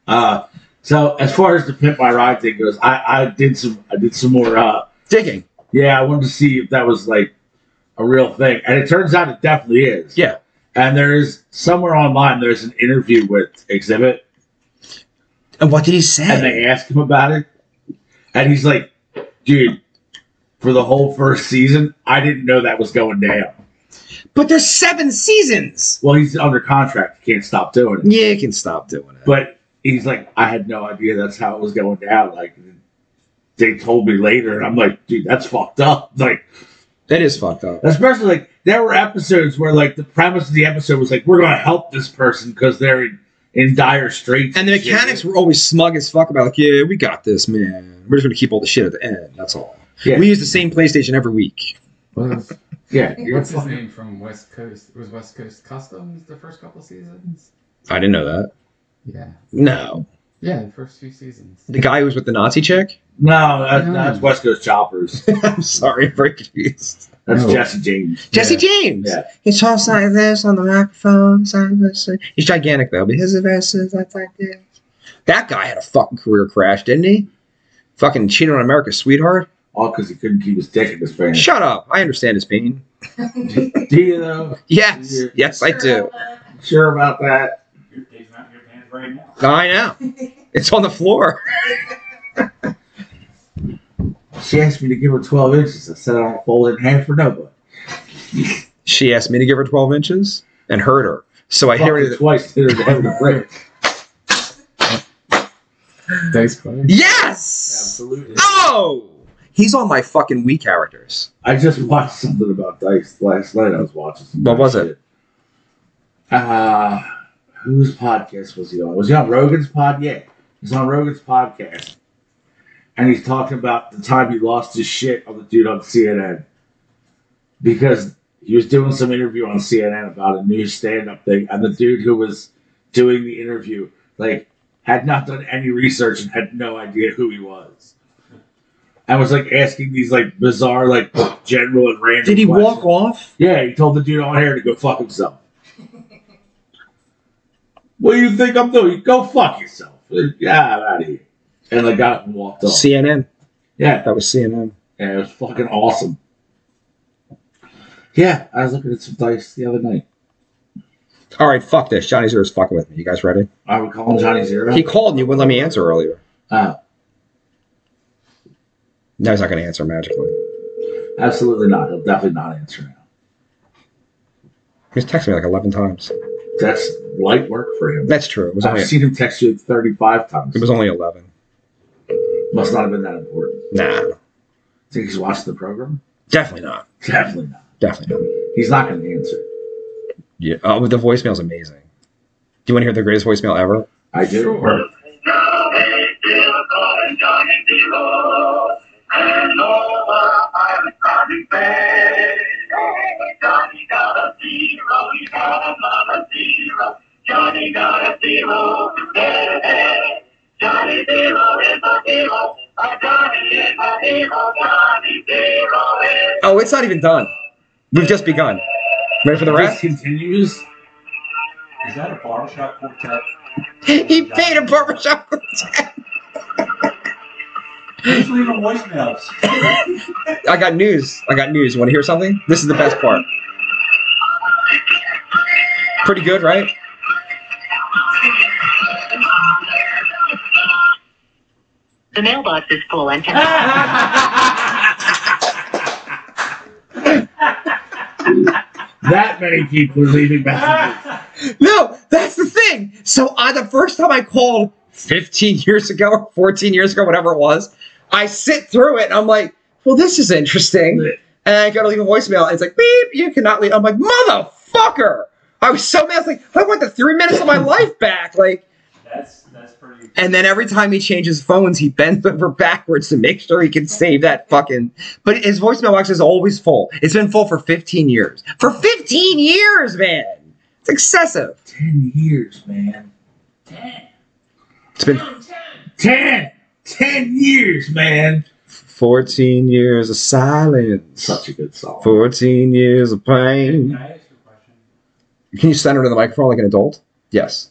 S2: Uh, so as far as the pimp my ride thing goes, I, I did some I did some more uh,
S1: Digging.
S2: Yeah, I wanted to see if that was like a real thing, and it turns out it definitely is.
S1: Yeah.
S2: And there's somewhere online there's an interview with Exhibit,
S1: And what did he say?
S2: and they ask him about it, and he's like, "Dude, for the whole first season, I didn't know that was going down."
S1: but there's seven seasons.
S2: Well, he's under contract; he can't stop doing it.
S1: Yeah, you can stop doing it.
S2: But he's like, I had no idea that's how it was going down. Like they told me later, and I'm like, dude, that's fucked up. Like
S1: that is fucked up.
S2: especially like there were episodes where like the premise of the episode was like, we're gonna help this person because they're in, in dire straits.
S1: And the
S2: shit.
S1: mechanics were always smug as fuck about like, yeah, we got this, man. We're just gonna keep all the shit at the end. That's all.
S2: Yeah.
S1: We use the same PlayStation every week.
S3: Was
S2: yeah, you're
S3: (laughs) what's his
S2: fucking-
S3: name from West Coast? It was West Coast Customs the first couple seasons.
S1: I didn't know that.
S3: Yeah,
S1: No,
S3: yeah, the first few seasons.
S1: the guy who was with the Nazi chick. (laughs)
S2: No, that's,
S3: No.
S2: that's West Coast Choppers.
S1: I'm sorry, I'm very confused.
S2: That's
S3: No.
S2: Jesse James.
S1: Jesse James.
S2: Yeah.
S1: He talks like this on the microphone. Like this. He's gigantic though, but his verses that's like this. That guy had a fucking career crash, didn't he? Fucking cheated on America's sweetheart.
S2: All because he couldn't keep his dick in his pants.
S1: Shut up. I understand his pain.
S2: Do you though?
S1: Yes.
S2: Yeah.
S1: Yes, I do.
S2: Sure about that?
S5: Your dick's not in your pants right now.
S1: I know. It's on the floor.
S2: She asked me to give her 12 inches. I said I'll fold it in half for nobody.
S1: She asked me to give her 12 inches and hurt her. So I
S2: Fucking
S1: hit her.
S2: twice to having a break.
S1: (laughs)
S3: Thanks, buddy.
S1: Yes!
S2: Absolutely.
S1: Oh! He's on my fucking Wii characters.
S2: I just watched something about Dice last night. I was watching. Some
S1: What was
S2: it? Uh, whose podcast was he on? Was he on Rogan's pod? Yeah, he's on Rogan's podcast, and he's talking about the time he lost his shit on the dude on CNN because he was doing some interview on CNN about a new stand-up thing, and the dude who was doing the interview like had not done any research and had no idea who he was. I was like asking these like bizarre, like general and random.
S1: Did he walk
S2: questions.
S1: off?
S2: Yeah, he told the dude on air to go fuck
S1: (laughs)
S2: himself. what do you think I'm doing? Go fuck yourself. Like, Yeah, I'm out of here. And the guy walked off.
S1: CNN.
S2: Yeah,
S1: That was CNN.
S2: and it was fucking awesome. Yeah, I was looking at some dice the other night.
S1: All right, fuck this. Johnny Zero's fucking with me. You guys ready?
S2: I would call him Johnny Zero.
S1: He called and you wouldn't let me answer earlier.
S2: Oh,
S1: No, he's not going to answer magically.
S2: absolutely not. He'll definitely not answer now.
S1: He's texted me like 11 times.
S2: That's light work for him.
S1: That's true. It was
S2: I've
S1: only,
S2: seen him text you 35 times.
S1: it was only 11.
S2: Must not have been that important.
S1: Nah.
S2: Think he's watched the program?
S1: Definitely not.
S2: Definitely not.
S1: Definitely not.
S2: He's not going to answer.
S1: Yeah. Oh, but the voicemail's amazing. Do you want to hear the greatest voicemail ever?
S2: I do.
S3: Sure.
S6: Johnny got a zero, yeah, yeah. Johnny Zero is a hero. A Johnny is a hero. Johnny Zero is.
S1: Oh, it's not even done. We've just begun. Ready for the
S2: This
S1: rest?
S2: continues.
S5: Is that a barbershop quartet?
S1: (laughs) he paid a barbershop.
S5: Who's leaving voicemails?
S1: I got news. I got news. You want to hear something? This is the best part. Pretty good, right?
S7: The mailbox is full and can
S2: That many people are leaving messages.
S1: No, that's the thing. So I, the first time I called 15 years ago or 14 years ago, whatever it was, I sit through it and I'm like, well, this is interesting. And I gotta leave a voicemail. And it's like, beep, you cannot leave. I'm like, motherfucker. I was so mad. I was like, I want the three minutes of my life back. Like,
S5: That's that's pretty.
S1: and then every time he changes phones, he bends over backwards to make sure he can save that fucking. But his voicemail box is always full. It's been full for 15 years. For 15 years, man. It's excessive.
S2: Ten years, man.
S1: It's been
S2: Ten. Ten years, man.
S1: 14 years of silence.
S2: Such a good song.
S1: 14 years of
S5: Can
S1: pain.
S5: I ask you a question?
S1: Can you send her to the microphone like an adult? Yes.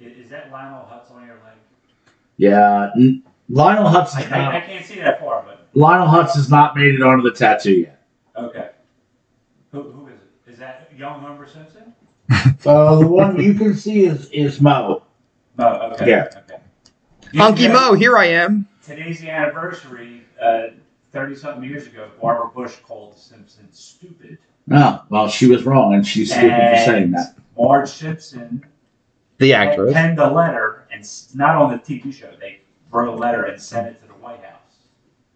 S5: I- Is that Lionel Hutz on your leg?
S2: yeah. n- Lionel Hutz
S5: I,
S2: is
S5: I, I
S2: not.
S5: can't see that far, but
S2: Lionel Hutz has not made it onto the tattoo yet.
S5: Okay. Who, who is it? Is that young Homer Simpson?
S2: Uh, the one you can see is is Mo.
S5: Oh, okay.
S2: Yeah.
S5: Okay.
S1: Hunky
S5: Yeah.
S1: Mo, here I am.
S5: Today's the anniversary. Thirty something years ago, Barbara Bush called the Simpsons stupid.
S2: No, well, she was wrong, and she's stupid for saying
S5: And
S2: that.
S5: Marge Simpson
S1: The
S5: had
S1: actress.
S5: penned a letter, and s- not on the TV show. They wrote a letter and sent it to the White House,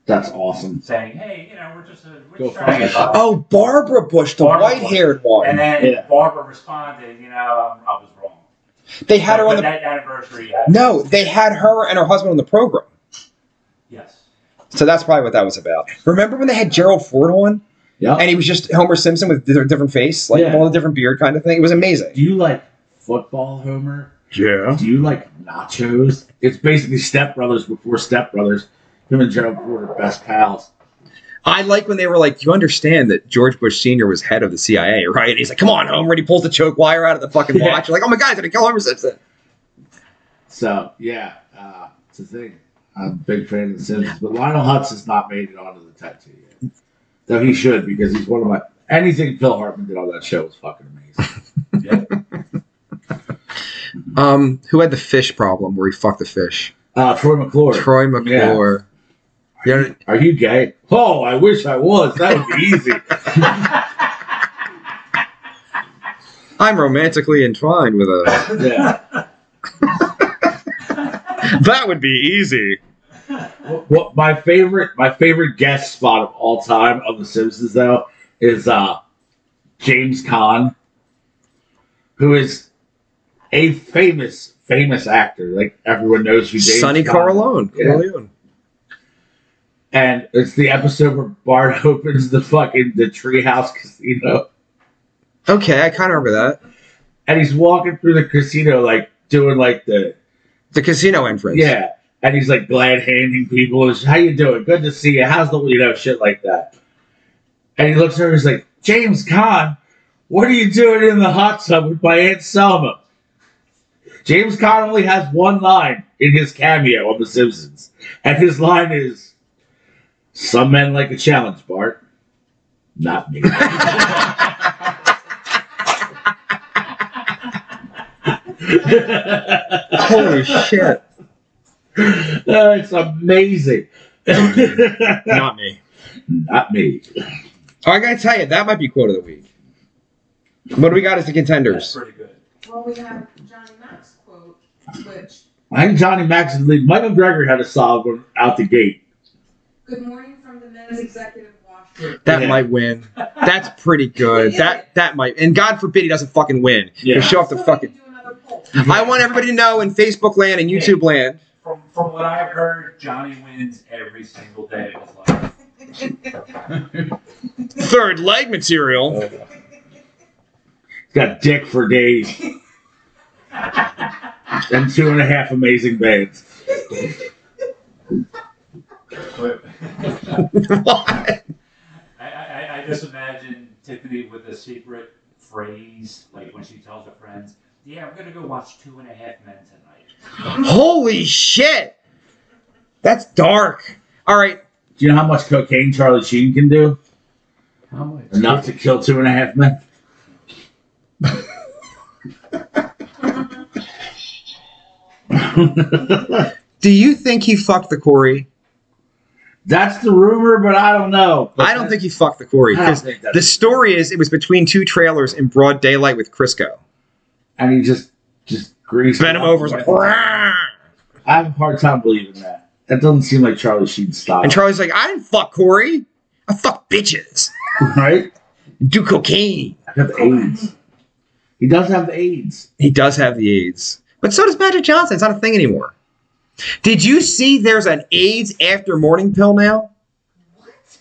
S2: That's awesome.
S5: saying, "Hey, you know, we're just a we're
S2: Go
S5: just trying to
S2: fuck
S5: get by."
S1: Oh, Barbara Bush, the
S5: Barbara Bush.
S1: white-haired one.
S5: And then
S2: Yeah.
S5: Barbara responded, "You know, um, I was wrong."
S1: they had her
S5: But
S1: on the.
S5: that anniversary. uh, I-
S1: No, they had her and her husband on the program.
S5: Yes.
S1: So that's probably what that was about. Remember when they had Gerald Ford on,
S2: Yeah.
S1: and he was just Homer Simpson with a different face, like
S2: Yeah.
S1: all a different beard, kind of thing. It was amazing.
S2: Do you like football, Homer?
S1: Yeah.
S2: Do you like nachos? It's basically Step Brothers before Step Brothers. Him and Gerald Ford are best pals.
S1: I like when they were like, "You understand that George Bush Senior was head of the CIA, right?" And he's like, "Come on, Homer!" And he pulls the choke wire out of the fucking
S2: Yeah.
S1: watch. You're like, "Oh my god, he's gonna kill Homer Simpson!"
S2: So yeah, uh, it's a thing. I'm a big fan of the Simpsons, but Lionel Hutz has not made it onto the tattoo yet. Though he should because he's one of my anything Phil Hartman did on that show was fucking amazing.
S5: Yeah.
S1: Um, who had the fish problem where he fucked the fish?
S2: Uh, Troy McClure.
S1: Troy McClure.
S2: Are you, are you gay? Oh, I wish I was. That would be easy.
S1: I'm romantically entwined with a.
S2: yeah.
S1: (laughs) that would be easy.
S2: What, what my favorite my favorite guest spot of all time of The Simpsons though is uh James Caan, who is a famous famous actor. Like everyone knows who James
S1: Sonny
S2: Caan is.
S1: Corleone.
S2: Yeah.
S1: Corleone.
S2: And it's the episode where Bart (laughs) opens the fucking the treehouse casino.
S1: Okay, I kind of remember that.
S2: And he's walking through the casino like doing like the
S1: The casino entrance.
S2: Yeah, and he's like glad handing people. It's, How you doing? Good to see you. How's the you know shit like that? And he looks over. He's like James Caan. What are you doing in the hot tub with my aunt Selma? James Caan only has one line in his cameo on The Simpsons, and his line is, "Some men like a challenge, Bart. Not me." (laughs)
S1: Holy shit.
S2: Uh, it's amazing.
S1: (laughs) Not me.
S2: Not me.
S1: Oh, I gotta tell you, that might be quote of the week. What do we got as the
S5: That's
S1: contenders?
S5: pretty good.
S4: (laughs) Well, we have Johnny Mack's quote, which,
S2: I think Johnny Max and Lee. Michael Gregory had a solid one out the gate.
S4: good morning from the men's executive washroom.
S1: That
S2: Yeah.
S1: might win. That's pretty good. That that might. And God forbid he doesn't fucking win.
S2: Yeah.
S1: Show off the
S4: So we
S1: fucking-
S4: can do another
S1: (laughs)
S4: poll.
S1: I want everybody to know in Facebook land and YouTube land.
S5: From from what I've heard, Johnny wins every single day of his life.
S1: Third leg material. (laughs)
S2: He's got dick for days and two and a half amazing bands.
S5: But
S1: What?
S5: I, I, I just imagine Tiffany with a secret phrase, like when she tells her friends, "Yeah, I'm gonna go watch Two and a Half Men tonight."
S1: Holy shit. That's dark. All right.
S2: Do you know how much cocaine Charlie Sheen can do?
S3: How much?
S2: Enough to kill two and a
S1: (laughs)
S2: half men.
S1: Do you think he fucked the Corey?
S2: That's the rumor, but I don't know.
S1: I don't think he fucked the Corey.
S2: I don't
S1: 'cause
S2: think that's-
S1: The story is it was between two trailers in broad daylight with Crisco.
S2: And he just just greased
S1: Spent him
S2: up.
S1: over. was like, "Rah!"
S2: I have a hard time believing that. That doesn't seem like Charlie Sheen's style.
S1: And Charlie's like, I didn't fuck Corey. I fuck bitches.
S2: (laughs) right?
S1: Do cocaine.
S2: I got the AIDS. He does have the AIDS.
S1: He does have the AIDS. But so does Magic Johnson. It's not a thing anymore. Did you see there's an AIDS after morning pill now?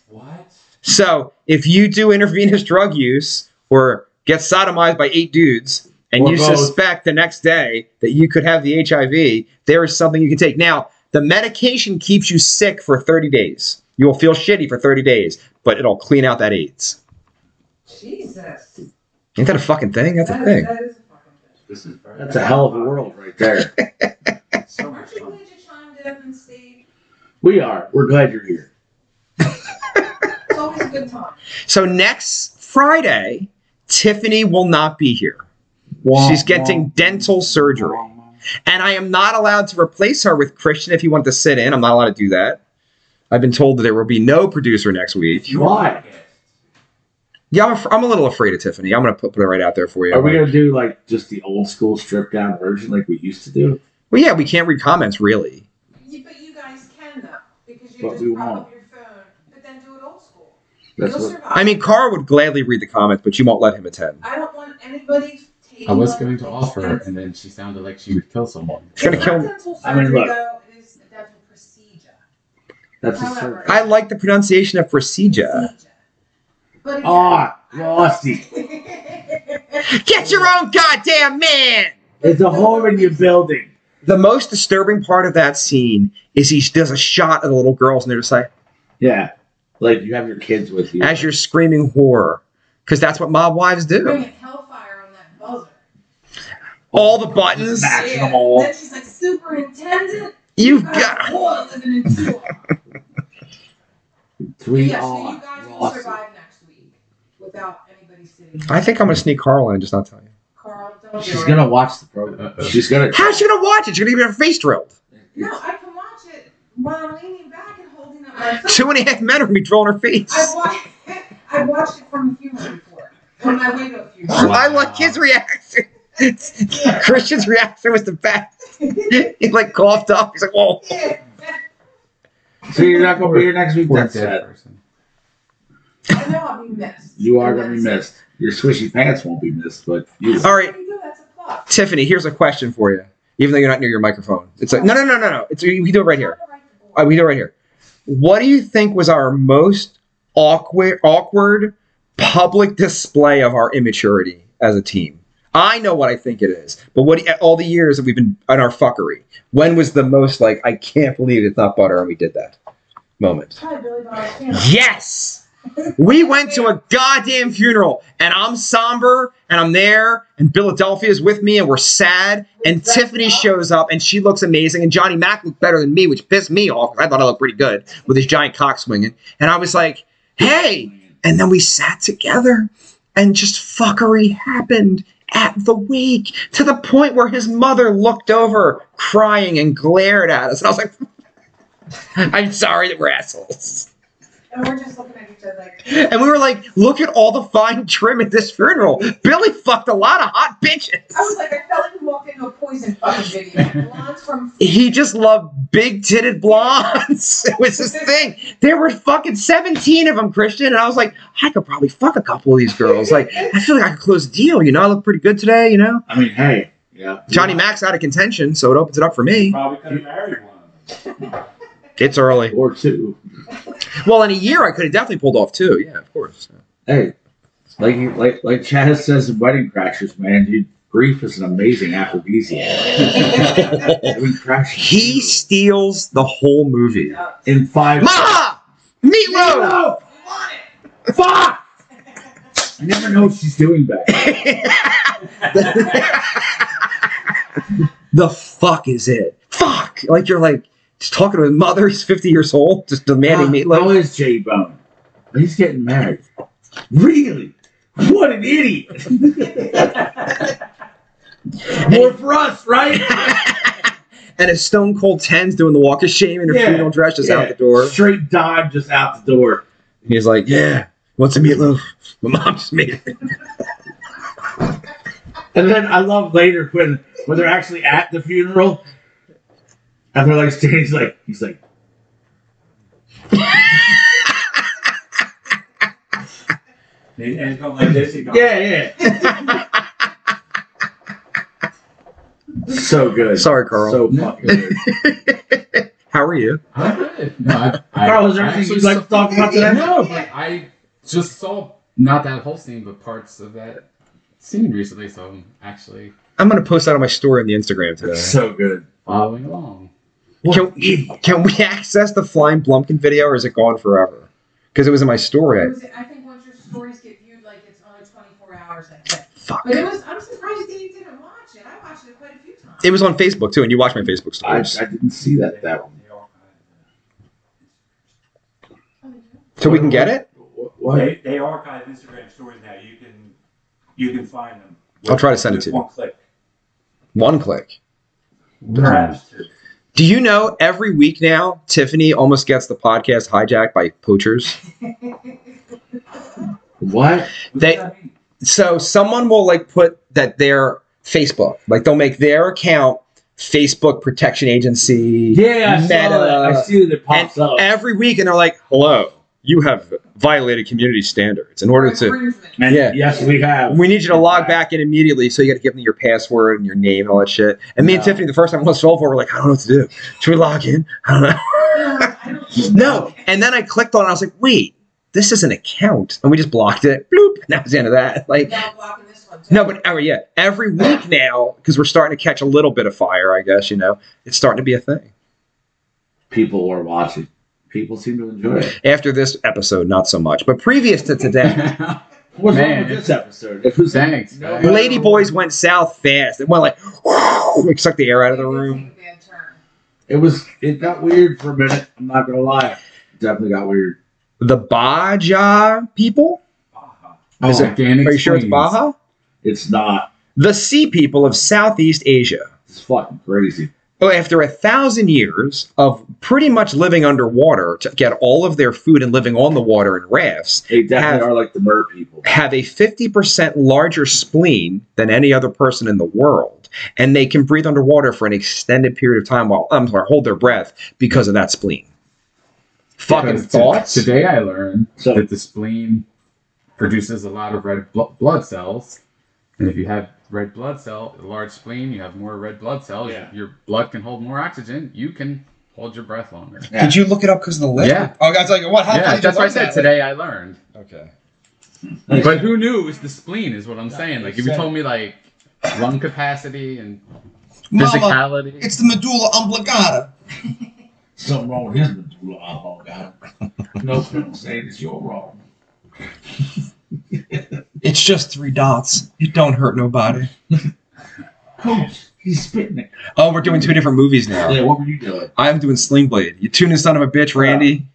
S5: What?
S1: So if you do intravenous drug use or get sodomized by eight dudes and
S2: Or
S1: you
S2: both.
S1: suspect the next day that you could have the HIV, there is something you can take. Now, the medication keeps you sick for 30 days. You will feel shitty for 30 days, but it'll clean out that AIDS.
S4: Jesus.
S1: Ain't that a fucking thing? That's a
S4: That
S1: thing.
S4: is, that is a fucking thing.
S5: This is very
S2: That's a hell of a world right there.
S5: (laughs) So much
S4: Aren't you
S5: fun.
S4: glad you chimed in and stayed?
S2: We are. We're glad you're here.
S4: a good time.
S1: So next Friday, Tiffany will not be here. She's getting dental surgery. And I am not allowed to replace her with Christian if he wanted to sit in. I'm not allowed to do that. I've been told that there will be no producer next week.
S5: You are
S2: Why?
S5: a guest.
S1: Yeah, I'm, af- I'm a little afraid of Tiffany. I'm going to put, put it right out there for you.
S2: Are we gonna do like just the old school stripped down version like we used to do?
S1: well, yeah, we can't read comments, really.
S4: You- But you guys can though, because you
S2: But
S4: just
S2: we
S4: prop
S2: won't.
S4: up your phone, but then do it old school.
S2: That's
S4: You'll
S2: what
S4: survive.
S1: I mean, Carl would gladly read the comments, but you won't let him attend.
S4: I don't want anybody taking.
S3: I was
S4: up
S3: going to offer,
S4: expensive-
S3: and then she sounded like she would kill someone.
S1: She's going to
S4: It's
S1: kill
S4: not
S1: me.
S4: dental
S2: I mean,
S4: surgery,
S2: look.
S4: though, it is a dental procedure.
S2: that's a
S4: However-
S2: surgery.
S1: I like the pronunciation of procedure.
S4: Procedure. But again,
S2: Ah, Rossi.
S4: (laughs)
S1: Get your own goddamn man!
S2: There's a hole in your building.
S1: The most disturbing part of that scene is he does a shot of the little girls and they're just like,
S2: Yeah. Like you have your kids with you.
S1: as you're screaming horror. Because that's what mob wives
S4: Bring
S1: do.
S4: it hellfire on that buzzer.
S1: All the buttons.
S2: Smash them
S4: Yeah.
S2: all.
S4: Then she's like, Superintendent,
S1: You've
S4: you guys
S1: got.
S4: all living in two.
S2: Three
S4: yeah, so
S2: on
S4: you guys will
S2: Ah, Rossi.
S4: survive next week without anybody sitting.
S1: I think I'm going to sneak Carl in and just not tell you.
S4: Carl, don't do
S2: She's
S4: it.
S2: gonna watch the program.
S3: Uh-oh.
S2: She's gonna.
S1: How's she going to watch it? She's going to get her face drilled.
S4: No, I can watch it while I'm leaning back and holding up my phone.
S1: Two and a half men are going to be drilling her
S4: I
S1: face.
S4: watched, (laughs) I watched it from a funeral report on my way to a funeral.
S1: I like his reaction. (laughs) Christian's reaction was the best. He like coughed up. He's like, whoa.
S4: Yeah.
S2: So you're not gonna be here next week.
S3: Poor
S2: That's sad.
S3: dead person.
S4: I know I'll be missed.
S2: You are gonna be missed. Your swishy pants won't be missed, but you.
S1: All right,
S4: There you go, that's a plot.
S1: Tiffany, here's a question for you. Even though you're not near your microphone, it's like no, no, no, no, no. It's we do it right here. Uh, we do it right here. What do you think was our most awkward, awkward public display of our immaturity as a team? I know what I think it is, but what all the years that we've been on our fuckery, when was the most like I can't believe it's not butter and we did that moment?
S4: Probably Billy Bob's Funeral.
S1: Yes. We went to a goddamn funeral, and I'm somber, and I'm there, and Philadelphia is with me, and we're sad. And
S4: That's
S1: Tiffany
S4: awesome.
S1: shows up, and she looks amazing, and Johnny Mack looked better than me, which pissed me off. 'cause I thought I looked pretty good with his giant cock swinging, and I was like, "Hey!" And then we sat together, and just fuckery happened at the wake to the point where his mother looked over, crying, and glared at us, and I was like, (laughs) "I'm sorry that we're assholes."
S4: And we're just looking at each other like,
S1: And we were like, look at all the fine trim at this funeral. Billy fucked a lot of hot bitches.
S4: I was like, I felt like we walked into a poison fucking video.
S1: (laughs)
S4: Blondes from
S1: He just loved big titted blondes. (laughs) It was his thing. There were fucking 17 of them, Christian. And I was like, I could probably fuck a couple of these girls. Like, I feel like I could close a deal. You know, I look pretty good today, you know?
S2: I mean, hey. Yeah.
S1: Johnny Mack's out of contention, so it opens it up for me.
S5: Probably could have married one of them.
S1: It's early.
S2: Or two.
S1: Well, in a year, I could have definitely pulled off two. Yeah, of course.
S2: Hey, like you, like like Chaz says in Wedding Crashers, man, dude, grief is an
S1: (laughs)
S2: amazing aphrodisiac. Wedding Crashers.
S1: He steals the whole movie.
S2: in five.
S1: Maha! Meatloaf!
S2: Meatloaf!
S4: (laughs)
S2: Fuck! I never know what she's doing back. there.
S1: (laughs) the fuck is it? Fuck! Like you're like just talking to his mother. He's 50 years old, just demanding meatloaf.
S2: How is J Bone? He's getting married. Really? What an idiot! (laughs) More for us, right?
S1: and his Stone Cold Ten's doing the walk of shame in her
S2: Yeah,
S1: funeral dress, just out
S2: Yeah,
S1: the door.
S2: Straight dive just out the door.
S1: He's like, "Yeah, want some meatloaf? (laughs) My mom just made it."
S2: And then I love later when when they're actually at the funeral, and they're like standing. He's like, he's like,
S5: And and come like this, you go,
S2: yeah, (laughs) yeah. so good.
S1: Sorry, Carl.
S2: So fucking good.
S1: How are you?
S3: I'm good. No, I, I,
S2: Carl, is there
S3: I
S2: anything
S3: actually
S2: you'd like
S3: saw-
S2: to talk about today?
S3: No, but I just saw not that whole scene, but parts of that scene recently, so I'm actually
S1: I'm gonna post that on my story on the Instagram (laughs) today.
S2: So good.
S3: following along.
S1: Can, can we access the Flying Blumpkin video, or is it gone forever? Because it was in my story. I,
S4: was it- I think once your stories get viewed, like it's only 24 hours. I think.
S1: fuck.
S4: But it was, I'm surprised that you didn't watch it. I watched it quite a few times. (laughs)
S1: It was on Facebook too, and you watched my Facebook
S2: I, I
S1: stories,
S2: didn't see that that one.
S5: They all kind of-
S1: so we can get it.
S2: What, What?
S5: They, they archive Instagram stories now. You can you can find them.
S1: I'll try to send it to you.
S5: One click.
S1: One click.
S5: Perhaps two.
S1: Do you know every week now, Tiffany almost gets the podcast hijacked by poachers?
S2: What?
S5: What
S1: They-
S5: does that mean?
S1: So someone will like put that their Facebook, like they'll make their account Facebook Protection Agency.
S2: Yeah, I saw uh, that. I see that it
S1: and
S2: pops up.
S1: every week, and they're like, "Hello, you have violated community standards. In order to,
S4: Infringement.
S2: And
S1: yeah.
S2: Yes, we have.
S1: we need you to log back in immediately. So you got to give them your password and your name and all that shit." And me and
S2: No.
S1: Tiffany, the first time we sold for, we're like, "I don't know what to do. Should we log in? I don't know."
S4: (laughs) I
S1: (laughs)
S4: don't
S1: No. And then I clicked on it. I was like, wait, this is an account. And we just blocked it. Bloop. And that was the end of that. Like,
S4: Now blocking this one. too.
S1: no, but oh, yeah, every week now, because we're starting to catch a little bit of fire, I guess, you know, it's starting to be a thing.
S2: People were watching. People seem to enjoy it. (laughs)
S1: After this episode, not so much. But previous to today,
S2: What's
S3: Man,
S2: wrong with this
S3: it's-
S2: episode? It was
S3: Thanks.
S2: No.
S3: thanks.
S1: Lady Boys went south fast. It went like, it sucked the air out of the room.
S4: Take a bad turn.
S2: It was. It got weird for a minute. I'm not gonna lie. Definitely got weird.
S1: The Baja people?
S5: Uh-huh.
S2: Oh,
S1: Is it-
S3: Organic
S1: Are you sure it's
S3: Queens.
S1: Baja?
S2: it's not.
S1: The sea people of Southeast Asia.
S2: It's fucking crazy.
S1: Well, Oh, after a thousand years of pretty much living underwater to get all of their food and living on the water in rafts,
S2: They definitely
S1: Have-
S2: are like the mer people.
S1: have a 50% larger spleen than any other person in the world. And they can breathe underwater for an extended period of time while, I'm sorry, hold their breath because of that spleen. Fucking
S3: Because to-
S1: thoughts?
S3: Today I learned
S2: So-
S3: that the spleen produces a lot of red blo- blood cells, and if you have red blood cell, a large spleen, you have more red blood cells.
S5: Yeah.
S3: Your blood can hold more oxygen. You can hold your breath longer.
S2: Yeah.
S1: Did you look it up because of the lift?
S3: Yeah.
S1: Oh, I was like, what? How, how
S3: yeah,
S1: did
S3: that's
S1: you
S3: why I
S1: learn
S3: said
S1: that?
S3: today I learned.
S1: Okay.
S3: But who knew it was the spleen? Is what I'm saying. Like if you
S1: said-
S3: told me like lung capacity and
S8: Mama,
S3: physicality.
S8: it's the medulla oblongata.
S2: Something wrong with his medulla oblongata. No saying it's you're wrong.
S8: It's just three dots. It don't hurt nobody.
S2: Coach, he's spitting it.
S1: Oh, we're doing two different movies now.
S2: Yeah, what were you doing?
S1: I'm doing Sling Blade. You tune in, son of a bitch, Randy.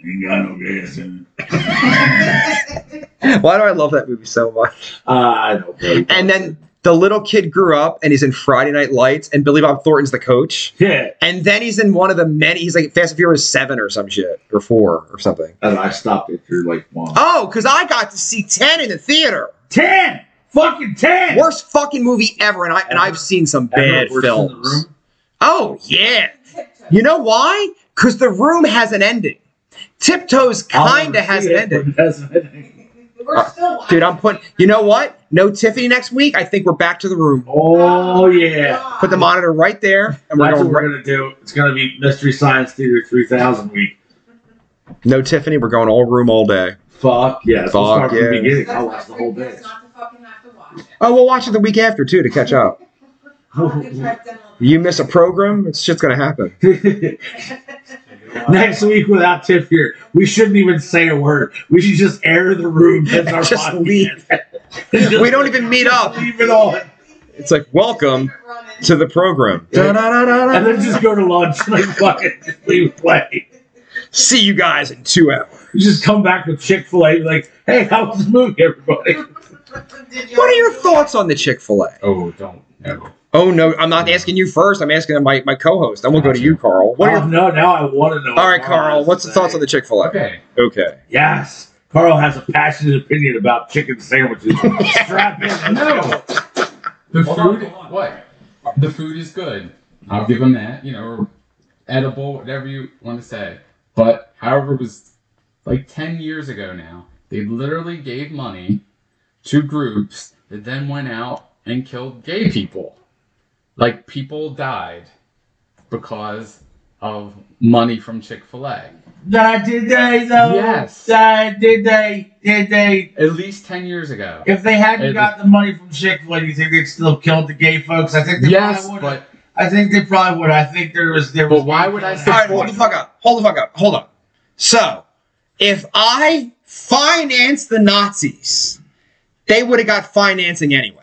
S2: You got no gas in it.
S1: (laughs) (laughs) Why do I love that movie so much?
S2: Uh, I don't know.
S1: And then- the little kid grew up and he's in Friday Night Lights, and Billy Bob Thornton's the coach.
S2: yeah,
S1: And then he's in one of the many. He's like Fast and Furious Seven or some shit, or four or something.
S2: and I stopped it through like one.
S1: Oh, because I got to see Ten in the theater.
S2: Ten, fucking ten.
S1: Worst fucking movie ever, and I and I've seen some bad
S2: Everett works in the
S1: films.
S2: room.
S1: Oh yeah,
S4: Tiptoe.
S1: you know why? Because the room has an ending. Tiptoes
S2: I'll
S1: kinda
S2: never
S1: has
S2: see
S1: an
S2: it,
S1: ending.
S2: but Oh, it has an ending.
S4: (laughs) We're still watching.
S1: Uh, Dude, I'm putting. You know what? No Tiffany next week. I think we're back to the room.
S2: Oh yeah.
S4: God.
S1: Put the monitor right there, and we're
S2: That's
S1: going.
S2: what we're
S1: Right,
S2: gonna do. It's gonna be Mystery Science Theater 3000 week.
S1: no Tiffany. We're going all room all day.
S2: Fuck yeah. Let's
S1: Fuck
S2: start from
S1: yeah.
S2: the beginning.
S4: That's
S2: I'll
S4: why
S2: watch the whole
S4: freak
S2: bitch.
S4: us Not to fucking have to watch it.
S1: Oh, we'll watch it the week after too to catch up.
S4: I'll have to track them all.
S1: You miss a (laughs) program, it's just gonna happen.
S5: So you know
S2: (laughs) (laughs)
S5: what?
S2: Next week without Tiff here, we shouldn't even say a word. We should just air the room.
S1: (laughs)
S2: That's our
S1: Just
S2: podcast.
S1: leave.
S2: (laughs) Just-
S1: We don't even meet up.
S2: Leave it on,
S1: It's like welcome
S4: (laughs)
S1: to the program.
S2: and
S1: Da-da-da-da-da.
S2: then just go to lunch. (laughs) Like fucking just leave play.
S1: See you guys in two hours.
S2: You just come back with Chick Fil A. Like, hey, how was the movie, everybody?
S1: What are your thoughts on the Chick Fil A?
S3: oh, don't ever.
S1: Oh no, I'm not asking you first. I'm asking my, my co-host. I'm gonna go to you, Carl. What are
S2: Oh,
S1: your
S2: no, now I want to know. what
S1: all right, Carl?
S2: has
S1: What's
S2: to
S1: the thoughts
S2: say.
S1: on the Chick Fil A?
S3: Okay.
S1: Okay.
S2: Yes. Carl has a passionate opinion about chicken sandwiches.
S1: (laughs)
S2: Strap in.
S3: (laughs) No. The
S5: Hold on,
S3: food.
S5: hold on.
S3: What? The food is good. I'll give them that. You know, or edible, whatever you want to say. But however, it was like ten years ago now. They literally gave money to groups that then went out and killed gay people. Like people died because of money from Chick Fil A.
S2: No, did they though?
S3: Yes.
S2: Uh, did they? Did they?
S3: At least ten years ago.
S2: If they
S3: It
S2: hadn't
S3: was-
S2: got the money from Chick Fil A, do you think they'd still killed the gay folks? I think they
S3: Yes,
S2: probably would.
S3: but
S2: I think they probably would. I think there was there
S3: But
S2: was.
S3: why would I say-
S1: All right, hold the fuck up. Hold the fuck up. Hold up. So, if I financed the Nazis, they would have got financing anyway.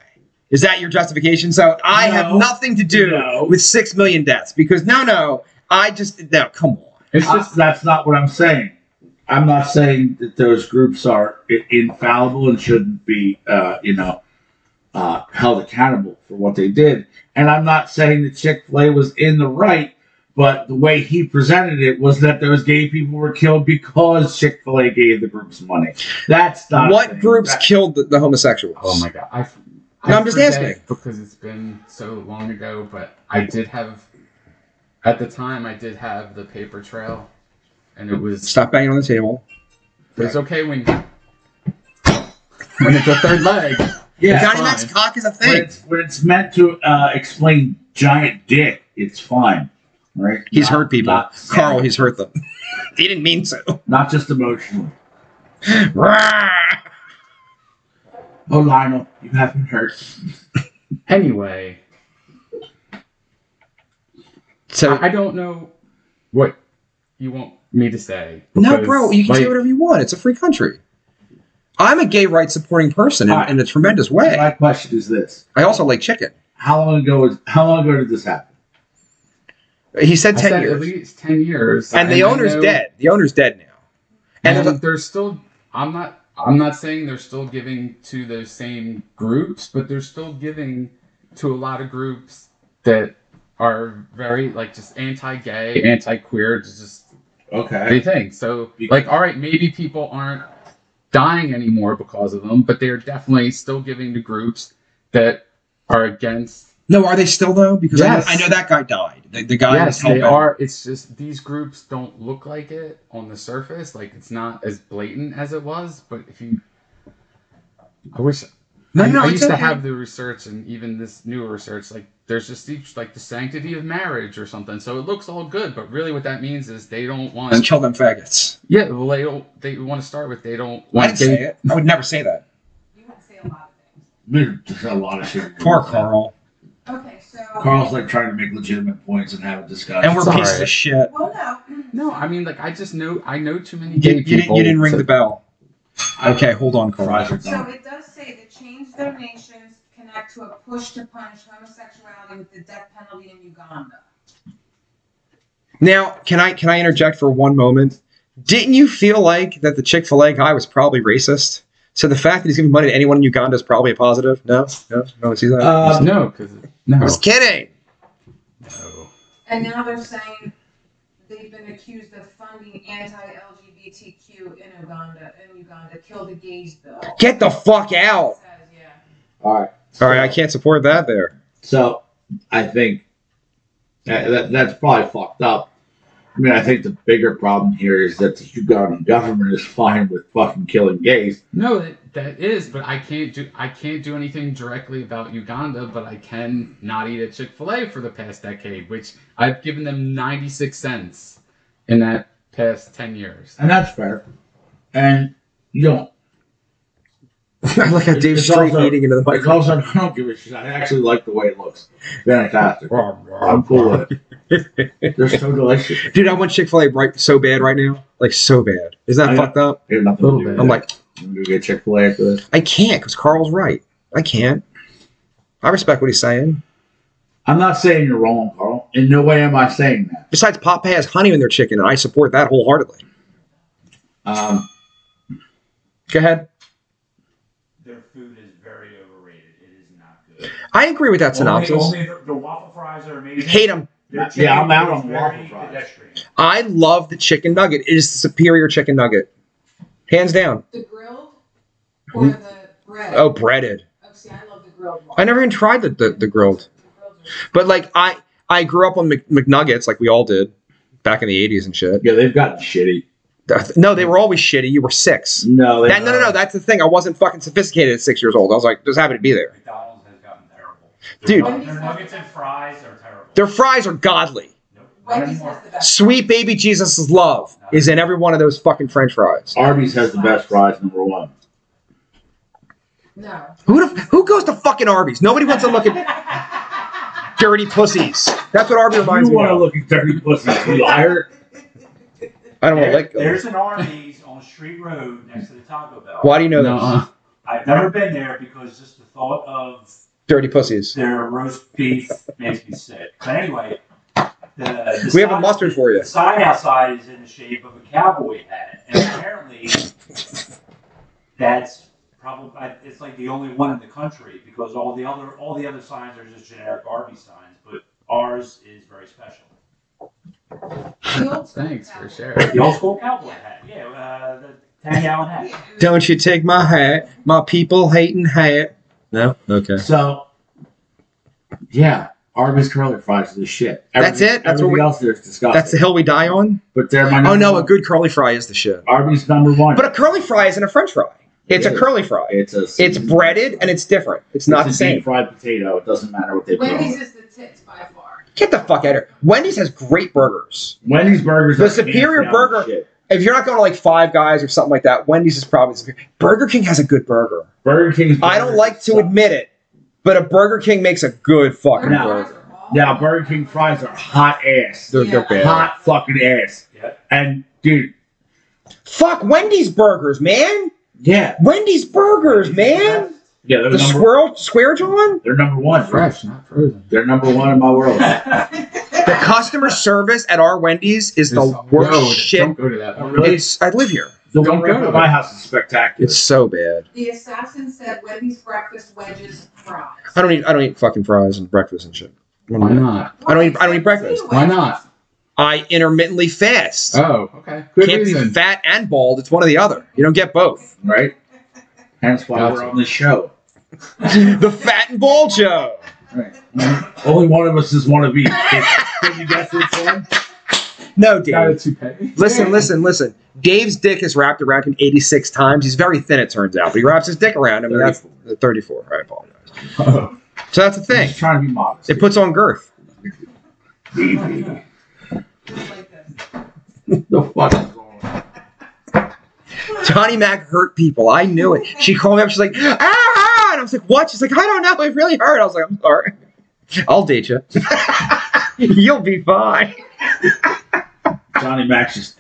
S1: Is that your justification? So I have
S2: No.
S1: nothing to do
S2: No.
S1: with six million deaths because no, no, I just no. Come on.
S3: it's
S2: Uh,
S3: just
S2: that's not what I'm saying. I'm not saying that those groups are i- infallible and shouldn't be, uh, you know, uh, held accountable for what they did. And I'm not saying that Chick Fil A was in the right, but the way he presented it was that those gay people were killed because Chick Fil A gave the groups money. That's not
S1: What
S2: saying
S1: groups
S2: that-
S1: killed the, the homosexuals?
S3: Oh my god. I, f-
S1: No,
S3: I
S1: I'm just
S3: forget
S1: asking.
S3: Because it's been so long ago, but I did have, at the time, I did have the paper trail. And it was,
S1: Stop banging on the table.
S3: it's okay when, when it's a third leg.
S2: Yeah,
S3: It's
S1: Johnny
S3: fine.
S1: Mac's cock is a
S2: when
S1: thing.
S2: it's, when it's meant to uh, explain giant dick, it's fine, right?
S1: He's
S2: Not-
S1: hurt people.
S2: not-
S1: Carl, he's hurt them. (laughs) he didn't mean to. (laughs)
S2: not just emotionally.
S1: Rah!
S2: Oh, Lionel, you have been hurt.
S3: Anyway,
S1: so
S3: I I don't know what you want me to say.
S1: no,
S3: because,
S1: bro, you can say
S3: like,
S1: whatever you want. It's a free country. I'm a gay rights supporting person in,
S2: Alright.
S1: in a tremendous way.
S2: My question is this:
S1: I also like chicken.
S2: How long ago was? How long ago did this happen?
S1: He said
S3: I
S1: ten
S3: said at
S1: years,
S3: least ten years,
S1: and the
S3: I
S1: owner's
S3: know- Um,
S1: dead. The owner's dead now. And
S3: And
S1: there's a-
S3: they're still. I'm not. I'm not saying they're still giving to those same groups, but they're still giving to a lot of groups that are very like just anti-gay, anti-queer, it's just
S2: Okay.
S3: anything. So like, all right, maybe people aren't dying anymore because of them, but they're definitely still giving to groups that are against
S1: no, are they still though? Because
S3: Yes.
S1: I, know, I know that guy died. The, the guy was
S3: yes, they
S1: helping.
S3: are. It's just these groups don't look like it on the surface. Like it's not as blatant as it was. But if you, I wish
S1: No,
S3: I,
S1: no,
S3: I
S1: it's
S3: used to
S1: okay.
S3: have the research and even this newer research. Like there's just these, like the sanctity of marriage or something. So it looks all good, but really what that means is they don't
S1: Let's
S3: want.
S1: kill them faggots.
S3: Yeah, well they don't. They want to start with they don't.
S1: I didn't
S3: want
S1: say
S3: gay-
S1: it. I would never say that.
S4: You had to say a lot of things.
S2: There's a lot of shit.
S1: Poor Carl.
S4: Okay, so.
S2: Carl's like trying to make legitimate points and have a discussion.
S1: And we're
S3: It's all
S1: pieces
S3: right.
S1: of shit.
S4: Well, no. (clears throat)
S3: No, I mean like I just know I know too many
S1: You,
S3: gay
S1: you
S3: people.
S1: didn't. You didn't ring
S3: so-
S1: the bell. Okay, hold on, Carl.
S2: Fries are
S4: So
S2: done.
S4: it does say that change donations connect to a push to punish homosexuality with the death penalty in Uganda.
S1: Now, can I can I interject for one moment? Didn't you feel like that the Chick Fil A guy was probably racist? So the fact that he's giving money to anyone in Uganda is probably a positive. No, no, no. See that?
S2: Uh,
S3: No, because no.
S1: I was kidding.
S3: no.
S4: And now they're saying they've been accused of funding anti-LGBTQ in Uganda, in Uganda, kill the gays bill.
S1: Get the fuck out.
S4: Says, yeah.
S2: all right.
S1: All right, Uh, I can't support that there.
S2: So I think that, that, that's probably fucked up. I mean, I think the bigger problem here is that the Ugandan government is fine with fucking killing gays.
S3: No, that, that is, but I can't do I can't do anything directly about Uganda, but I can not eat at Chick Fil A for the past decade, which I've given them ninety six cents in that past ten years.
S2: And that's fair. And you don't.
S1: (laughs) I like how Dave
S2: It's
S1: Street
S2: also-
S1: eating into the
S2: Like,
S1: microphone.
S2: also, (laughs) I don't give a shit. I actually like the way it looks. Fantastic. I'm
S1: Dude,
S2: cool with
S1: (laughs)
S2: it. They're so delicious.
S1: I want Chick Fil A right so bad right now, like so bad. Is that
S2: I know.
S1: fucked up?
S2: They have nothing
S3: Little
S2: to do
S3: bit.
S2: with
S1: I'm
S2: it.
S1: like,
S2: I'm gonna get Chick Fil A after this.
S1: I can't because Carl's right. I can't. I respect what he's saying.
S2: I'm not saying you're wrong, Carl. In no way am I saying that.
S1: Besides, Popeye has honey in their chicken, and I support that wholeheartedly.
S2: Um,
S1: Go ahead.
S5: Their food is very overrated. It is not good.
S1: I agree with that
S5: Only-
S1: synopsis.
S5: only the, the waffle fries are amazing.
S1: Hate them.
S5: Their
S2: Yeah,
S5: chicken
S2: I'm out
S5: is
S2: on
S5: very
S2: waffle fries.
S5: pedestrian.
S1: I love the chicken nugget. It is the superior chicken nugget, hands down.
S4: The grilled or the bread?
S1: Mm-hmm. Oh, breaded.
S4: Oh, see, I love the grilled one.
S1: I never even tried the the, the grilled, but like I I grew up on Mc, McNuggets, like we all did, back in the '80s and shit.
S2: yeah, they've gotten shitty.
S1: No, they were always shitty. You were six.
S2: No, they
S1: That, no, no, no. That's the thing. I wasn't fucking sophisticated at six years old. I was like, just happy to be there.
S5: McDonald's has gotten terrible.
S1: Dude.
S5: Their, their nuggets and fries are terrible.
S1: Their fries are godly.
S5: Nope. Not
S4: Wendy's
S5: anymore.
S4: has the best.
S1: Sweet baby Jesus' love is in every one of those fucking French fries.
S2: Arby's has the best fries, number one.
S4: No.
S1: Who the, who goes to fucking Arby's? Nobody wants to look at (laughs) dirty pussies. That's what Arby
S2: You
S1: reminds me
S2: want to
S1: of.
S2: look at dirty pussy, you
S1: (laughs)
S2: liar.
S1: I don't want to
S5: There-
S1: let go.
S5: There's an Arby's on Street Road next to the Taco Bell.
S1: Why do you know
S3: No,
S1: this?
S3: uh,
S5: I've never been there because just the thought of
S1: Dirty pussies.
S5: their roast beef makes me sick. But anyway, the, the
S1: We have a
S5: sign-
S1: mustard for you.
S5: The sign outside is in the shape of a cowboy hat, and apparently that's probably it's like the only one in the country because all the other all the other signs are just generic Arby's signs, but ours is very special.
S4: The old
S3: (laughs)
S4: school
S3: Thanks for
S4: cowboy.
S3: sharing.
S5: The old school cowboy hat, yeah, uh, the ten gallon hat.
S4: Yeah, it was-
S1: Don't you take my hat, my people hating hat. No? Okay.
S2: So, yeah, Arby's curly fries is the shit.
S1: That's
S2: Everything-
S1: it? That's what
S2: everything
S1: we-
S2: else there's disgusting.
S1: That's the hill we die on?
S2: But they're my
S1: Oh
S2: number
S1: no, a
S2: one.
S1: good curly fry is the shit.
S2: Arby's number one.
S1: But a curly fry isn't a french fry. It's a
S2: Yeah.
S1: curly fry.
S2: it's a
S1: It's breaded and it's different. It's not the
S2: a deep
S1: same.
S2: fried potato. It doesn't matter what they put on
S4: Wendy's
S2: it.
S4: is the tits by far.
S1: Get the fuck out of here. Wendy's has great burgers.
S2: Wendy's burgers.
S1: The
S2: are hands
S1: superior
S2: down
S1: burger-
S2: the shit.
S1: If you're not going to like Five Guys or something like that, Wendy's is probably superior. Burger King has a good burger.
S2: Burger King's.
S1: I don't
S2: burgers
S1: like to
S2: suck.
S1: admit it, but a Burger King makes a good fucking
S2: No.
S1: burger.
S2: Now Burger King fries are hot ass.
S1: They're, they're
S4: Yeah.
S1: bad.
S2: Hot fucking ass.
S5: Yeah.
S2: And dude,
S1: Fuck Wendy's burgers, man.
S2: yeah,
S1: Wendy's burgers,
S5: (laughs)
S1: man.
S2: yeah, they're
S1: The
S2: number.
S1: swirl, square John.
S2: they're number one.
S3: Fresh, not frozen.
S2: They're number one in my
S3: (laughs)
S2: world.
S1: The customer service at our Wendy's is the
S3: Just-
S1: worst
S3: no, Don't
S1: shit.
S3: go to that one.
S2: Really?
S1: It's, I live here.
S2: The
S3: Don't
S2: one right
S3: go to
S2: by
S3: it.
S2: my house is spectacular.
S1: It's so bad.
S4: (laughs) The assassin said Wendy's breakfast wedges fries.
S1: I don't eat. I don't eat fucking fries and breakfast and shit.
S3: Why not?
S1: I don't eat- I don't eat breakfast.
S3: Why not?
S1: I intermittently fast.
S3: Oh, okay. Good
S1: Can't
S3: reason.
S1: be (laughs) fat and bald. It's one or the other. You don't get
S2: (laughs)
S1: both.
S2: right? Hence why we're
S3: Gotcha.
S2: on this show.
S1: the fat and bald show.
S2: Right. Only one of us is one of each. Can can you guess which one?
S1: No,
S3: (laughs) Got a
S1: Dave.
S3: toupee.
S1: Listen, listen, listen. Dave's dick is wrapped around him 86 times. He's very thin, it turns out, but he wraps his dick around him. And that's 34. I apologize.
S3: Oh,
S1: So that's the
S2: I'm
S1: thing.
S2: just trying to be modest.
S1: It puts on girth.
S4: Just like this.
S2: the fuck is wrong?
S1: Johnny Mac hurt people. I knew it. She called me up. She's like, ah, ah," and I was like, what? She's like, I don't know. It really hurt. I was like, I'm sorry. I'll date you. (laughs) You'll be fine. (laughs)
S2: Johnny Max just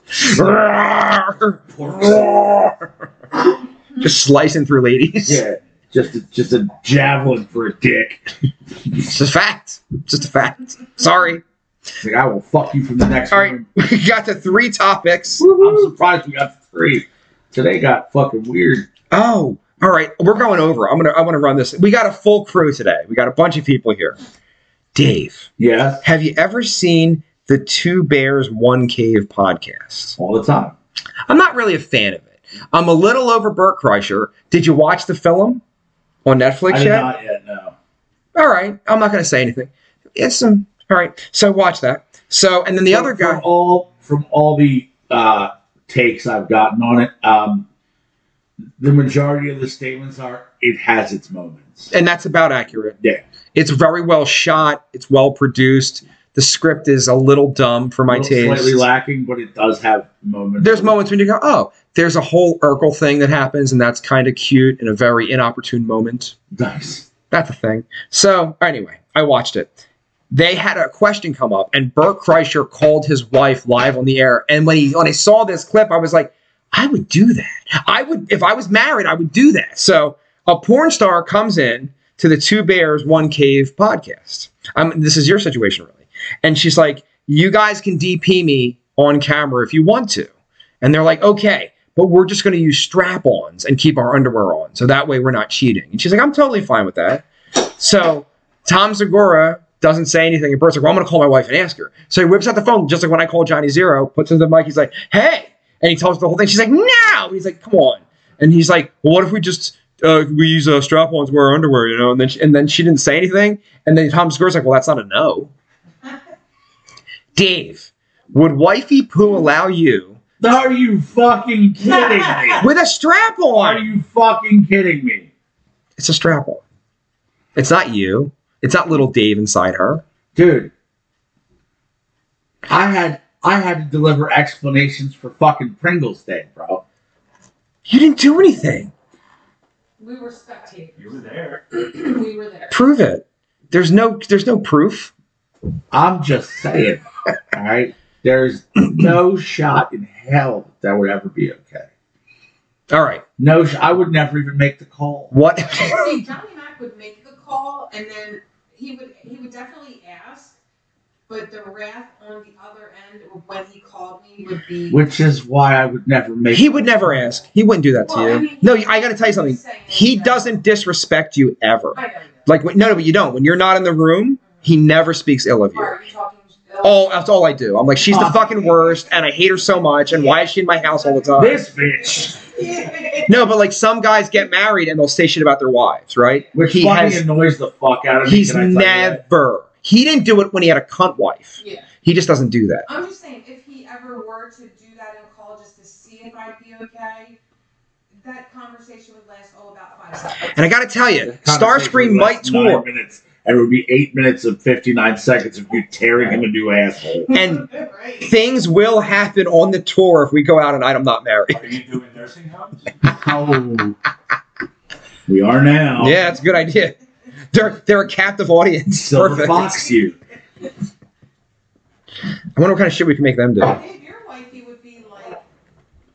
S1: Just slicing through ladies.
S2: yeah, just a, just a javelin for a dick.
S1: It's a fact. It's Just a fact. Sorry.
S2: It's like I will fuck you from the next
S1: All right,
S2: room.
S1: we got to three topics.
S2: I'm surprised we got three. Today got fucking weird.
S1: Oh, all right. We're going over. I'm gonna. I want to run this. We got a full crew today. We got a bunch of people here. Dave,
S2: Yes,
S1: have you ever seen the Two Bears One Cave podcast?
S2: all the time.
S1: I'm not really a fan of it. I'm a little over Burt Kreischer. Did you watch the film on Netflix
S2: I did
S1: yet?
S2: not yet know.
S1: All right. I'm not gonna say anything. It's some. All right. So watch that. So and then the
S2: So
S1: other
S2: from
S1: guy.
S2: all from all the uh, takes I've gotten on it, um, the majority of the statements are it has its moments.
S1: and that's about accurate.
S2: Yeah.
S1: It's very well shot. It's well produced. The script is a little dumb for my
S2: Little
S1: taste.
S2: slightly lacking, but it does have moments.
S1: There's moments when you go, oh, there's a whole Urkel thing that happens, and that's kind of cute in a very inopportune moment.
S2: Nice.
S1: That's a thing. So anyway, I watched it. They had a question come up, and Bert Kreischer called his wife live on the air. And when he when I saw this clip, I was like, I would do that. I would if I was married, I would do that. So a porn star comes in to the Two Bears One Cave podcast. Um, this is your situation really, and she's like, you guys can DP me on camera if you want to, and they're like, okay. But we're just going to use strap-ons and keep our underwear on, so that way we're not cheating. And she's like, "I'm totally fine with that." So Tom Segura doesn't say anything, and Bert's like, "Well, I'm gonna call my wife and ask her." So he whips out the phone, just like when I call Johnny Zero, puts it in the mic. He's like, "Hey," and he tells her the whole thing. She's like, "No," he's like, "Come on," and he's like, "Well, what if we just uh, we use uh, strap-ons, wear our underwear, you know?" And then she, and then she didn't say anything, and then Tom Segura's like, "Well, that's not a no." Dave, would wifey poo allow you
S2: Are you fucking
S1: (laughs)
S2: kidding me?
S1: with a strap
S2: Are
S1: on?
S2: you fucking kidding me?
S1: It's a strap on. It's not you. It's not little Dave inside her.
S2: Dude. I had I had to deliver explanations for fucking Pringles Day, bro.
S1: You didn't do anything.
S4: We were spectators.
S5: You were there.
S4: we were there.
S1: prove it. There's no there's no proof.
S2: I'm just saying. (laughs) all right. There's (clears throat) no shot in hell that would ever be okay.
S1: All right.
S2: No, sh- I would never even make the call.
S1: What (laughs)
S4: See, Johnny Mac would make the call, and then he would he would definitely ask, But the wrath on the other end when he called me would be.
S2: Which is why I would never make.
S1: He would never ask. He wouldn't do that to
S4: Well, I
S1: you.
S4: mean,
S1: No, I got to tell you something.
S4: saying
S1: He
S4: that-
S1: doesn't disrespect you ever.
S4: I know.
S1: Like when, no, no, but you don't. When you're not in the room, he never speaks ill of you.
S4: Are you talking?
S1: Oh, that's all I do. I'm like, she's the fucking worst, and I hate her so much, and why is she in my house all the time?
S2: This bitch,
S4: (laughs) Yeah.
S1: No, but like some guys get married and they'll say shit about their wives, right?
S2: which
S1: he
S2: fucking
S1: has,
S2: annoys the fuck out of me.
S1: he's
S2: can I tell you that?
S1: never. He didn't do it when he had a cunt wife.
S4: Yeah.
S1: He just doesn't do that.
S4: I'm just saying, if he ever were to do that in call just to see if I'd be okay, that conversation would last all about
S1: (laughs)
S4: five seconds.
S1: And I got to tell you, Starscream
S2: Conversation
S1: might
S2: lasts nine
S1: tour,
S2: minutes, and it would be eight minutes and fifty-nine seconds of you tearing him a new asshole.
S1: (laughs) and
S4: right.
S1: things will happen on the tour if we go out and I'm not married.
S5: Are you doing nursing homes?
S3: Oh,
S2: We are now.
S1: Yeah, that's a good idea. They're they're a captive audience.
S2: Silver
S1: Perfect. I
S2: Fox, you.
S1: wonder what kind of shit we can make them do.
S4: If your wifey would be like,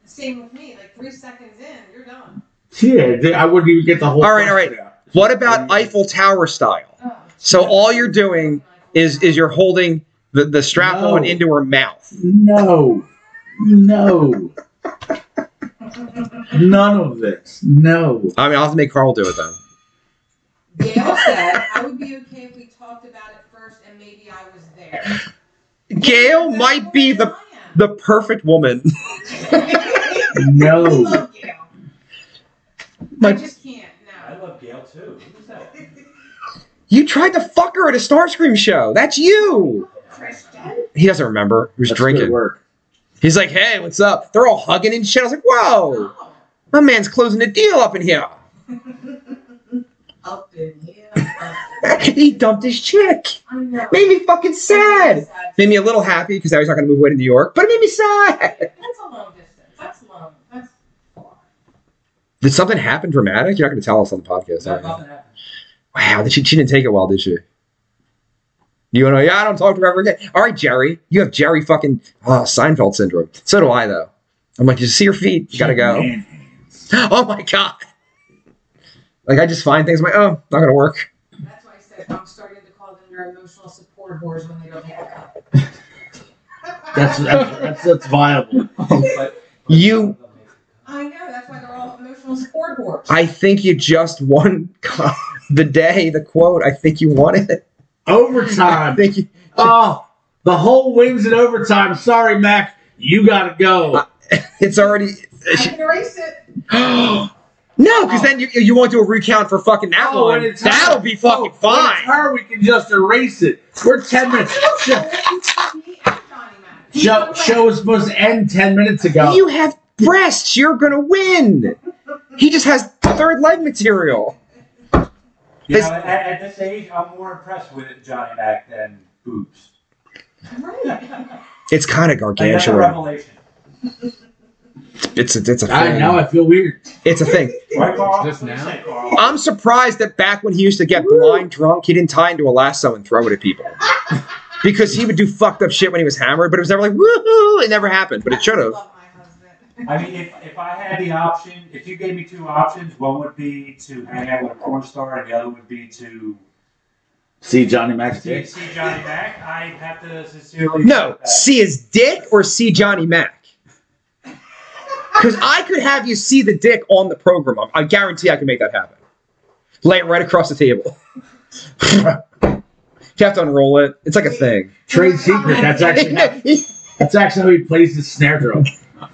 S4: same with me, like three seconds in, you're done.
S2: Yeah, th- I wouldn't even get the whole.
S1: All right, all
S2: question out.
S1: What about Eiffel Tower style?
S4: Oh.
S1: So all you're doing Is is you're holding the, the strap
S2: No.
S1: on into her mouth.
S2: No, no, none of this. No.
S1: I mean, I'll have to make Carl do it then.
S4: Gail said, I would be okay if we talked about it first and maybe I was there.
S1: Gail might be the the perfect
S2: (laughs)
S1: woman.
S4: (laughs) I
S2: No.
S4: love Gail. I
S1: Like
S4: just can't.
S5: I
S4: No.
S5: love Gail too. Who's that?
S1: you tried to fuck her at a Starscream show. That's you.
S4: Christian.
S1: He doesn't remember. He was
S2: That's good
S1: drinking.
S2: work.
S1: He's like, hey, what's up? They're all hugging and shit. I was like, whoa,
S4: Oh, (laughs)
S1: my man's closing a deal up in here.
S4: up in
S1: (laughs)
S4: here. up in here.
S1: he dumped his chick.
S4: I know.
S1: Made me fucking sad. Made me a little happy because now he's not going to move away to New York, but it made me sad.
S4: That's a long distance. That's long. That's far.
S1: Did something happen dramatic? You're not going to tell us on the podcast.
S5: No,
S1: are you?
S5: nothing happened.
S1: Wow, she, she didn't take it well, did she? You know, yeah, I don't talk to her ever again. All right, Jerry, you have Jerry fucking uh, Seinfeld syndrome. So do I, though. I'm like, you see your feet, you gotta go.
S2: Man hands.
S1: (laughs) Oh my god! Like I just find things. I'm like, oh, not gonna work.
S4: That's why I said I'm starting to call them your emotional support whores when they don't have a cup.
S2: That's that's that's,
S1: (laughs)
S2: that's viable.
S5: But- but-
S1: You-
S4: (laughs) I know. That's why they're all emotional support whores.
S1: I think you just won (laughs) the day, the quote. I think you won it. I
S2: Overtime.
S1: think you,
S2: Oh, the whole wins in overtime. Sorry, Mac. You gotta go.
S1: it's already.
S4: I can erase it.
S1: no, because then you you won't do a recount for fucking that
S2: Oh,
S1: one.
S2: when it's her-
S1: That'll be fucking
S2: oh, When it's
S1: fine.
S2: her, we can just erase it. We're ten minutes. Show, show, show was supposed to end ten minutes ago.
S1: You have breasts. You're gonna win. He just has third leg material.
S5: You
S1: This-
S5: know, at, at this age, I'm more impressed with Johnny Mac than boobs. (laughs)
S4: Right.
S1: It's kind of
S5: Like, that's a
S1: gargantuan.
S5: revelation.
S1: It's a, it's a
S2: I know.
S1: thing.
S2: I feel weird.
S1: It's a thing.
S5: Right, Carl?
S3: Just
S5: What do you
S3: now?
S5: say, Carl?
S1: I'm surprised that back when he used to get blind drunk, he didn't tie into a lasso and throw it at people. Because he would do fucked up shit when he was hammered, but it was never like woohoo. It never happened, but it should have.
S4: Love my husband.
S5: I mean, if, if I had the option, if you gave me two options, one would be to hang out with a porn star, and the other would be to
S2: See Johnny Mac's
S5: see,
S2: dick.
S5: see Johnny Mac. I'd have to sincerely.
S1: No,
S5: that.
S1: see his dick or see Johnny Mac. Because I could have you see the dick on the program. I- I guarantee I can make that happen. Lay it right across the table. (laughs) you have to unroll it. It's like a thing.
S2: (laughs) Trade secret. That's
S4: (laughs)
S2: actually how, that's actually how he plays his snare drum.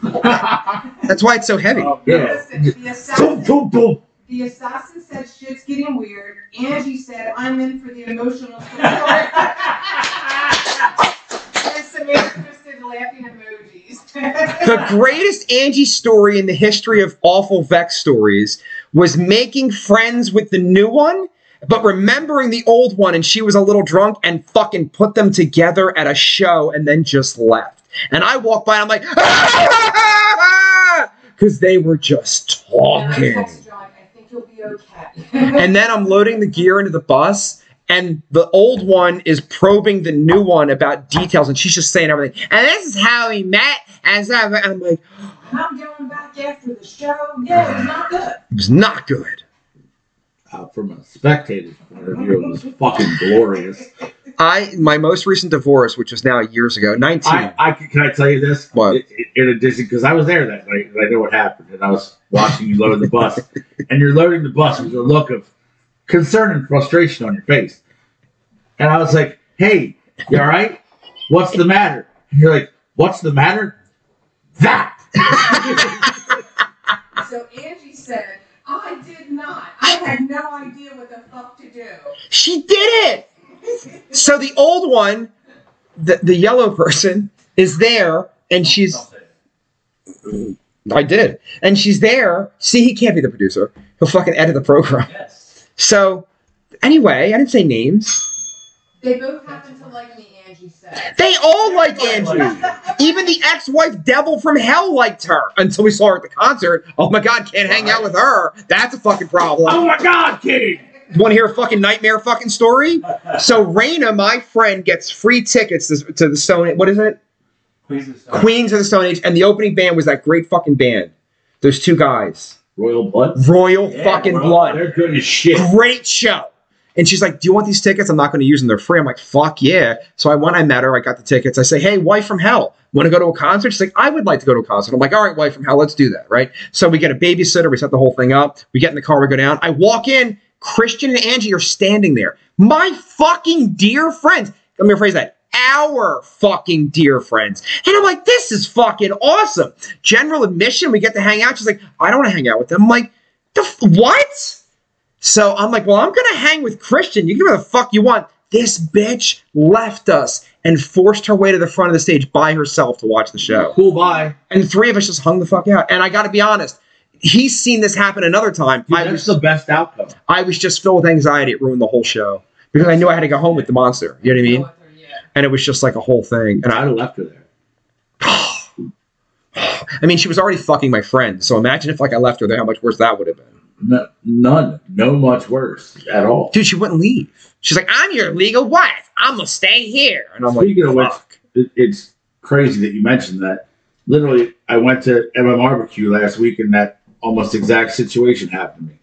S1: That's why it's so heavy.
S5: Oh,
S2: Yeah.
S4: Listen, the
S2: Boom,
S4: assassin,
S2: boom, boom.
S4: the assassin said shit's getting weird. Angie said, I'm in for the
S2: (laughs)
S4: emotional support. (laughs) and Samantha just did laughing emojis. (laughs)
S1: The greatest Angie story in the history of awful Vex stories was making friends with the new one, but remembering the old one, and she was a little drunk and fucking put them together at a show and then just left. And I walked by and I'm like, (laughs) because they were just
S4: And I
S1: talking.
S4: text John, I think you'll be okay.
S1: (laughs) And then I'm loading the gear into the bus, and the old one is probing the new one about details, and she's just saying everything. And this is how we met. And so- and I'm like,
S4: I'm going back after the show. Yeah, it was not good.
S1: It was not good.
S2: uh, from a spectator's point of view, it was fucking glorious.
S1: I my most recent divorce, which was now years ago, nineteen.
S2: I, I can, can I tell you this?
S1: What?
S2: I- I- In addition, because I was there that night, and I know what happened, and I was watching you load
S1: (laughs)
S2: the bus, and you're loading the bus with a look of concern and frustration on your face, and I was like, "Hey, you all right? What's the matter?" And you're like, "What's the matter?" That.
S4: So Angie said, I did not. I had no idea what the fuck to do.
S1: she did it. So the old one, the the yellow person, is there, and she's
S5: Something.
S1: I did, and she's there. See, he can't be the producer. He'll fucking edit the program.
S5: Yes.
S1: So anyway, I didn't say names.
S4: They both happened to like me, Angie said.
S1: They all like
S5: Everybody
S1: Angie.
S5: liked you.
S1: Even the ex-wife devil from hell liked her until we saw her at the concert. Oh my god, can't hang out with her. That's a fucking problem.
S2: Oh my God, King!
S1: Want to hear a fucking nightmare fucking
S5: (laughs)
S1: story? So Raina, my friend, gets free tickets to, to the Stone. What is it?
S5: Queens of Stone.
S1: Queens of the Stone Age, and the opening band was that great fucking band. Those two guys,
S2: Royal Blood.
S1: Royal
S5: Yeah,
S1: fucking
S5: Royal
S1: Blood.
S2: They're good as shit.
S1: Great show. And she's like, "Do you want these tickets? I'm not going to use them. They're free." I'm like, "Fuck yeah!" So I went. I met her. I got the tickets. I say, "Hey, wife from hell, want to go to a concert?" She's like, "I would like to go to a concert." I'm like, "All right, wife from hell, let's do that." Right. So we get a babysitter. We set the whole thing up. We get in the car. We go down. I walk in. Christian and Angie are standing there. My fucking dear friends. Let me rephrase that. Our fucking dear friends. And I'm like, this is fucking awesome. General admission. We get to hang out. She's like, I don't want to hang out with them. I'm like, the f- what? So I'm like, well, I'm gonna hang with Christian. You can do whatever the fuck you want. This bitch left us and forced her way to the front of the stage by herself to watch the show.
S2: Cool, bye.
S1: And three of us just hung the fuck out. And I gotta be honest, he's seen this happen another time.
S2: Dude,
S1: I was
S2: that's the best outcome.
S1: I was just filled with anxiety. It ruined the whole show. Because I knew I had to go home with the monster. You know what I mean? And it was just like a whole thing. And
S2: And
S1: I
S2: I'd have left her there.
S1: I mean, she was already fucking my friend. So imagine if like I left her there, how much worse that would have been.
S2: No, none. No much worse at all.
S1: Dude, she wouldn't leave. She's like, I'm your legal wife. I'm gonna stay here. And I'm
S2: Speaking of which-
S1: like, fuck.
S2: It, it's crazy that you mentioned that. Literally, I went to MM Barbecue last week and that almost exact situation happened to me.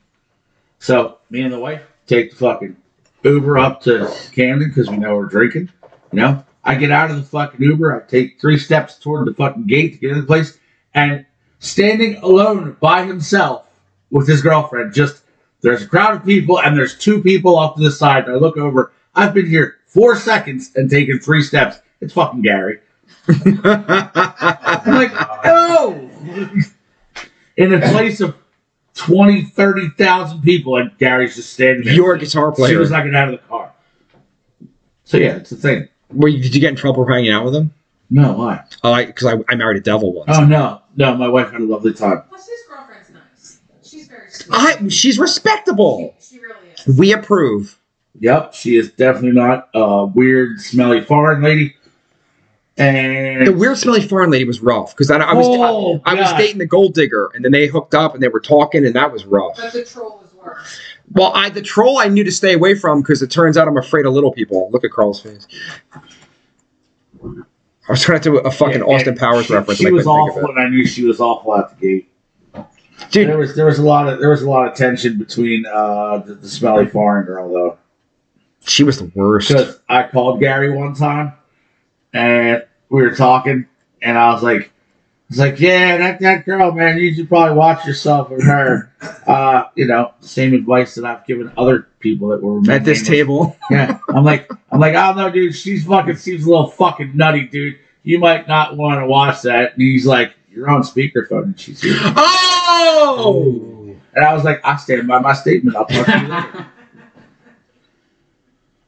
S2: So, me and the wife take the fucking Uber up to Camden because we know we're drinking. You know, I get out of the fucking Uber, I take three steps toward the fucking gate to get in the place, and standing alone by himself with his girlfriend, just there's a crowd of people and there's two people off to the side. And I look over, I've been here four seconds and taken three steps. It's fucking Gary.
S1: (laughs)
S2: I'm like, no! In a place of 20, 30,000 people, and Gary's just standing there.
S1: Your guitar
S2: Mm-hmm. She
S1: player.
S2: was not getting out of the car. So yeah, it's the thing.
S1: Were you, did you get in trouble for hanging out with him?
S2: No, why?
S1: Oh, because I, I, married a devil once.
S2: Oh no, no. My wife had a lovely time.
S4: Plus, his girlfriend's nice. She's very sweet.
S1: I, she's respectable.
S4: She, she really is.
S1: We approve.
S2: Yep, she is definitely not a weird, smelly foreign lady. And
S1: The weird smelly foreign lady was rough because I, I was
S2: Oh,
S1: I, I was
S2: God.
S1: dating the gold digger and then they hooked up and they were talking and that was rough.
S4: But the troll is worse.
S1: Well, I the troll I knew to stay away from because it turns out I'm afraid of little people. Look at Carl's face. I was trying to do a fucking
S2: Yeah,
S1: Austin
S2: and
S1: Powers
S2: she,
S1: reference.
S2: She
S1: and I
S2: was
S1: couldn't think
S2: awful,
S1: of
S2: and I knew she was awful at the gate.
S1: it. Dude,
S2: There was there was a lot of there was a lot of tension between uh, the, the smelly foreign girl though.
S1: she was the worst.
S2: Because I called Gary one time, and we were talking, and I was like, "I was like, yeah, that that girl, man, you should probably watch yourself with her." Uh, you know, same advice that I've given other people that were
S1: At this table.
S2: Yeah, I'm like, I'm like, I don't know, dude. She's fucking seems a little fucking nutty, dude. You might not want to watch that. And he's like, "You're on speakerphone," and she's here.
S1: Oh!
S2: And I was like, "I stand by my statement. I'll talk to you later."
S3: (gasps)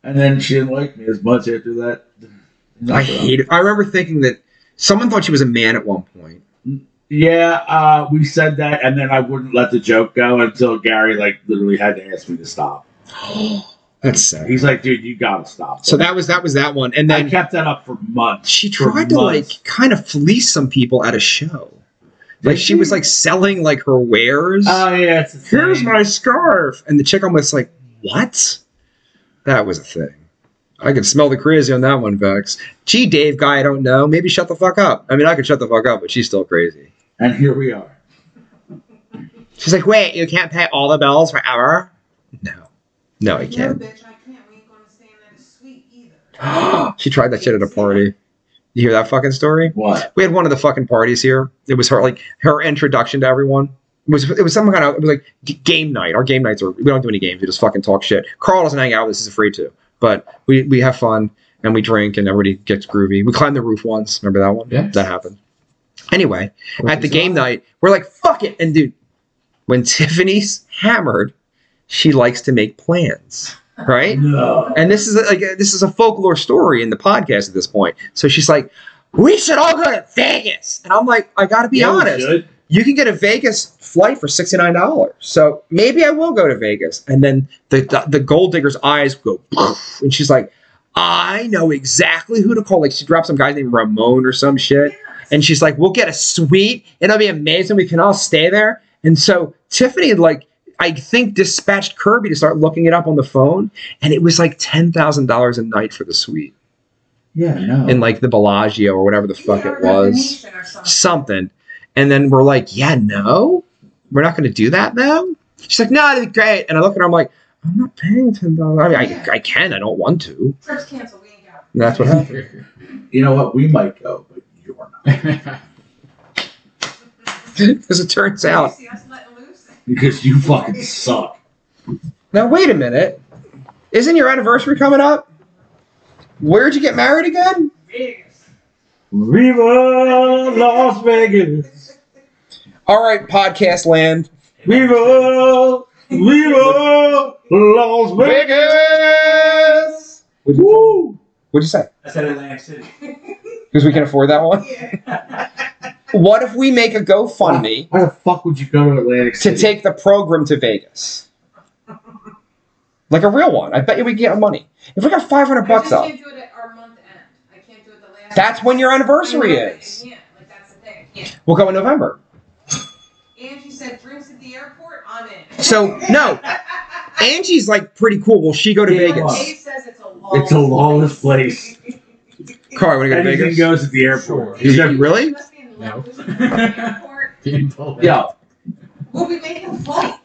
S2: And then she didn't like me as much after that.
S1: I hate it. I remember thinking that someone thought she was a man at one point.
S2: Yeah, uh, we said that, and then I wouldn't let the joke go until Gary like literally had to ask me to stop.
S1: That's sad.
S2: He's like, "Dude, you gotta stop."
S1: So that was that was that one, and
S2: I
S1: then
S2: kept that up for months.
S1: she
S2: for
S1: tried to like
S2: months.
S1: kind of fleece some people at a show. Like she was like selling like her wares.
S2: "Oh yeah, it's a
S1: Uh, Here's
S2: thing."
S1: my scarf, and the chick almost like, what? That was a thing. I can smell the crazy on that one, Vex. Gee, Dave guy, I don't know. Maybe shut the fuck up. I mean, I could shut the fuck up, but she's still crazy.
S2: And here we are.
S1: She's like, wait, you can't pay all the bills forever. No. No, I
S4: No,
S1: can't.
S4: bitch, I can't. We ain't gonna stay in that suite either.
S1: She tried that shit at a party. You hear that fucking story?
S2: What?
S1: we had one of the fucking parties here. It was her like her introduction to everyone. It was it was some kind of it was like g- game night. Our game nights are we don't do any games. We just fucking talk shit. Carl doesn't hang out. This is free to, but we we have fun and we drink and everybody gets groovy. We climbed the roof once. Remember that one?
S3: Yes.
S1: that happened. Anyway, at the game night, we're like fuck it and dude. When (laughs) Tiffany's hammered, she likes to make plans, right?
S2: No.
S1: and this is like this is a folklore story in the podcast at this point. So she's like, "We should all go to Vegas," and I'm like, "I got to be
S2: Yeah, we
S1: honest.
S2: should.
S1: You can get a Vegas flight for sixty nine dollars, so maybe I will go to Vegas." And then the the, the gold digger's eyes go, (laughs) poof, and she's like, "I know exactly who to call." Like she dropped some guy named Ramon or some shit. And she's like, "We'll get a suite. It'll be amazing. We can all stay there." And so Tiffany had like I think dispatched Kirby to start looking it up on the phone, and it was like ten thousand dollars a night for the suite
S2: Yeah, no.
S1: in like the Bellagio or whatever the fuck
S4: Yeah,
S1: it
S4: or the
S1: was,
S4: Venetian or something.
S1: something. And then we're like, "Yeah, no, we're not going to do that though." She's like, "No, it'd be great." And I look at her, I'm like, "I'm not paying ten dollars. I mean, I, I can, I don't want to."
S4: Trip's canceled. We ain't got.
S1: And that's what happened.
S2: you know what? We might go, but you're not.
S3: (laughs)
S1: (laughs) Because it turns out,
S4: (laughs) You see us letting loose?
S2: Because you fucking suck.
S1: now wait a minute, isn't your anniversary coming up? Where'd you get married again?
S4: Vegas.
S2: Viva Las Vegas.
S1: All right, podcast land.
S2: Viva, Viva Las Vegas. Woo.
S1: What'd you say?
S5: I said Atlantic City. (laughs)
S1: Because we can afford that one.
S4: Yeah.
S1: What if we make a GoFundMe
S2: Why the fuck would you go to Atlantic City?
S1: to take the program to Vegas? Like a real one. I bet you we can get money. If we got 500 bucks
S4: I just
S1: up,
S4: can't do it at our month end. I can't do it the last.
S1: that's when your anniversary is.
S4: I can't. Like that's the thing. I can't.
S1: We'll go in November.
S4: Angie said drinks at the airport. I'm in.
S1: So,
S4: (laughs)
S1: no, Angie's like pretty cool. Will she go to
S2: Yeah.
S1: Vegas?
S4: Dave says it's a lawless.
S2: It's a lawless
S4: (laughs)
S2: place.
S1: (laughs) Carl, want to go to
S2: Anything
S1: Vegas?
S2: goes at the airport.
S1: Is that really?
S4: Must be in
S3: No.
S4: Lowe's at the airport.
S2: Yeah.
S4: We'll be making a flight.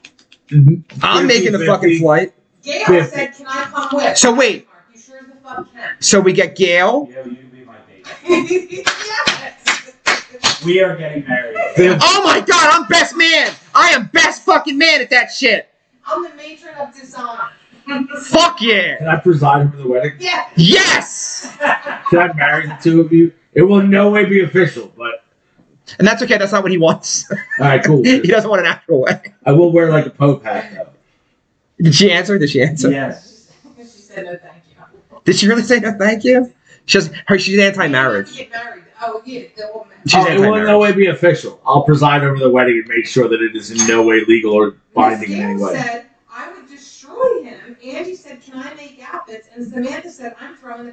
S1: I'm making the
S2: 50-50.
S1: fucking flight.
S4: Gail
S2: Fifty.
S4: said, "Can I come with?"
S1: So wait.
S4: You sure as the fuck can. (laughs)
S1: So we get Gail.
S5: Yo, you can be my baby.
S4: yes.
S5: We are getting married.
S2: Fifty.
S1: Oh my god, I'm best man. I am best fucking man at that shit.
S4: I'm the matron of dishonor. (laughs)
S1: Fuck yeah.
S2: (laughs) Can I preside over the wedding?
S4: Yeah.
S1: Yes.
S2: Can I marry the two of you? It will in no way be official, but
S1: And that's okay. That's not what he wants. (laughs)
S2: all right, cool.
S1: he doesn't want an actual wedding.
S2: I will wear like a pope hat though.
S1: Did she answer? Did she answer?
S5: (laughs) yes.
S4: She said, "No, thank you."
S1: Did she really say no? Thank you. She's her. She's
S4: You
S1: anti-marriage.
S4: have to Get married. Oh yeah, the woman.
S1: She's
S2: Oh, it will in no way
S1: anti-marriage.
S2: be official. I'll preside over the wedding and make sure that it is in no way legal or binding in
S4: Gail
S2: any way.
S4: said, I would destroy him. Angie said, Can I make outfits? And Samantha said, I'm throwing the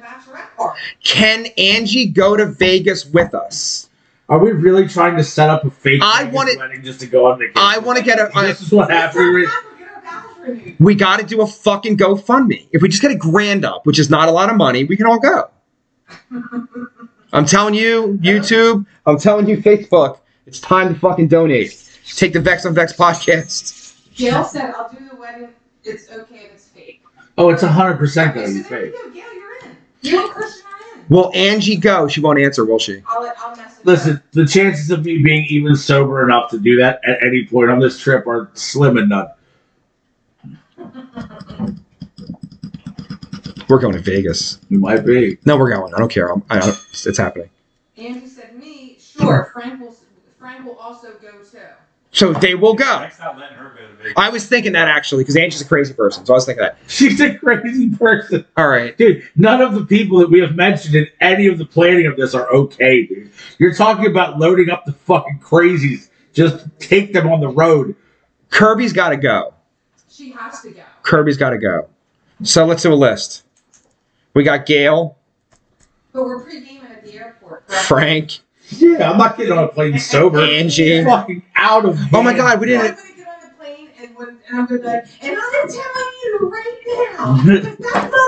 S2: (laughs)
S4: bachelorette party.
S1: Can Angie go to Vegas with us?
S2: Are we really trying to set up a fake
S1: I
S2: Vegas
S1: wanted-
S2: wedding just to go on vacation?
S1: I want to get a. I-
S2: This is what happened.
S1: (laughs)
S4: We're
S2: Rich.
S4: not gonna get our vows renewed.
S1: we got to do a fucking GoFundMe. If we just get a grand up, which is not a lot of money, we can all go. I'm telling you, YouTube. I'm telling you, Facebook. It's time to fucking donate. Take the Vex on Vex podcast.
S4: Gail said, I'll do the wedding. It's okay if it's fake.
S2: Oh, it's hundred percent
S4: Okay,
S2: gonna
S4: so
S2: be
S4: there
S2: fake.
S4: you go. Gail, you're in. You and Christian are in.
S1: Will Angie go? She won't answer, will she?
S4: I'll, I'll message
S2: Listen, the chances of me being even sober enough to do that at any point on this trip are slim and none.
S1: We're going to Vegas.
S2: We might be.
S1: No, we're going. I don't care. I'm, I don't, it's, it's happening.
S4: her. Angie said, Me, sure. Frank will, Frank will also go too.
S1: So they will go.
S5: Mike's not letting her go to Vegas.
S1: I was thinking that actually because Angie's a crazy person, so I was thinking that.
S2: She's a crazy person.
S1: All right,
S2: Dude, none of the people that we have mentioned in any of the planning of this are okay, dude. You're talking about loading up the fucking crazies. Just take them on the road.
S1: Kirby's got to go.
S4: She has to go.
S1: Kirby's got to go. So let's do a list. We got Gail,
S4: But we're pre gaming at the airport. correct?
S1: Frank,
S2: Yeah, I'm not getting on a plane sober.
S1: Angie.
S2: Fucking out of.
S1: Oh my God, we
S4: I'm
S1: didn't-
S4: gonna get on the plane and, when, and I'm gonna be like, and I'm telling you right now,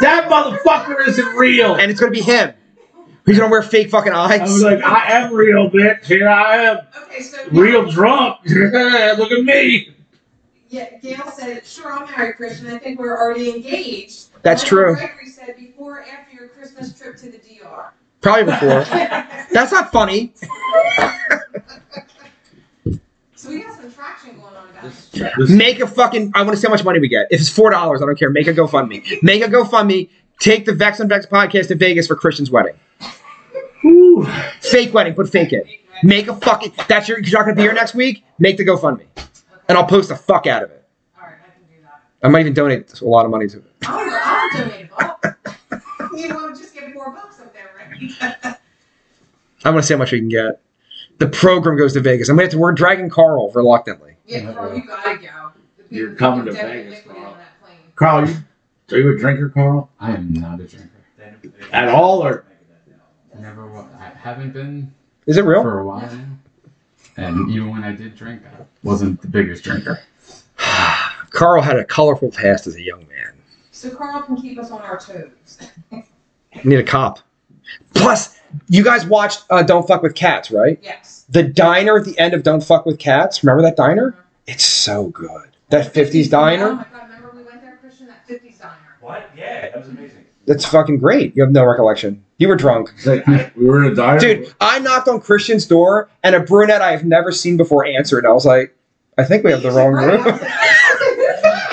S4: that, mother-
S2: That motherfucker isn't real.
S1: and it's gonna be him. He's gonna wear fake fucking
S2: I was
S1: eyes.
S2: like, I am real, bitch. Here I am, (laughs)
S4: Okay, so now-
S2: real drunk. Look at me.
S4: Yeah, Gail said it. Sure, I'll marry Christian. I think we're already engaged.
S1: That's
S4: And
S1: true.
S4: Gregory said before or after your Christmas trip to the DR.
S1: Probably before. That's not funny.
S4: (laughs) so we got some traction going on about
S2: This,
S4: this.
S2: this,
S1: Make a fucking. I want to see how much money we get. If it's four dollars, I don't care. Make a GoFundMe. Make a GoFundMe. Take the Vex and Vex podcast to Vegas for Christian's wedding.
S2: Whew.
S1: Fake wedding. Put fake in.
S4: Okay.
S1: Make a fucking. That's your. You're not gonna be here next week. Make the GoFundMe, and I'll post the fuck out of it.
S4: All right, I can do that.
S1: I might even donate a lot of money to it.
S4: I'll, I'll donate a buck. (laughs) you know, just get four bucks up there, right? (laughs)
S1: I'm gonna see how much we can get. The program goes to Vegas. I'm gonna have to. We're dragging Carl reluctantly.
S4: yeah, Carl, you gotta go. The people
S2: You're coming to
S4: definitely
S2: Vegas,
S4: liquid on
S2: Carl.
S4: that plane.
S2: Carl, you are you a drinker, Carl?
S3: I am not a drinker.
S5: Then-
S2: At all, or-
S3: Never was. I haven't been
S1: Is it real?
S3: for a while now. And even when I did drink, I wasn't the biggest drinker.
S1: Carl had a colorful past as a young man.
S4: So Carl can keep us on our toes.
S1: We need a cop. Plus, you guys watched uh, Don't Fuck with Cats, right?
S4: Yes.
S1: The diner at the end of Don't Fuck with Cats. Remember that diner? It's so good. That 50s
S4: Oh
S1: diner.
S4: my god, remember we went there, Christian? That 50s diner.
S5: What? Yeah, that was amazing.
S1: That's fucking great. You have no recollection. You were drunk.
S2: It's like, I- we were in a diner.
S1: Dude, I knocked on Christian's door and a brunette I have never seen before answered. I was like, I think we have the wrong
S4: (laughs)
S1: room.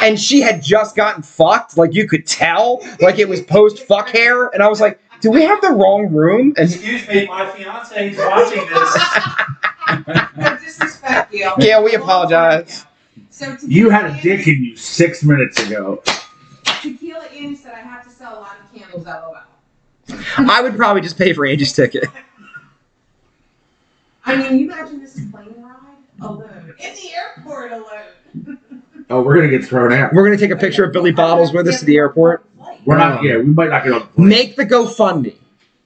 S1: And she had just gotten fucked. Like you could tell. Like it was post fuck hair. And I was like, do we have the wrong room? And
S5: Excuse me, my fiance is watching this.
S4: No disrespect, Gail.
S1: Gail, we apologize.
S4: So tequila
S2: you had a
S4: Annie-
S2: dick in you six minutes ago.
S4: Tequila Annie said I have to sell a lot of candles, lol.
S1: I would probably just pay for Angie's ticket.
S4: I mean, you imagine this plane ride alone in the airport alone.
S2: Oh, we're gonna get thrown out.
S1: We're gonna take a picture of Billy Bottles with us to the airport.
S2: We're not. Yeah, we might not get on. the plane.
S1: Make the GoFundMe.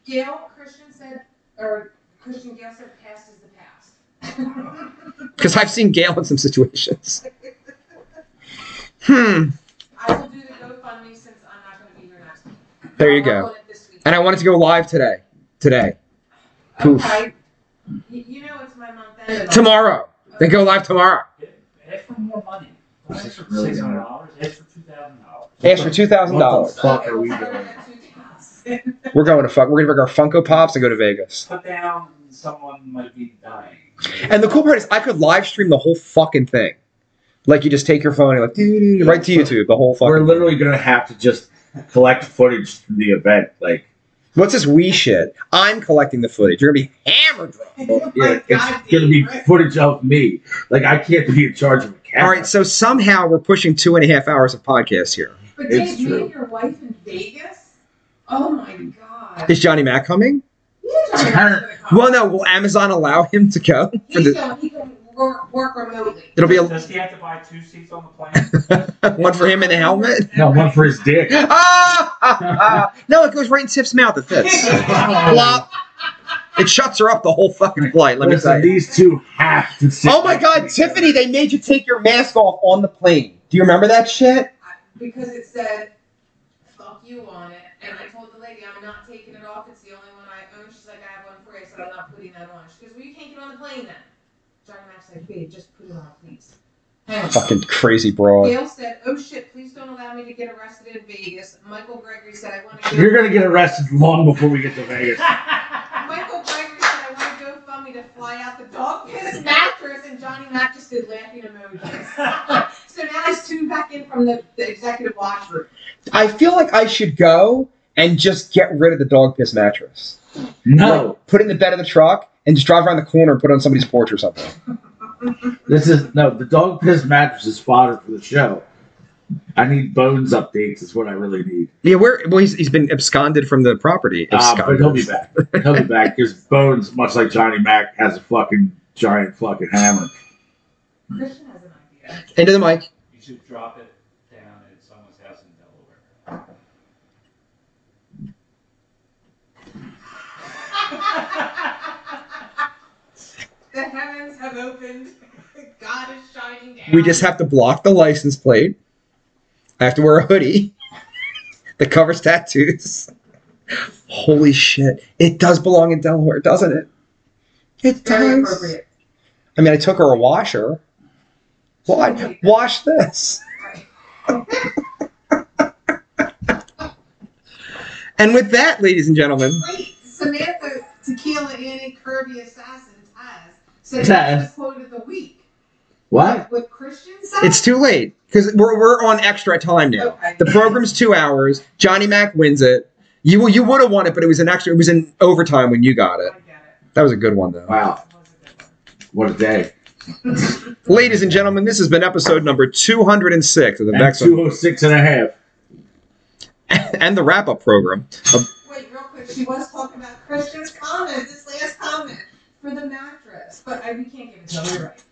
S4: Gail Christian said, or Christian Gail said, past is the past.
S1: Because I've seen Gail in some situations. Hmm.
S4: (laughs) I will do the GoFundMe since I'm not going to be here next week.
S1: There you
S4: I'll work
S1: go.
S4: on it this week.
S1: And I wanted to go live today. Today. poof.
S4: Okay. Y- You know it's my month end.
S1: Tomorrow. Then go live tomorrow.
S5: Ask for more money. Don't Ask for
S2: Really?
S5: six hundred dollars. Ask for two thousand dollars.
S1: Ask for two thousand
S2: What
S1: dollars.
S2: the fuck are we doing?
S4: doing?
S1: We're going to fuck. We're gonna break our Funko Pops and go to Vegas.
S5: Put down someone might be dying.
S1: And the cool part is, I could live stream the whole fucking thing. Like you just take your phone and like doo-doo-doo, right to YouTube, the whole
S2: We're
S1: fucking.
S2: literally gonna have to just collect footage from the event. Like,
S1: What's this wee shit? I'm collecting the footage. You're gonna be hammered.
S2: yeah, it's gonna be footage of me. Like, I can't be in charge of a camera.
S1: All right, so somehow we're pushing two and a half hours of podcast here.
S4: (laughs) But
S2: It's
S4: Dave, you
S2: true.
S4: and your wife in Vegas? Oh my god.
S1: Is Johnny Mac coming?
S4: You guys are
S2: Turn-
S4: not gonna
S1: Well, no. Will Amazon allow him to go?
S4: come.
S1: For the,
S4: He's going, he can work, work remotely.
S1: it'll be
S5: Does he have to buy two seats on the plane?
S1: a, one for him and a (laughs) helmet.
S2: No, one for his dick.
S1: Ah, ah, ah. no, it goes right in Tip's mouth. It (laughs) fits. Plop. It shuts her up the whole fucking flight. Let me
S2: Listen,
S1: tell you.
S2: these two have to. Sit
S1: Oh my
S2: next
S1: God,
S2: to each other.
S1: Tiffany! They made you take your mask off on the plane. Do you remember that shit?
S4: Because it said, fuck you on it. And I told the lady, I'm not taking it off. It's the only one I own. She's like, I have one for you. I said, I'm not putting that on. She goes, well, you can't get on the plane then. Johnny Max said, babe, just put it on, please. Hang on.
S1: Fucking crazy broad.
S4: Gail said, oh shit, please don't allow me to get arrested in Vegas. Michael Gregory said, I want to
S2: You're gonna get arrested long before we get to Vegas.
S4: (laughs) Michael Gregory said, I want to go fund me to fly out the dog piss mattress, and Johnny Matt just did laughing emojis. so now he's tuned back in from the, the executive washroom.
S1: I feel like I should go and just get rid of the dog piss mattress.
S2: No,
S1: Like, put it in the bed of the truck and just drive around the corner and put it on somebody's porch or something.
S2: this is no. The dog piss mattress is fodder for the show. I need bones updates. Is what I really need.
S1: Yeah, where? Well, he's, he's been absconded from the property.
S2: Uh, but he'll be back. He'll be back. His bones, much like Johnny Mac, has a fucking giant fucking hammer.
S4: Christian has an idea.
S1: Into the mic.
S5: you should drop it down at someone's house in Delaware.
S4: The heavens have opened. God is shining down.
S1: We just have to block the license plate. I have to wear a hoodie (laughs) that covers tattoos. Holy shit! It does belong in Delaware, doesn't it? It
S4: Very
S1: does.
S4: appropriate.
S1: I mean, I took her a washer. Why? Watch this.
S4: Right.
S1: And with that, ladies and gentlemen,
S4: Wait, Samantha Tequila Annie Kirby Assassin Taz said
S2: Taz.
S4: that's the quote of the week.
S2: What?
S4: With Christian Oh,
S1: it's too late because we're, we're on extra time now.
S4: Okay.
S1: The program's two hours. Johnny Mac wins it. You you would have won it, but it was an extra. It was in overtime when you got
S4: I
S1: it.
S4: get it.
S1: That was a good one though.
S2: Wow,
S4: That was a good one.
S2: what a day.
S1: Ladies and gentlemen, this has been episode number 206 of the
S2: And
S1: Vexum
S2: 206 and a half.
S1: and the wrap up program.
S4: (laughs) Wait, real quick. She was talking about Christian's comment, this last comment for the mattress, but I, we can't give it to her. You're right.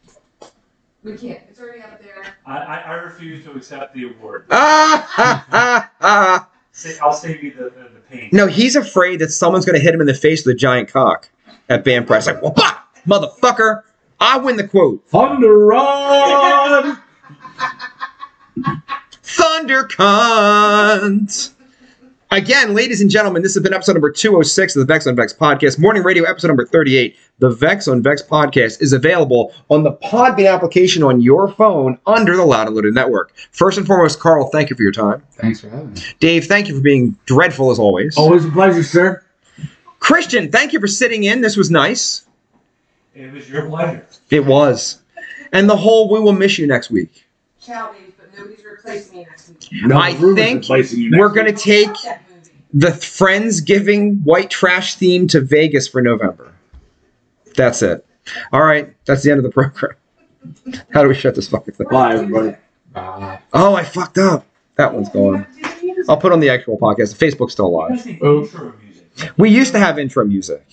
S4: We can't. It's already up there.
S5: I, I, I refuse to accept the award.
S1: Ah, ha, ha, ha.
S5: Sa- I'll save you the, the, the pain.
S1: (laughs) No, he's afraid that someone's going to hit him in the face with a giant cock at band press. Like, well, bah, motherfucker, I win the quote.
S2: Thunder Run!
S1: Thunder cunt. Again, ladies and gentlemen, this has been episode number 206 of the Vex on Vex podcast. Morning radio episode number 38. The Vex on Vex podcast is available on the Podbean application on your phone under the Loud and Loaded network. First and foremost, Carl, thank you for your time.
S3: Thanks for having me.
S1: Dave, thank you for being dreadful as always.
S2: Always a pleasure, sir.
S1: Christian, thank you for sitting in. This was nice.
S5: It was your pleasure.
S1: It was. And the whole we will miss you next week.
S4: Shall be, but nobody's replacing me next week.
S2: No,
S1: I
S2: Ruben's
S1: think
S2: replacing you next
S1: We're going to
S2: week.
S1: take
S4: Fuck that movie.
S1: the Friendsgiving white trash theme to Vegas for November. That's it. All right, that's the (laughs) end of the program. How do we shut this fucking thing?
S2: Bye, everybody.
S3: Bye.
S1: Oh, I fucked up. That one's gone. I'll put on the actual podcast. Facebook's still
S5: You
S1: alive.
S5: guys need
S3: Oh.
S5: intro music.
S1: We used to have intro music.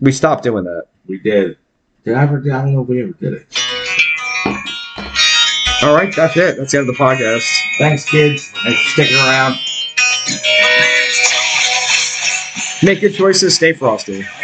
S1: We stopped doing that.
S2: We did. Did I ever? I don't know if we ever did it.
S1: All right, that's it. That's the end of the podcast.
S2: Thanks, kids. Thanks for sticking around.
S1: Make good choices. Stay frosty.
S5: I